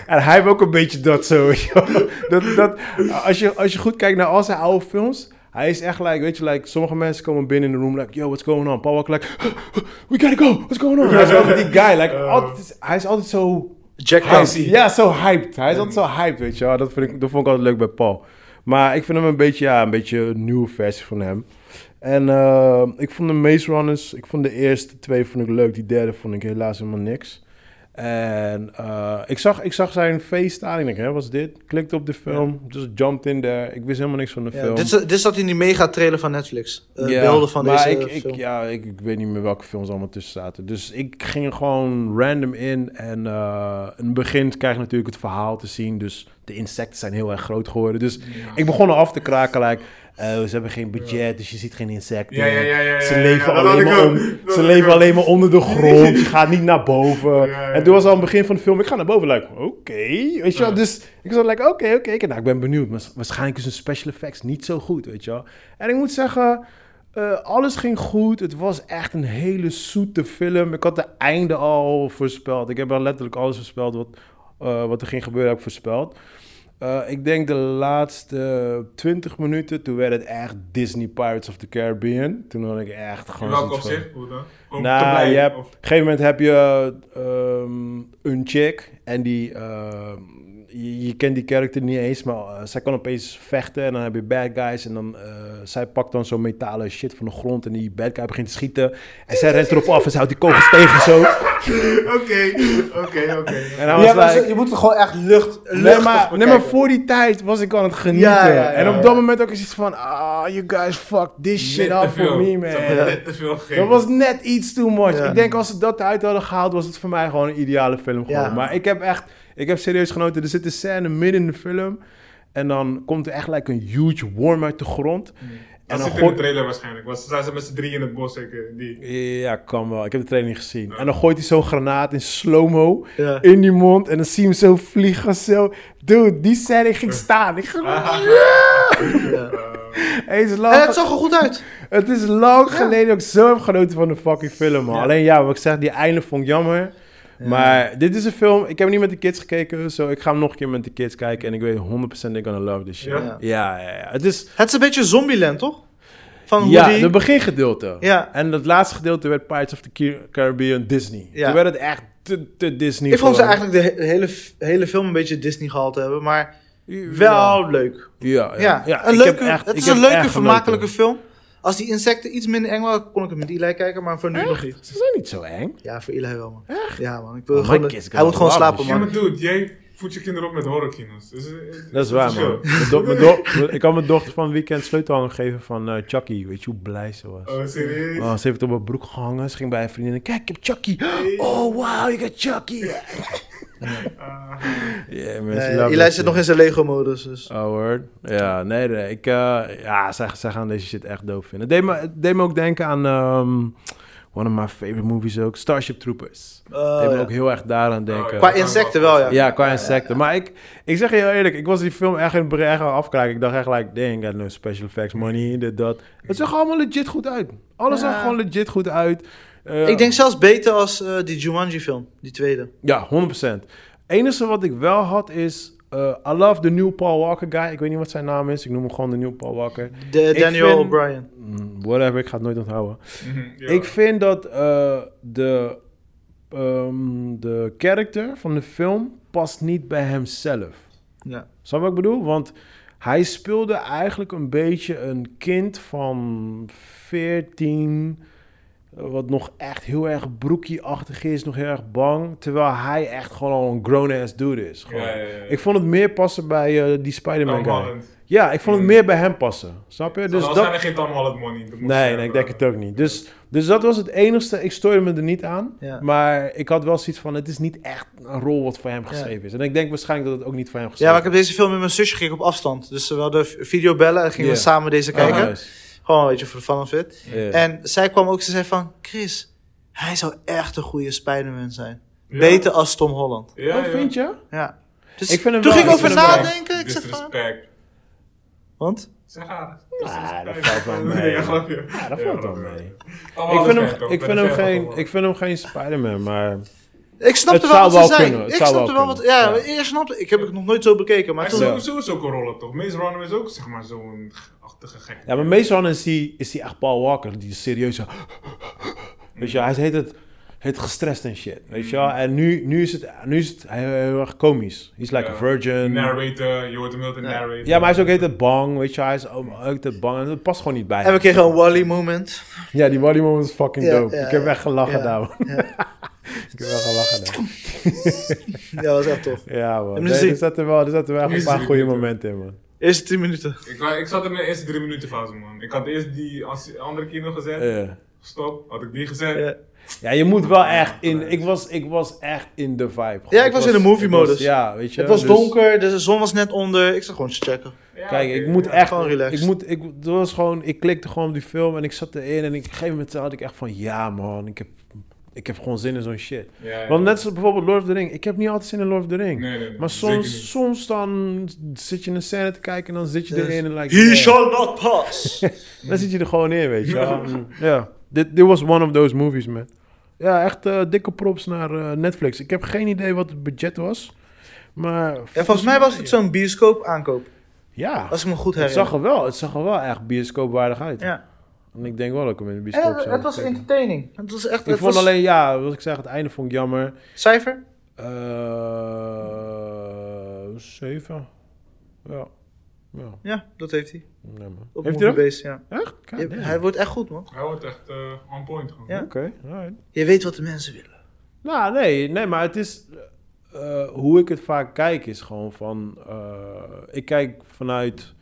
B: en hij heeft ook een beetje dat zo, weet je wel. dat, dat, als, je, als je goed kijkt naar al zijn oude films... Hij is echt like, weet je, like, sommige mensen komen binnen in de room, like, yo, what's going on? Paul Walker, like, we gotta go, what's going on? Hij is altijd die guy, like, altijd, hij is altijd zo
C: Jack
B: Hyped.
C: Dempsey.
B: Ja, zo hyped. Hij is altijd zo hyped, weet je wel. Dat, vind ik, dat vond ik altijd leuk bij Paul. Maar ik vind hem een beetje, ja, een beetje een nieuwe versie van hem. En eh, ik vond de Maze Runners, ik vond de eerste twee vond ik leuk. Die derde vond ik helaas helemaal niks. En eh, ik, zag, ik zag zijn face staan. Ik denk, hè, wat is dit? Klikte op de film, just jumped in there. Ik wist helemaal niks van de
C: Ja,
B: film.
C: dit, is- dit zat in die mega trailer van Netflix. Eh,
B: Ja,
C: beelden van
B: maar
C: deze
B: ik,
C: eh,
B: ik,
C: film.
B: Ja, ik, ik weet niet meer welke films allemaal tussen zaten. Dus ik ging er gewoon random in. En eh, in het begin krijg je natuurlijk het verhaal te zien. Dus de insecten zijn heel erg groot geworden. Dus ik begon er af te kraken. Like, eh, ze hebben geen budget, dus je ziet geen insecten.
A: Ja, ja, ja, ja, ja,
B: ze
A: ja,
B: leven,
A: ja, dat
B: alleen,
A: had ik
B: maar
A: ook.
B: on-
A: Dat
B: ze
A: had
B: leven
A: ik ook.
B: alleen maar onder de grond. Je gaat niet naar boven.
A: ja,
B: En toen was al aan het begin van de film, ik ga naar boven. Like, oké. weet je wel? Dus ik was like, oké, oké. ik- nou, ik ben benieuwd. Maar waarschijnlijk is een special effects niet zo goed, weet je wel. En ik moet zeggen, eh, alles ging goed. Het was echt een hele zoete film. Ik had de einde al voorspeld. Ik heb al letterlijk alles voorspeld wat, eh, wat er ging gebeuren, heb ik voorspeld. Eh, ik denk de laatste 20 minuten, toen werd het echt Disney Pirates of the Caribbean. Toen had ik echt
A: In
B: gewoon.
A: welk
B: zoiets van-
A: opzicht? Hoe dan? Om te
B: nou,
A: blijven,
B: je hebt, op
A: of-
B: een gegeven moment heb je ehm, een chick en die, ehm, je, je kent die karakter niet eens, maar eh, zij kan opeens vechten en dan heb je bad guys en dan, eh, zij pakt dan zo'n metalen shit van de grond en die bad guy begint te schieten en zij rent erop af en ze houdt die kogels tegen zo.
E: Oké, oké, oké.
B: En dan was like-
C: je moet er gewoon echt lucht,
B: Nee maar, nee, maar voor die tijd was ik aan het genieten.
C: Ja, ja, ja,
B: en
C: ja.
B: op dat moment ook is iets van, ah, you guys fuck this shit
A: Net te
B: up for
A: veel.
B: me,
A: Ze
B: man.
A: hebben net te veel
B: Dat
A: gegeven.
B: was net iets too much.
C: Ja.
B: Ik denk als ze dat eruit hadden gehaald, was het voor mij gewoon een ideale film.
C: Ja.
B: geworden. Maar ik heb echt, ik heb serieus genoten. Er zit een scène midden in de film. En dan komt er echt like een huge worm uit de grond. En
A: Mm. Dat
B: dan
A: zit in de
B: gooit...
A: trailer waarschijnlijk. Want ze zaten met z'n drie in het bos, zeker. Die.
B: Ja, kan wel. Ik heb de trailer niet gezien. En dan gooit hij zo'n granaat in slow-mo
C: Ja.
B: in die mond. En dan zie je hem zo vliegen. Zo. Dude, die scène ik ging staan. Ik ging... Hey, het is lang
C: En het zag er goed uit.
B: Het is lang geleden dat ik zo heb genoten van een fucking film, man. Alleen ja, wat ik zeg, die einde vond ik jammer. Maar dit is een film, ik heb hem niet met de kids gekeken, zo ik ga hem nog een keer met de kids kijken en ik weet 100% they're gonna love this shit. Ja,
A: Ja?
B: ja, ja. Het is,
C: Het is een beetje Zombieland, toch? Van
B: ja,
C: Woody.
B: het begingedelte.
C: Ja.
B: En dat laatste gedeelte werd Pirates of the Car- Caribbean Disney.
C: Ja.
B: Toen werd het echt te, te Disney.
C: Ik vond ze
B: geworden.
C: eigenlijk de he- hele, f- hele film een beetje Disney gehaald te hebben, maar wel leuk.
B: Ja, ja.
C: Ja,
B: ja,
C: een
B: ik heb
C: leuke,
B: echt-
C: het
B: ik
C: is een
B: heb
C: leuke,
B: echt
C: vermakelijke
B: genoten.
C: film. Als die insecten iets minder eng waren, kon ik het met Eli kijken, maar voor nu nog niet.
B: Ze zijn niet zo eng.
C: Ja, voor Eli wel, man. Ja, man. Ik wil
B: Oh, my
C: gewoon,
B: kids
C: hij wil
B: go
C: gewoon
B: wild, man.
C: slapen,
A: Ja,
C: man.
A: maar dude, jij voedt je kinderen op met horrorkino's. Dus, eh,
B: Dat is waar,
A: verschil.
B: man. Mijn do- mijn do- ik had mijn dochter van het weekend sleutelhanger gegeven van eh, Chucky. Weet je hoe blij ze was?
A: Oh, serieus?
B: Oh, ze heeft het op mijn broek gehangen. Ze ging bij een vriendin. Kijk, ik heb Chucky. Oh, wow, ik heb Chucky. Ja,
A: Ah.
B: mensen
C: Nee,
B: love
C: Eli
B: that
C: zit nog
B: shit.
C: in zijn Lego-modus, dus.
B: Oh, word. Ja, nee, nee. Ik, eh, ja, zij, zij gaan deze shit echt doof vinden. Het deed me, het deed me ook denken aan ehm, one of my favorite movies ook. Starship Troopers.
C: Eh,
B: Het deed me ook heel erg daaraan denken.
C: Qua insecten wel, ja.
B: Ja, qua insecten. Maar ik, ik zeg je heel eerlijk, ik was die film echt in het begin echt aan het afkijken. Ik dacht echt like, dang, I got no special effects money, dit, dat. Het zag allemaal legit goed uit. Alles
C: Ja.
B: zag gewoon legit goed uit. Eh,
C: Ik denk zelfs beter als eh, die Jumanji-film, die tweede.
B: Ja, 100%. enige wat ik wel had is... eh, I love the new Paul Walker guy. Ik weet niet wat zijn naam is. Ik noem hem gewoon de nieuwe Paul Walker.
C: De,
B: Ik
C: Daniel
B: vind-
C: O'Brien.
B: Mm, Whatever, ik ga het nooit onthouden.
A: Mhm, ja.
B: Ik vind dat eh, de, ehm de character van de film past niet bij hemzelf.
C: Ja.
B: Snap je wat ik bedoel? Want hij speelde eigenlijk een beetje een kind van 14. eh, Wat nog echt heel erg broekieachtig is, nog heel erg bang. Terwijl hij echt gewoon al een grown-ass dude is. Gewoon.
A: Ja, ja, ja.
B: Ik vond het meer passen bij eh, die Spider-Man
A: Tom
B: guy.
A: Holland.
B: Ja, ik vond het meer bij hem passen. Snap je?
A: Dus
B: Dus
A: dat...
B: dat...
A: Mm. zijn er geen Tom Holland money. dat moet
B: Nee,
A: je
B: nee,
A: hebben.
B: ik denk het ook niet. Dus, dus dat was het enigste. Ik stoorde me er niet aan.
C: Ja.
B: Maar ik had wel zoiets van, het is niet echt een rol wat voor hem geschreven is. En ik denk waarschijnlijk dat het ook niet voor hem
C: Ja,
B: geschreven
C: maar
B: is.
C: ik heb deze film met mijn zusje gekeken op afstand. Dus we hadden v- videobellen en gingen
B: Ja.
C: we samen deze
B: Ah,
C: kijken.
B: nice.
C: Gewoon, weet je, voor de fun of it.
B: Ja.
C: En zij kwam ook, ze zei van... Chris, hij zou echt een goede Spider-Man zijn.
A: Ja.
C: Beter als Tom Holland.
A: Ja,
B: oh, vind je?
C: Ja. Dus
B: Ik vind hem
C: toen
B: wel-
C: ging ik
B: ik
C: over
B: vind hem wel-
C: nadenken. Ik zeg van...
A: Disrespect.
C: Want?
A: Zeg haar.
B: Ah, dat
A: Disrespect.
B: valt wel
A: Nee,
B: mee.
A: ja, grapje.
B: Ja, dat
A: Ja,
B: valt wel
A: grapje. Tom
B: mee. Ik
A: Holland
B: vind
A: is gek,
B: hem,
A: toch?
B: ik
A: Ben
B: vind
A: een
B: hem
A: fan van
B: geen,
A: Tom
B: ik
A: Holland.
B: vind hem geen Spider-Man, maar...
C: Ik snapte
B: Het
C: wel
B: zou
C: wat ze
B: wel
C: zei.
B: kunnen, het
C: ik
B: zou
C: snapte
B: wel
C: wel wat...
B: kunnen.
C: Ja,
B: Ja.
C: eerst snapte ik. heb ik nog nooit zo bekeken. Maar
A: Hij
C: toen...
A: is sowieso zo'n rollen toch? Maze Runner is ook zeg maar zo'n achtige gek.
B: Ja, maar meestal is hij, is hij echt Paul Walker, die is serieus... zo- Weet je, hij heet het, heet gestrest en shit, weet je wel? En nu, nu is het, nu is het heel, heel erg komisch. He's like
A: Ja.
B: a virgin.
A: Narrator, je hoort hem heel de narrator.
B: Ja, maar hij is ook heet het bang, weet je Hij is ook ook het bang en dat past gewoon niet bij
C: En we
B: hem.
C: kregen een Wally moment.
B: Ja, die Wally moment is fucking
C: Ja,
B: dope.
C: ja,
B: ik heb
C: ja.
B: echt gelachen
C: Ja,
B: daar, man. ik heb wel gelachen daar.
C: Ja, dat was echt tof.
B: Ja, man.
C: Hem
B: Nee,
C: gezien.
B: er zaten wel, er zaten wel echt een
A: Hem
B: paar
A: gezien.
B: goede momenten in, man.
C: Eerste 10 minuten.
A: Ik, wa- ik zat in mijn eerste drie minuten fase, man. Ik had eerst die ans- andere kino gezet.
B: Eh.
A: Stop, had ik die gezet.
C: Ja.
B: Ja, je moet wel echt in. Ik was, ik was echt in de vibe.
C: Ja, ik was in de movie-modus.
B: ik was- Ja, weet je.
C: Het was
B: dus-
C: donker, de zon was net onder. Ik zag gewoon te checken.
A: Ja,
B: Kijk,
A: oké.
B: ik moet
A: Ja.
B: echt.
C: gewoon relaxed.
B: Ik moet. Ik, het was gewoon. Ik klikte gewoon op die film en ik zat erin en ik, op een gegeven moment had ik echt van, ja man, ik heb, ik heb gewoon zin in zo'n shit.
A: Ja, ja.
B: Want net zoals bijvoorbeeld Lord of the Ring. Ik heb niet altijd zin in Lord of the Ring.
A: Nee, nee, nee,
B: maar
A: zeker niet.
B: soms, soms dan zit je in een scène te kijken en dan zit je
C: Dus-
B: erin en like.
C: He
B: yeah.
C: shall not pass.
B: Dan zit je er gewoon in, weet je. wel. Mm, Ja, dit, dit was one of those movies, man. Ja, echt eh, dikke props naar eh, Netflix. Ik heb geen idee wat het budget was. Maar
C: Ja, volgens mij was het zo'n bioscoop aankoop.
B: Ja,
C: Als ik me goed
B: het
C: herinner.
B: zag er wel, het zag er wel echt bioscoopwaardig uit.
C: Ja.
B: En ik denk wel dat ik hem in de bioscoop zou kijken.
C: entertaining. Het was echt...
B: Ik vond alleen, ja, wat ik zeg, het einde vond ik jammer.
C: Cijfer?
B: Eh, Zeven. Ja. Ja,
C: Ja, dat heeft hij.
B: nee, man.
C: Op
B: Heeft hij dat?
C: Moviebase, ja.
B: Echt? God
C: Je-
B: damn.
C: hij wordt echt goed, man.
A: Hij wordt echt eh, on point gewoon.
C: Ja.
B: Oké, alright.
C: Je weet wat de mensen willen.
B: Nou, nee, nee, maar het is. eh, hoe ik het vaak kijk is gewoon van. eh, ik kijk vanuit.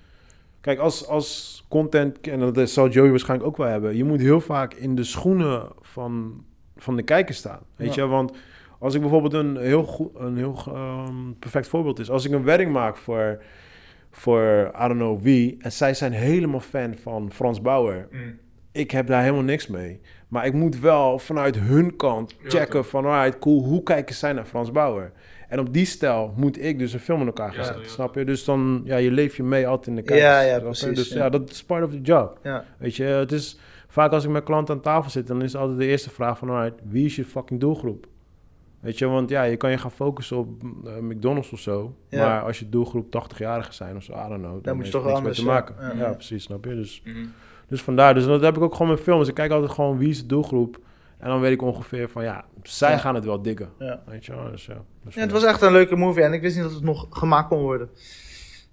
B: Kijk, als, als content. En dat zal Joey waarschijnlijk ook wel hebben. Je moet heel vaak in de schoenen van, van de kijker staan. Weet je, want. Als ik bijvoorbeeld een heel, goed, een heel ehm, perfect voorbeeld is. Als ik een wedding maak voor, voor I don't know wie. En zij zijn helemaal fan van Frans Bauer
A: Mm.
B: ik heb daar helemaal niks mee. Maar ik moet wel vanuit hun kant
A: Ja,
B: checken van... alright, cool, hoe kijken zij naar Frans Bauer? En op die stijl moet ik dus een film in elkaar gaan
A: Ja,
B: zetten,
A: ja.
B: snap je? Dus dan, ja, je leef je mee altijd in de kijkers.
C: Ja, ja,
B: snap je?
C: precies,
B: Dus
C: ja.
B: ja. dat is part of the job.
C: Ja.
B: Weet je, het is vaak als ik met klanten aan tafel zit... dan is altijd de eerste vraag van... alright, wie is je fucking doelgroep? Weet je, want ja, je kan je gaan focussen op eh, McDonald's of zo...
C: Ja.
B: maar als je doelgroep 80-jarigen zijn of zo, I don't know... Dan,
C: moet je
B: heeft
C: toch
B: het niks
C: anders,
B: mee te
C: ja.
B: maken.
C: Ja,
B: Ja,
C: ja.
B: precies, snap je? Dus...
A: Mhm.
B: Dus vandaar, dus dat heb ik ook gewoon met films. Ik kijk altijd gewoon wie is de doelgroep. En dan weet ik ongeveer van ja, zij
C: Ja.
B: gaan het wel dikken.
C: Ja.
B: Weet je wel, dus ja. Dus
C: Ja, het was echt een leuke movie en ik wist niet dat het nog gemaakt kon worden.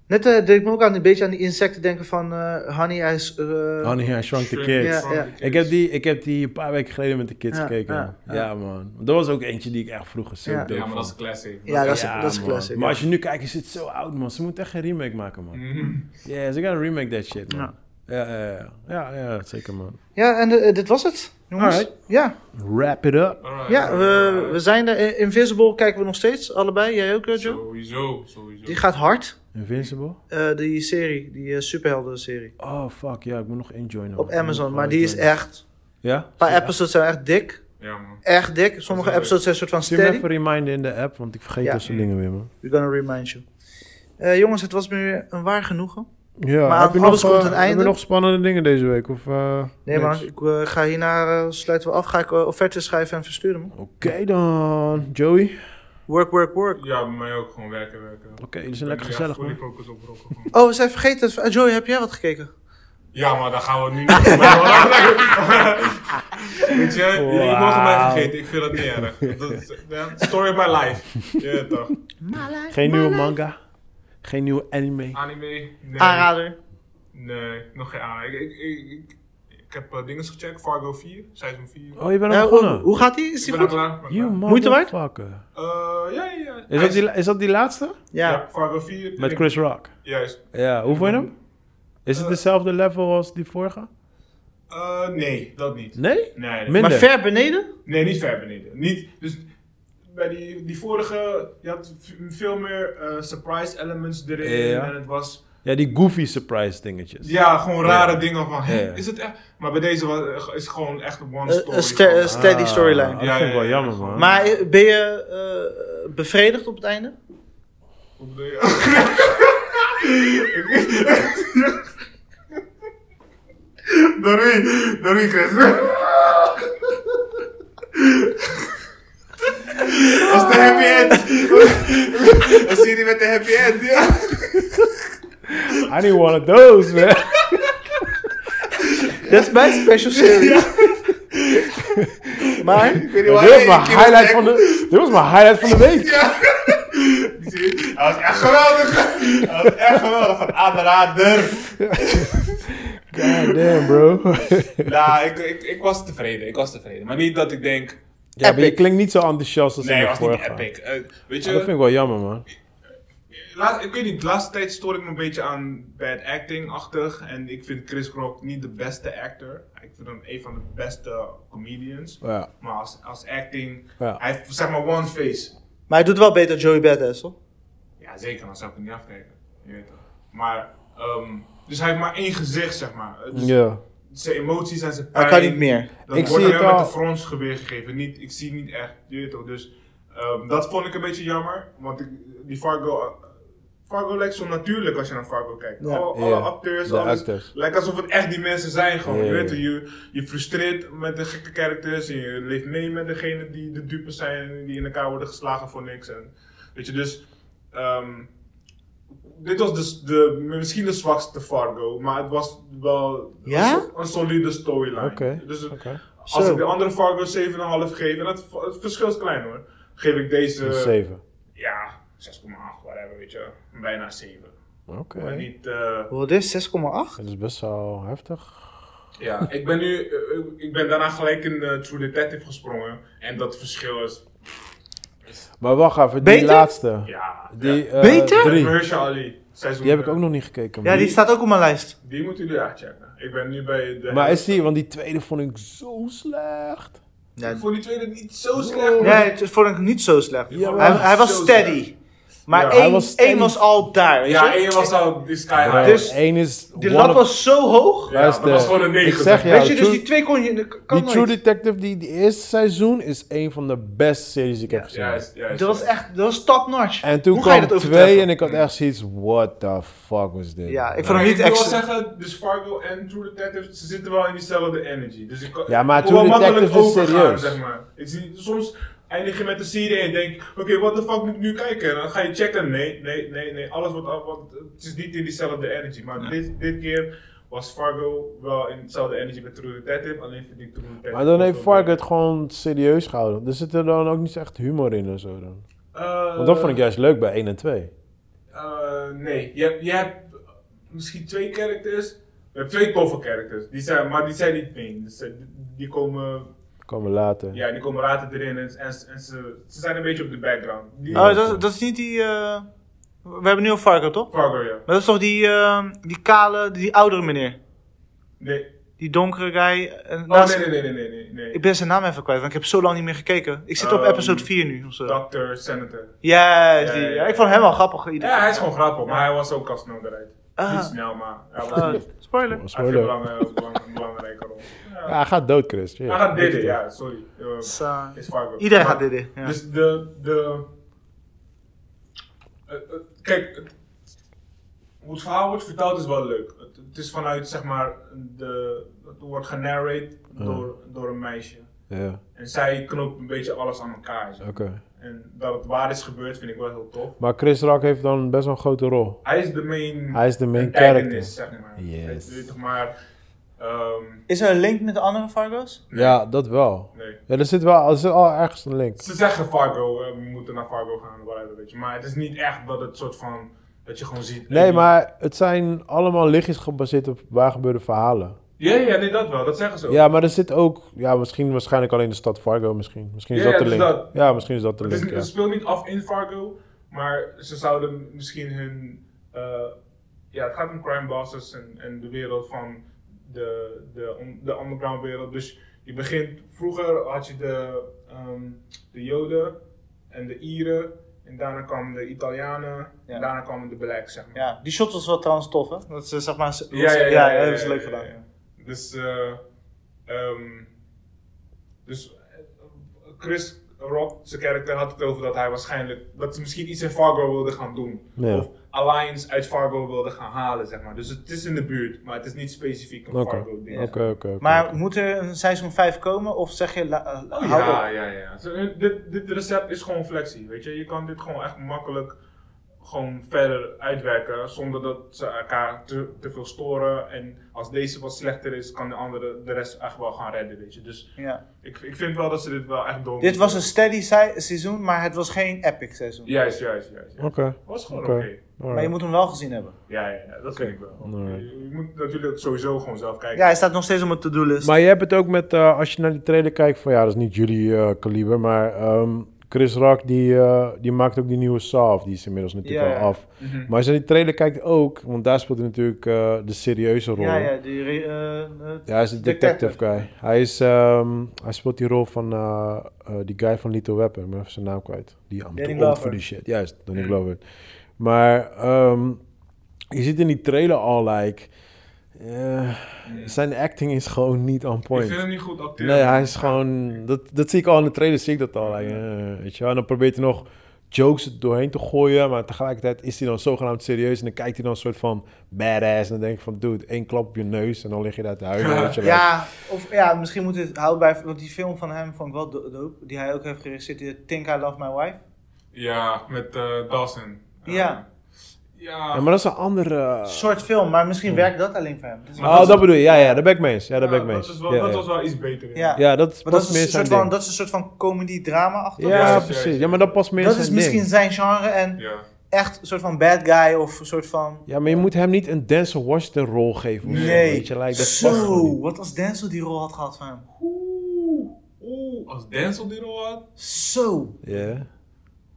C: Net eh, deed ik me ook aan, een beetje aan die insecten denken van eh Honey, hij is... eh,
B: Honey, I Shrunk the
A: Shrink-
B: Kids.
C: Ja,
A: Shrunk
C: ja.
A: the Kids.
B: Ik heb, die, ik heb die een paar weken geleden met de kids
C: Ja,
B: gekeken.
C: ja,
B: Ja,
C: ja.
B: man. Dat was ook eentje die ik echt vroeger zo
C: Ja.
B: dope
A: Ja, maar dat is
B: vond.
A: een classic.
C: Ja, dat is,
B: Ja,
C: dat is
B: man.
C: classic.
B: Maar als je nu kijkt, is het zo oud, man. Ze moeten echt een remake maken, man.
A: Mhm.
B: Yeah, ze gaan een remake that shit, man.
C: Ja.
B: Ja, ja, ja. ja, ja zeker, man.
C: Ja, en eh, dit was het, jongens.
B: Alright.
C: Ja,
B: Wrap it up.
A: Alright,
C: ja we,
A: alright.
C: we zijn er. Eh, Invisible kijken we nog steeds, allebei. Jij ook, eh, Joe?
A: Sowieso, sowieso.
C: Die gaat hard,
B: Invincible?
C: eh, die serie, die eh, superhelden-serie.
B: Oh, fuck. Ja, ik moet nog één joinen.
C: Op
B: man. Ik
C: Amazon,
B: moet
C: maar
B: nog
C: die is
B: joinen.
C: echt...
B: Ja?
C: Een paar episodes zijn echt dik.
A: Ja, man.
C: Echt dik. Sommige
A: Dat is
C: episodes zijn een soort van
B: Stuur me
C: steady.
B: even een reminder in de app, want ik vergeet
C: Ja.
B: dat soort dingen weer, man.
C: We're gonna remind you. Eh, jongens, het was me weer een waar genoegen.
B: Ja,
C: Maar
B: heb je
C: alles
B: nog,
C: komt
B: eh,
C: een
B: Heb
C: einde.
B: je nog spannende dingen deze week? Of, eh,
C: Nee,
B: niks?
C: man, ik eh, ga hierna, eh, sluiten we af, ga ik eh, offertes schrijven en versturen. Man.
B: Oké dan, Joey. Oké,
C: Work, work, work.
A: Ja, bij mij ook gewoon werken, werken.
B: dit is een lekker gezellig,
A: man.
B: man.
A: focus op rocken, gewoon.
C: Oh, we zijn vergeten. Eh, Joey, heb jij wat gekeken?
A: Ja, maar daar gaan we nu niet over. Weet je, je mag mij vergeten. Ik vind dat niet erg. Dat is, ja, story of my life. Ja, toch.
B: Geen nieuwe manga. Geen nieuwe anime.
C: Ah.
A: Anime? Nee.
C: Aanrader.
A: Nee, nog geen aanrader. Ik, ik, ik, ik, ik heb eh, dingen gecheckt. Fargo 4, seizoen 4.
B: Oh, je bent
C: Eh,
B: al
C: hoe,
B: begonnen.
C: hoe gaat die? Is
A: Ik
C: die
A: ben er
C: goed?
A: klaar. ben er
B: You
A: klaar.
C: Moeite waard?
B: motherfucker.
A: Eh, ja, ja, ja.
B: Is
A: Hij
B: dat, die, la- is dat die laatste?
C: Ja.
A: Ja, Fargo 4.
B: Met
A: Ik-
B: Chris Rock.
A: Juist.
B: Ja, hoe vond je hem? Is het
A: Eh,
B: dezelfde level als die vorige?
A: Eh, nee, dat niet.
B: Nee?
A: Nee, nee.
B: Minder.
C: Maar ver beneden?
A: Nee, niet ver beneden. Niet, dus bij die, die vorige, je had v- veel meer eh, surprise elements erin.
B: Ja.
A: En het was,
B: Ja, die goofy surprise dingetjes.
A: ja, gewoon rare
B: Ja.
A: dingen van, hé,
B: Ja.
A: is het echt? Maar bij deze was, is het gewoon echt een one
C: Eh,
A: story.
C: een ste-
A: gewoon.
C: een steady storyline.
B: Ah,
A: Ja,
B: dat vind ik wel
A: ja, ja,
B: jammer,
A: gewoon.
B: man.
C: Maar eh, ben je eh, bevredigd op het einde?
A: Wat bedoel je? Doei, doei Chris. Dat is de happy end. Dat is jullie met de happy end. Ja.
B: I need one of those, man.
C: Dat is mijn special series. maar,
A: Ik weet niet
B: dit,
A: waar
B: was
A: je-
B: mijn
A: ik weet niet
B: highlight
A: waar-
B: van de, dit was mijn highlight van de week.
A: Hij was echt geweldig. Hij was echt geweldig. Van aanrader.
B: God damn, bro.
A: Nou, ik, ik, ik was tevreden. Ik was tevreden. Maar niet dat ik denk...
B: ja, maar je
C: Epic.
B: klinkt niet zo enthousiast als
A: Nee,
B: in
A: het
B: de
A: was niet
B: vorige.
A: epic. Dus- Eh, weet
B: Ja, dat
A: je,
B: vind ik wel jammer, man.
A: Laat- ik weet niet, de laatste tijd stoor ik me een beetje aan bad acting-achtig. En ik vind Chris Rock niet de beste actor. Ik vind hem een van de beste comedians.
B: Ja.
A: Maar als, als acting,
B: Ja.
A: hij heeft zeg maar one face.
C: maar hij doet wel beter Joey Badass, hoor.
A: Ja, zeker, dan zou ik hem niet afkijken. Je weet het. Maar, ehm, dus hij heeft maar één gezicht, zeg maar. Dus
B: Ja.
A: Zijn emoties en zijn pijn.
C: Hij kan niet meer.
A: Dat
B: Ik
A: wordt
B: zie
A: hem
B: het
A: met
B: al.
A: een frons geweer gegeven. Niet, ik zie niet echt, je weet toch. Dus ehm, dat vond ik een beetje jammer. Want ik, die Fargo... eh, Fargo lijkt zo natuurlijk als je naar Fargo kijkt.
C: Ja.
A: Alle, alle
B: Ja,
A: acteurs,
B: de
A: alles.
B: actors.
A: Lijkt alsof het echt die mensen zijn gewoon.
B: Ja,
A: je
B: ja,
A: weet
B: ja.
A: toch, je, je frustreert met de gekke characters. En je leeft mee met degenen die de dupe zijn. En die in elkaar worden geslagen voor niks. En, weet je, dus... ehm, dit was dus de, misschien de zwakste Fargo, maar het was wel
C: Ja?
A: een, so- een solide storyline.
B: Oké,
A: Dus het-
B: oké.
A: als
C: Zo.
A: ik de andere Fargo 7,5 geef, en het, het verschil is klein hoor, geef ik deze
B: Een 7.
A: ja, 6,8, whatever, weet je, wel. bijna 7.
B: Oké.
A: Maar niet, eh,
C: Wow, dit is 6,8.
B: Dat is best wel heftig.
A: ja, ik ben nu, eh, eh, ik ben daarna gelijk in eh, True Detective gesprongen en dat verschil is,
B: Maar wacht even, die
C: Beter?
B: laatste.
A: ja.
B: Die,
A: ja.
B: eh,
C: Beter?
B: Drie.
A: Mahershala Ali, seizoen
B: Die heb ik
A: drie.
B: ook nog niet gekeken.
C: Ja,
B: man.
C: die staat ook op mijn lijst.
A: Die moeten jullie uitchecken. Ik ben nu bij de...
B: Maar is die, want die tweede vond ik zo slecht.
A: Ik vond die tweede niet zo slecht.
B: Wow.
A: maar-
C: Nee, het vond ik niet zo slecht.
B: Ja,
C: hij, hij was
A: zo
C: steady. Maar
A: Ja,
B: hij
C: één,
B: was
C: was
B: steady.
C: één was al daar, weet
A: Ja,
C: je?
A: en je was al die sky high.
B: Dus
C: Dus-
B: één is.
C: Die
B: one
C: lat
B: of-
C: was zo hoog.
A: Ja,
B: luister,
A: dat was gewoon een negen,
B: Ik zeg
A: man.
B: jou,
C: weet je, dus
B: True-
C: die twee kon je... dat Kan
B: die True
C: nooit.
B: Detective, die, die eerste seizoen, is één van de beste series ik heb gezien.
A: Juist, juist.
C: Dat was echt... Dat was top notch.
B: En toen
C: Hoe ga je
B: kwam
C: dat
B: twee
C: overtreffen?
B: en ik had echt zoiets, what the fuck was dit?
C: Ja,
B: Nou,
C: ik vond hem
A: Maar
C: niet
A: ik wil wel
C: extra...
A: zeggen, dus Fargo en True Detective, ze zitten wel in diezelfde energy. Dus ik kan,
B: Ja, maar
A: ik kan wel
B: True
A: makkelijk
B: Detective is
A: overgaan,
B: serieus.
A: Zeg maar. ik zie, soms eindig je met een serie en je denkt, oké, what the fuck moet ik nu kijken? En dan ga je checken, nee, nee, nee, nee, alles wordt af, want het is niet in diezelfde energy. Maar dit, dit keer was Fargo wel in dezelfde energy met True Detective, alleen vind ik True Detective...
B: Maar dan heeft
A: wel
B: Fargo
A: beter.
B: het gewoon serieus gehouden. Er zit er dan ook niet echt humor in en zo dan.
A: Eh,
B: Want dat vond ik juist leuk bij 1 en 2.
A: Eh, nee, je hebt, je hebt misschien twee characters. Je hebt twee cover characters, die zijn, maar die zijn niet main. Dus, eh, die komen
B: Komen later.
A: Ja, die komen later erin en, en, en ze, ze zijn een beetje op de background. Die
C: Oh, dat, dat is niet die. eh, We hebben nu al Fargo, toch?
A: Fargo, ja.
C: Maar dat is toch die, eh, die kale, die oudere meneer?
A: Nee.
C: Die donkere guy. eh,
A: Oh,
C: naast-
A: nee, nee, nee, nee, nee, nee. nee.
C: Ik ben zijn naam even kwijt, want ik heb zo lang niet meer gekeken. Ik zit op
A: Ehm,
C: episode 4 nu of zo.
A: Dr. Senator. Ja,
C: Juist, die.
A: ja,
C: Ja,
A: ja.
C: ik vond hem wel grappig. Iedere
A: Ja, hij is gewoon grappig, maar hij was ook al snel eruit.
C: Ah.
A: Niet snel, maar hij was
C: Eh,
A: niet.
C: spoiler.
A: Hij heeft een lange- belang- belangrijke rol.
B: Ja, hij gaat dood, Chris.
A: Hij gaat dit, ja, sorry. Eh,
C: Dus, eh,
A: is Fargo.
C: iedereen
A: Maar-
C: gaat dit in. Ja.
A: Dus de. de eh, eh, kijk, het- hoe het verhaal wordt verteld is wel leuk. Het, het is vanuit, zeg maar, de, het wordt genarrate door, door een meisje.
B: Ja,
A: En zij knoopt een beetje alles aan elkaar. zo.
B: oké.
A: En dat het waar is gebeurd vind ik wel heel tof.
B: Maar Chris Rock heeft dan best wel een grote rol.
A: Hij is de main.
B: Hij is de main
A: antagonist,
B: character.
A: zeg maar.
B: Yes.
A: Het- weet toch maar. ehm,
C: Is er een link met de andere Fargo's?
B: Ja, dat wel.
A: nee.
B: Ja, er zit wel er zit al ergens een link.
A: Ze zeggen Fargo, eh, we moeten naar Fargo gaan, whatever, weet je. Maar het is niet echt dat het soort van. dat je gewoon ziet.
B: Nee,
A: eh,
B: maar het zijn allemaal lichtjes gebaseerd op waar gebeurde verhalen.
A: Ja, ja, nee, dat wel, dat zeggen ze ook.
B: Ja, maar er zit ook... Ja, misschien waarschijnlijk alleen de stad Fargo misschien. Misschien is
A: Ja,
B: dat de
A: ja,
B: link.
A: dus dat.
B: Ja, misschien is dat de
A: het, is,
B: link,
A: niet-
B: ja.
A: het speelt niet af in Fargo, maar ze zouden misschien hun. eh, ja, het gaat om crime bosses en, en de wereld van de, de, on- de underground wereld. Dus je begint. Vroeger had je de, ehm, de Joden en de Ieren. En daarna kwamen de Italianen.
C: Ja.
A: En daarna kwamen de Blacks, zeg maar.
C: Ja, die shot was wel trouwens tof, hè? Dat ze, zeg maar, ze-
A: Ja, ja, ja,
C: ja,
A: ja,
C: dat is
A: ja,
C: leuk
A: ja,
C: gedaan.
A: ja. Dus, eh, ehm, dus eh, Chris Rock, zijn karakter, had het over dat hij waarschijnlijk, dat ze misschien iets in Fargo wilde gaan doen.
B: Ja.
A: Of Alliance uit Fargo wilde gaan halen, zeg maar. Dus het is in de buurt, maar het is niet specifiek een
B: Oké,
A: Fargo ding.
B: oké, oké, oké.
C: Maar moet er een seizoen 5 komen of zeg je. la- eh,
A: Oh,
C: hou
A: ja,
C: op.
A: ja, ja. Zo, eh, dit, dit recept is gewoon flexie, weet je. Je kan dit gewoon echt makkelijk gewoon verder uitwerken zonder dat ze elkaar te, te veel storen. En als deze wat slechter is, kan de andere de rest echt wel gaan redden, weet je. Dus
C: Ja.
A: ik, ik vind wel dat ze dit wel echt door
C: Dit was een
A: moeten-
C: steady se- seizoen, maar het was geen epic seizoen.
A: Juist, juist, juist. juist.
B: Oké.
A: was gewoon
B: Oké.
A: oké.
C: Maar je moet hem wel gezien hebben.
A: Ja, ja, ja, dat vind ik wel.
B: Alright.
A: Je, je moet natuurlijk sowieso gewoon zelf kijken.
C: Ja, hij staat nog steeds op mijn to-do-list.
B: Maar je hebt het ook met, eh, als je naar die trailer kijkt, van ja, dat is niet jullie eh kaliber, maar ehm, Chris Rock, die, eh, die maakt ook die nieuwe Saw, of die is inmiddels natuurlijk
C: Ja,
B: al
C: ja. Mhm.
B: af. Maar als je naar die trailer kijkt ook, want daar speelt hij natuurlijk eh, de serieuze rol.
C: Ja, ja, die. re- eh, eh,
B: Ja, hij is de detective guy. Hij, is, ehm, hij speelt die rol van eh, eh, die guy van Little Weapon. Ik ben even zijn naam kwijt. Die I'm
C: Danny
B: too old
C: Glover. Mhm.
B: voor die shit. Juist, Danny Glover. Maar ehm, je ziet in die trailer al, like... eh, Zijn acting is gewoon niet on
A: Ik vind
B: point.
A: hem niet goed acteren.
B: Nee, hij is gewoon... Dat, dat zie ik al in de trailer, zie ik dat al. like, eh, weet je wel? En dan probeert hij nog jokes er doorheen te gooien. Maar tegelijkertijd is hij dan zogenaamd serieus. En dan kijkt hij dan een soort van badass. En dan denk ik van, dude, één klap op je neus. En dan lig je daar te huilen. weet je wel.
C: Ja, of, ja, misschien moet dit houden bij. Want die film van hem vond ik wel do- dope. Die hij ook heeft geregisseerd, die Think I Love My Wife.
A: Ja, met eh, Dawson. Eh,
C: Ja.
A: Ja.
B: Ja, maar dat is een andere... eh,
C: Een soort film, maar misschien werkt dat alleen voor hem. Dus-
A: Ah. Maar
B: Oh, dat, bedoel je. Ja, ja, daar ben ik mee eens. Ja, daar
A: Ja,
B: ben ik mee
A: dat
B: eens.
A: is wel-
B: ja,
A: dat
B: ja.
A: was wel iets beter. ja.
C: ja.
B: Ja, dat
C: Maar
B: past
C: dat
B: meer
C: is,
B: zijn
C: een soort van,
B: ding.
C: dat is een soort van comedy-drama achter.
B: Ja,
A: Ja,
B: precies.
A: juist.
B: Ja, maar dat past meer
C: dat
B: zijn
C: is misschien
B: ding.
C: zijn genre en
A: Ja.
C: echt een soort van bad guy of een soort van.
B: Ja, maar je moet hem niet een Denzel Washington rol geven. Of zo,
C: Nee.
B: weet je, like, dat past gewoon
C: Zo,
B: niet.
C: wat als Denzel die rol had gehad van hem.
A: Oeh, oeh, als Denzel die rol had.
C: Zo,
B: Ja.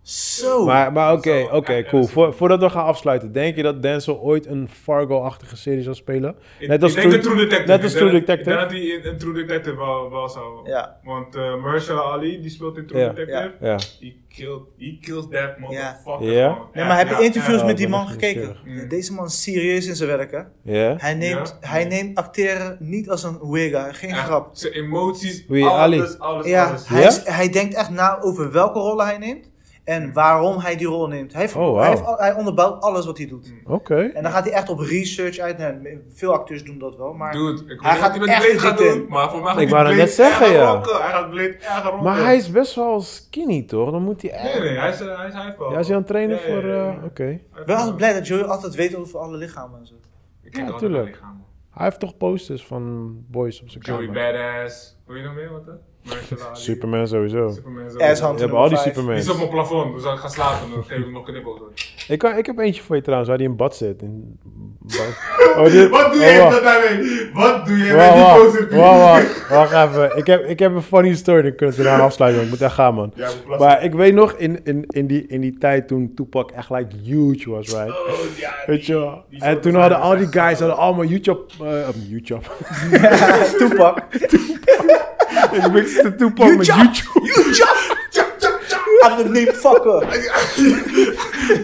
C: zo.
B: Maar, maar oké,
A: Zo,
B: oké,
A: ja, ja,
B: cool.
A: dat is-
B: Voor, voordat we gaan afsluiten, denk je dat Denzel ooit een Fargo-achtige serie zal spelen? Net als
A: ik denk
B: True-
A: een True Detective.
B: net als
A: Ik denk dat-
B: True
A: Ik denk
B: Detective.
A: dat hij in, in True Detective wel, wel zou.
C: Ja.
A: Want eh Mahershala Ali, die speelt in True
B: Ja.
A: Detective.
B: Ja.
A: He, killed, he kills that motherfucker.
B: Ja.
A: man.
C: nee, maar heb je
A: Ja, Mm.
C: interviews
B: ja,
C: met die
B: dat
C: man
B: is
C: gekeken?
B: nieuwsgierig.
C: Ja, Deze man is serieus in zijn werk, hè?
B: Ja?
C: Hij neemt,
A: Ja.
C: hij neemt acteren niet als een wega, geen
A: ja.
C: grap.
A: Zijn emoties,
B: Wie,
A: alles,
B: Ali?
A: alles, alles.
C: Ja, hij,
B: Ja?
C: is- hij denkt echt na over welke rollen hij neemt en waarom hij die rol neemt. Hij, heeft-
B: Oh, wauw.
C: hij, heeft al- hij onderbouwt alles wat hij doet.
A: Mm.
B: Oké.
C: En dan gaat hij echt op research uit. Nee, veel acteurs doen dat wel, maar...
A: Dude, ik
C: Hij
A: weet
C: gaat
A: niet wat hij
C: echt
A: met Blade gaat
C: dik in.
A: doen, maar voor mij gaat
B: Ik
A: hij
B: wou dat
A: Blade
B: net zeggen,
A: erger
B: ja.
A: rocken. Hij gaat Blade erger rocken.
B: Maar hij is best wel skinny, toch? Dan moet hij echt...
A: Nee, nee, hij is, eh, hij is hij heeft wel.
B: Ja, is hij aan het trainen
A: Ja, ja,
B: voor...
A: ja, ja.
B: eh, Oké.
A: Hij
C: Ik
A: heeft
C: ben
A: wel-
C: altijd blij dat Joey altijd weet over alle lichamen en zo.
A: Ik ken
B: Ja,
A: wel
B: tuurlijk.
A: dat lichaam.
B: Hij heeft toch posters van boys op zijn
A: Joey
B: kamer.
A: Badass.
E: Wil je nog meer wat? hè? Marshall Ali,
B: Superman sowieso. Je
E: Superman. zo.
C: Asshand.
B: hebt al die
C: Vijf.
E: Die is op
B: Supermans.
E: mijn plafond, dus als ik ga slapen, dan geef ik nog een knibbel. zo.
B: Ik, kan, ik heb eentje voor je trouwens, waar die in bad zit. In, Oh, dit-
E: Wat doe
B: oh,
E: jij
B: wacht.
E: dat daarmee? Wat doe jij met
B: Wacht,
E: die
B: wacht,
E: positie?
B: wacht, wacht, wacht even. Ik heb, ik heb een funny story, dan kunnen we het eraan afsluiten. want Ik moet echt gaan, man.
E: Ja, we plassen.
B: Maar ik weet nog, in, in, in, die, in die tijd toen Tupac echt like huge was, right?
E: Oh, ja,
B: Weet je wel?
E: die
B: En
E: foto's
B: toen hadden
E: zijn
B: al die
E: echt
B: guys hadden allemaal YouTube... eh, op YouTube.
C: Toepak.
B: ik mixte Tupac met YouTube.
E: Tjap, tjap, tjap.
C: Aan het neem fucken.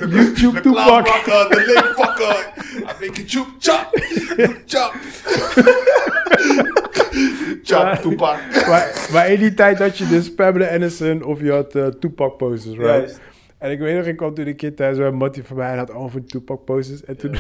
B: YouTube Tupac.
D: Klaarbakker, de leefbakker. Ik denk, tjoep, tjap, tjap. Tjap, toepak.
B: maar, maar in die tijd had je dus Pamela Anderson of je had eh Tupac posters, right?
C: Juist.
B: En ik weet nog, ik kwam toen een keer thuis bij Mattie van mij en had allemaal van die Tupac posters. En toen,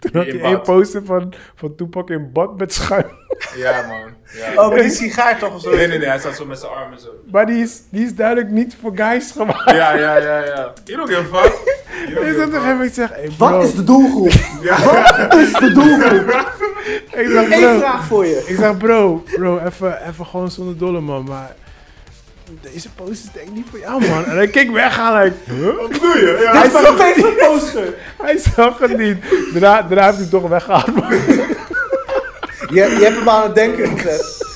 B: toen had
E: In
B: hij één
E: bad.
B: poster van, van Tupac in bad met schuim.
E: Ja, man. Ja.
C: Oh, met die sigaar toch of zo.
E: Nee, nee, nee, hij staat zo met zijn armen zo.
B: Maar die is, die is duidelijk niet voor guys gemaakt.
E: Ja, ja, ja, ja. You don't give a fuck. You don't
B: Ik
E: give a
B: zat
E: fuck.
B: toch even, ik zeg, hey, bro.
C: Wat is de doelgroep? Wat is de doelgroep?
B: Ik zeg,
C: Eén
B: bro,
C: vraag voor je.
B: ik zeg, bro, bro, even, even gewoon zonder dolle, man. Maar deze post is denk ik niet voor jou, man. En dan keek ik weg aan, like, huh?
E: Wat bedoel je?
C: Dit
E: Ja, hij
C: is
E: staat-
C: nog even een poster.
B: Hij zag het niet. Daarna, daarna heeft hij het toch weggehaald, man.
C: Je, je hebt hem aan het denken gezet.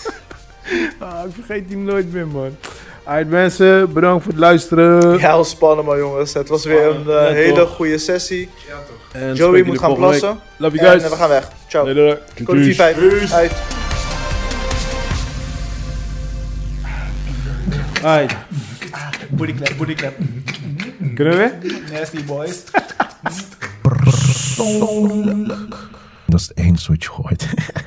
B: Ah, ik vergeet hem nooit meer, man. Alright, mensen, bedankt voor het luisteren.
C: Ja, ontspannen maar jongens. Het was weer een eh,
B: Ja,
C: hele
B: toch.
C: goede sessie.
E: Ja, toch.
B: En spreken
C: Joey
B: jullie
C: moet gaan
B: volgende week.
C: plassen.
B: Love you
C: En
B: guys.
C: eh, we gaan weg. Ciao.
B: Doei, doei.
C: Code
B: Doei.
C: 4-5. Uit.
B: Alright,
C: Booty clap, booty clap.
B: kunnen we weer?
C: Nasty boys.
F: Dat is het enige wat je gooit.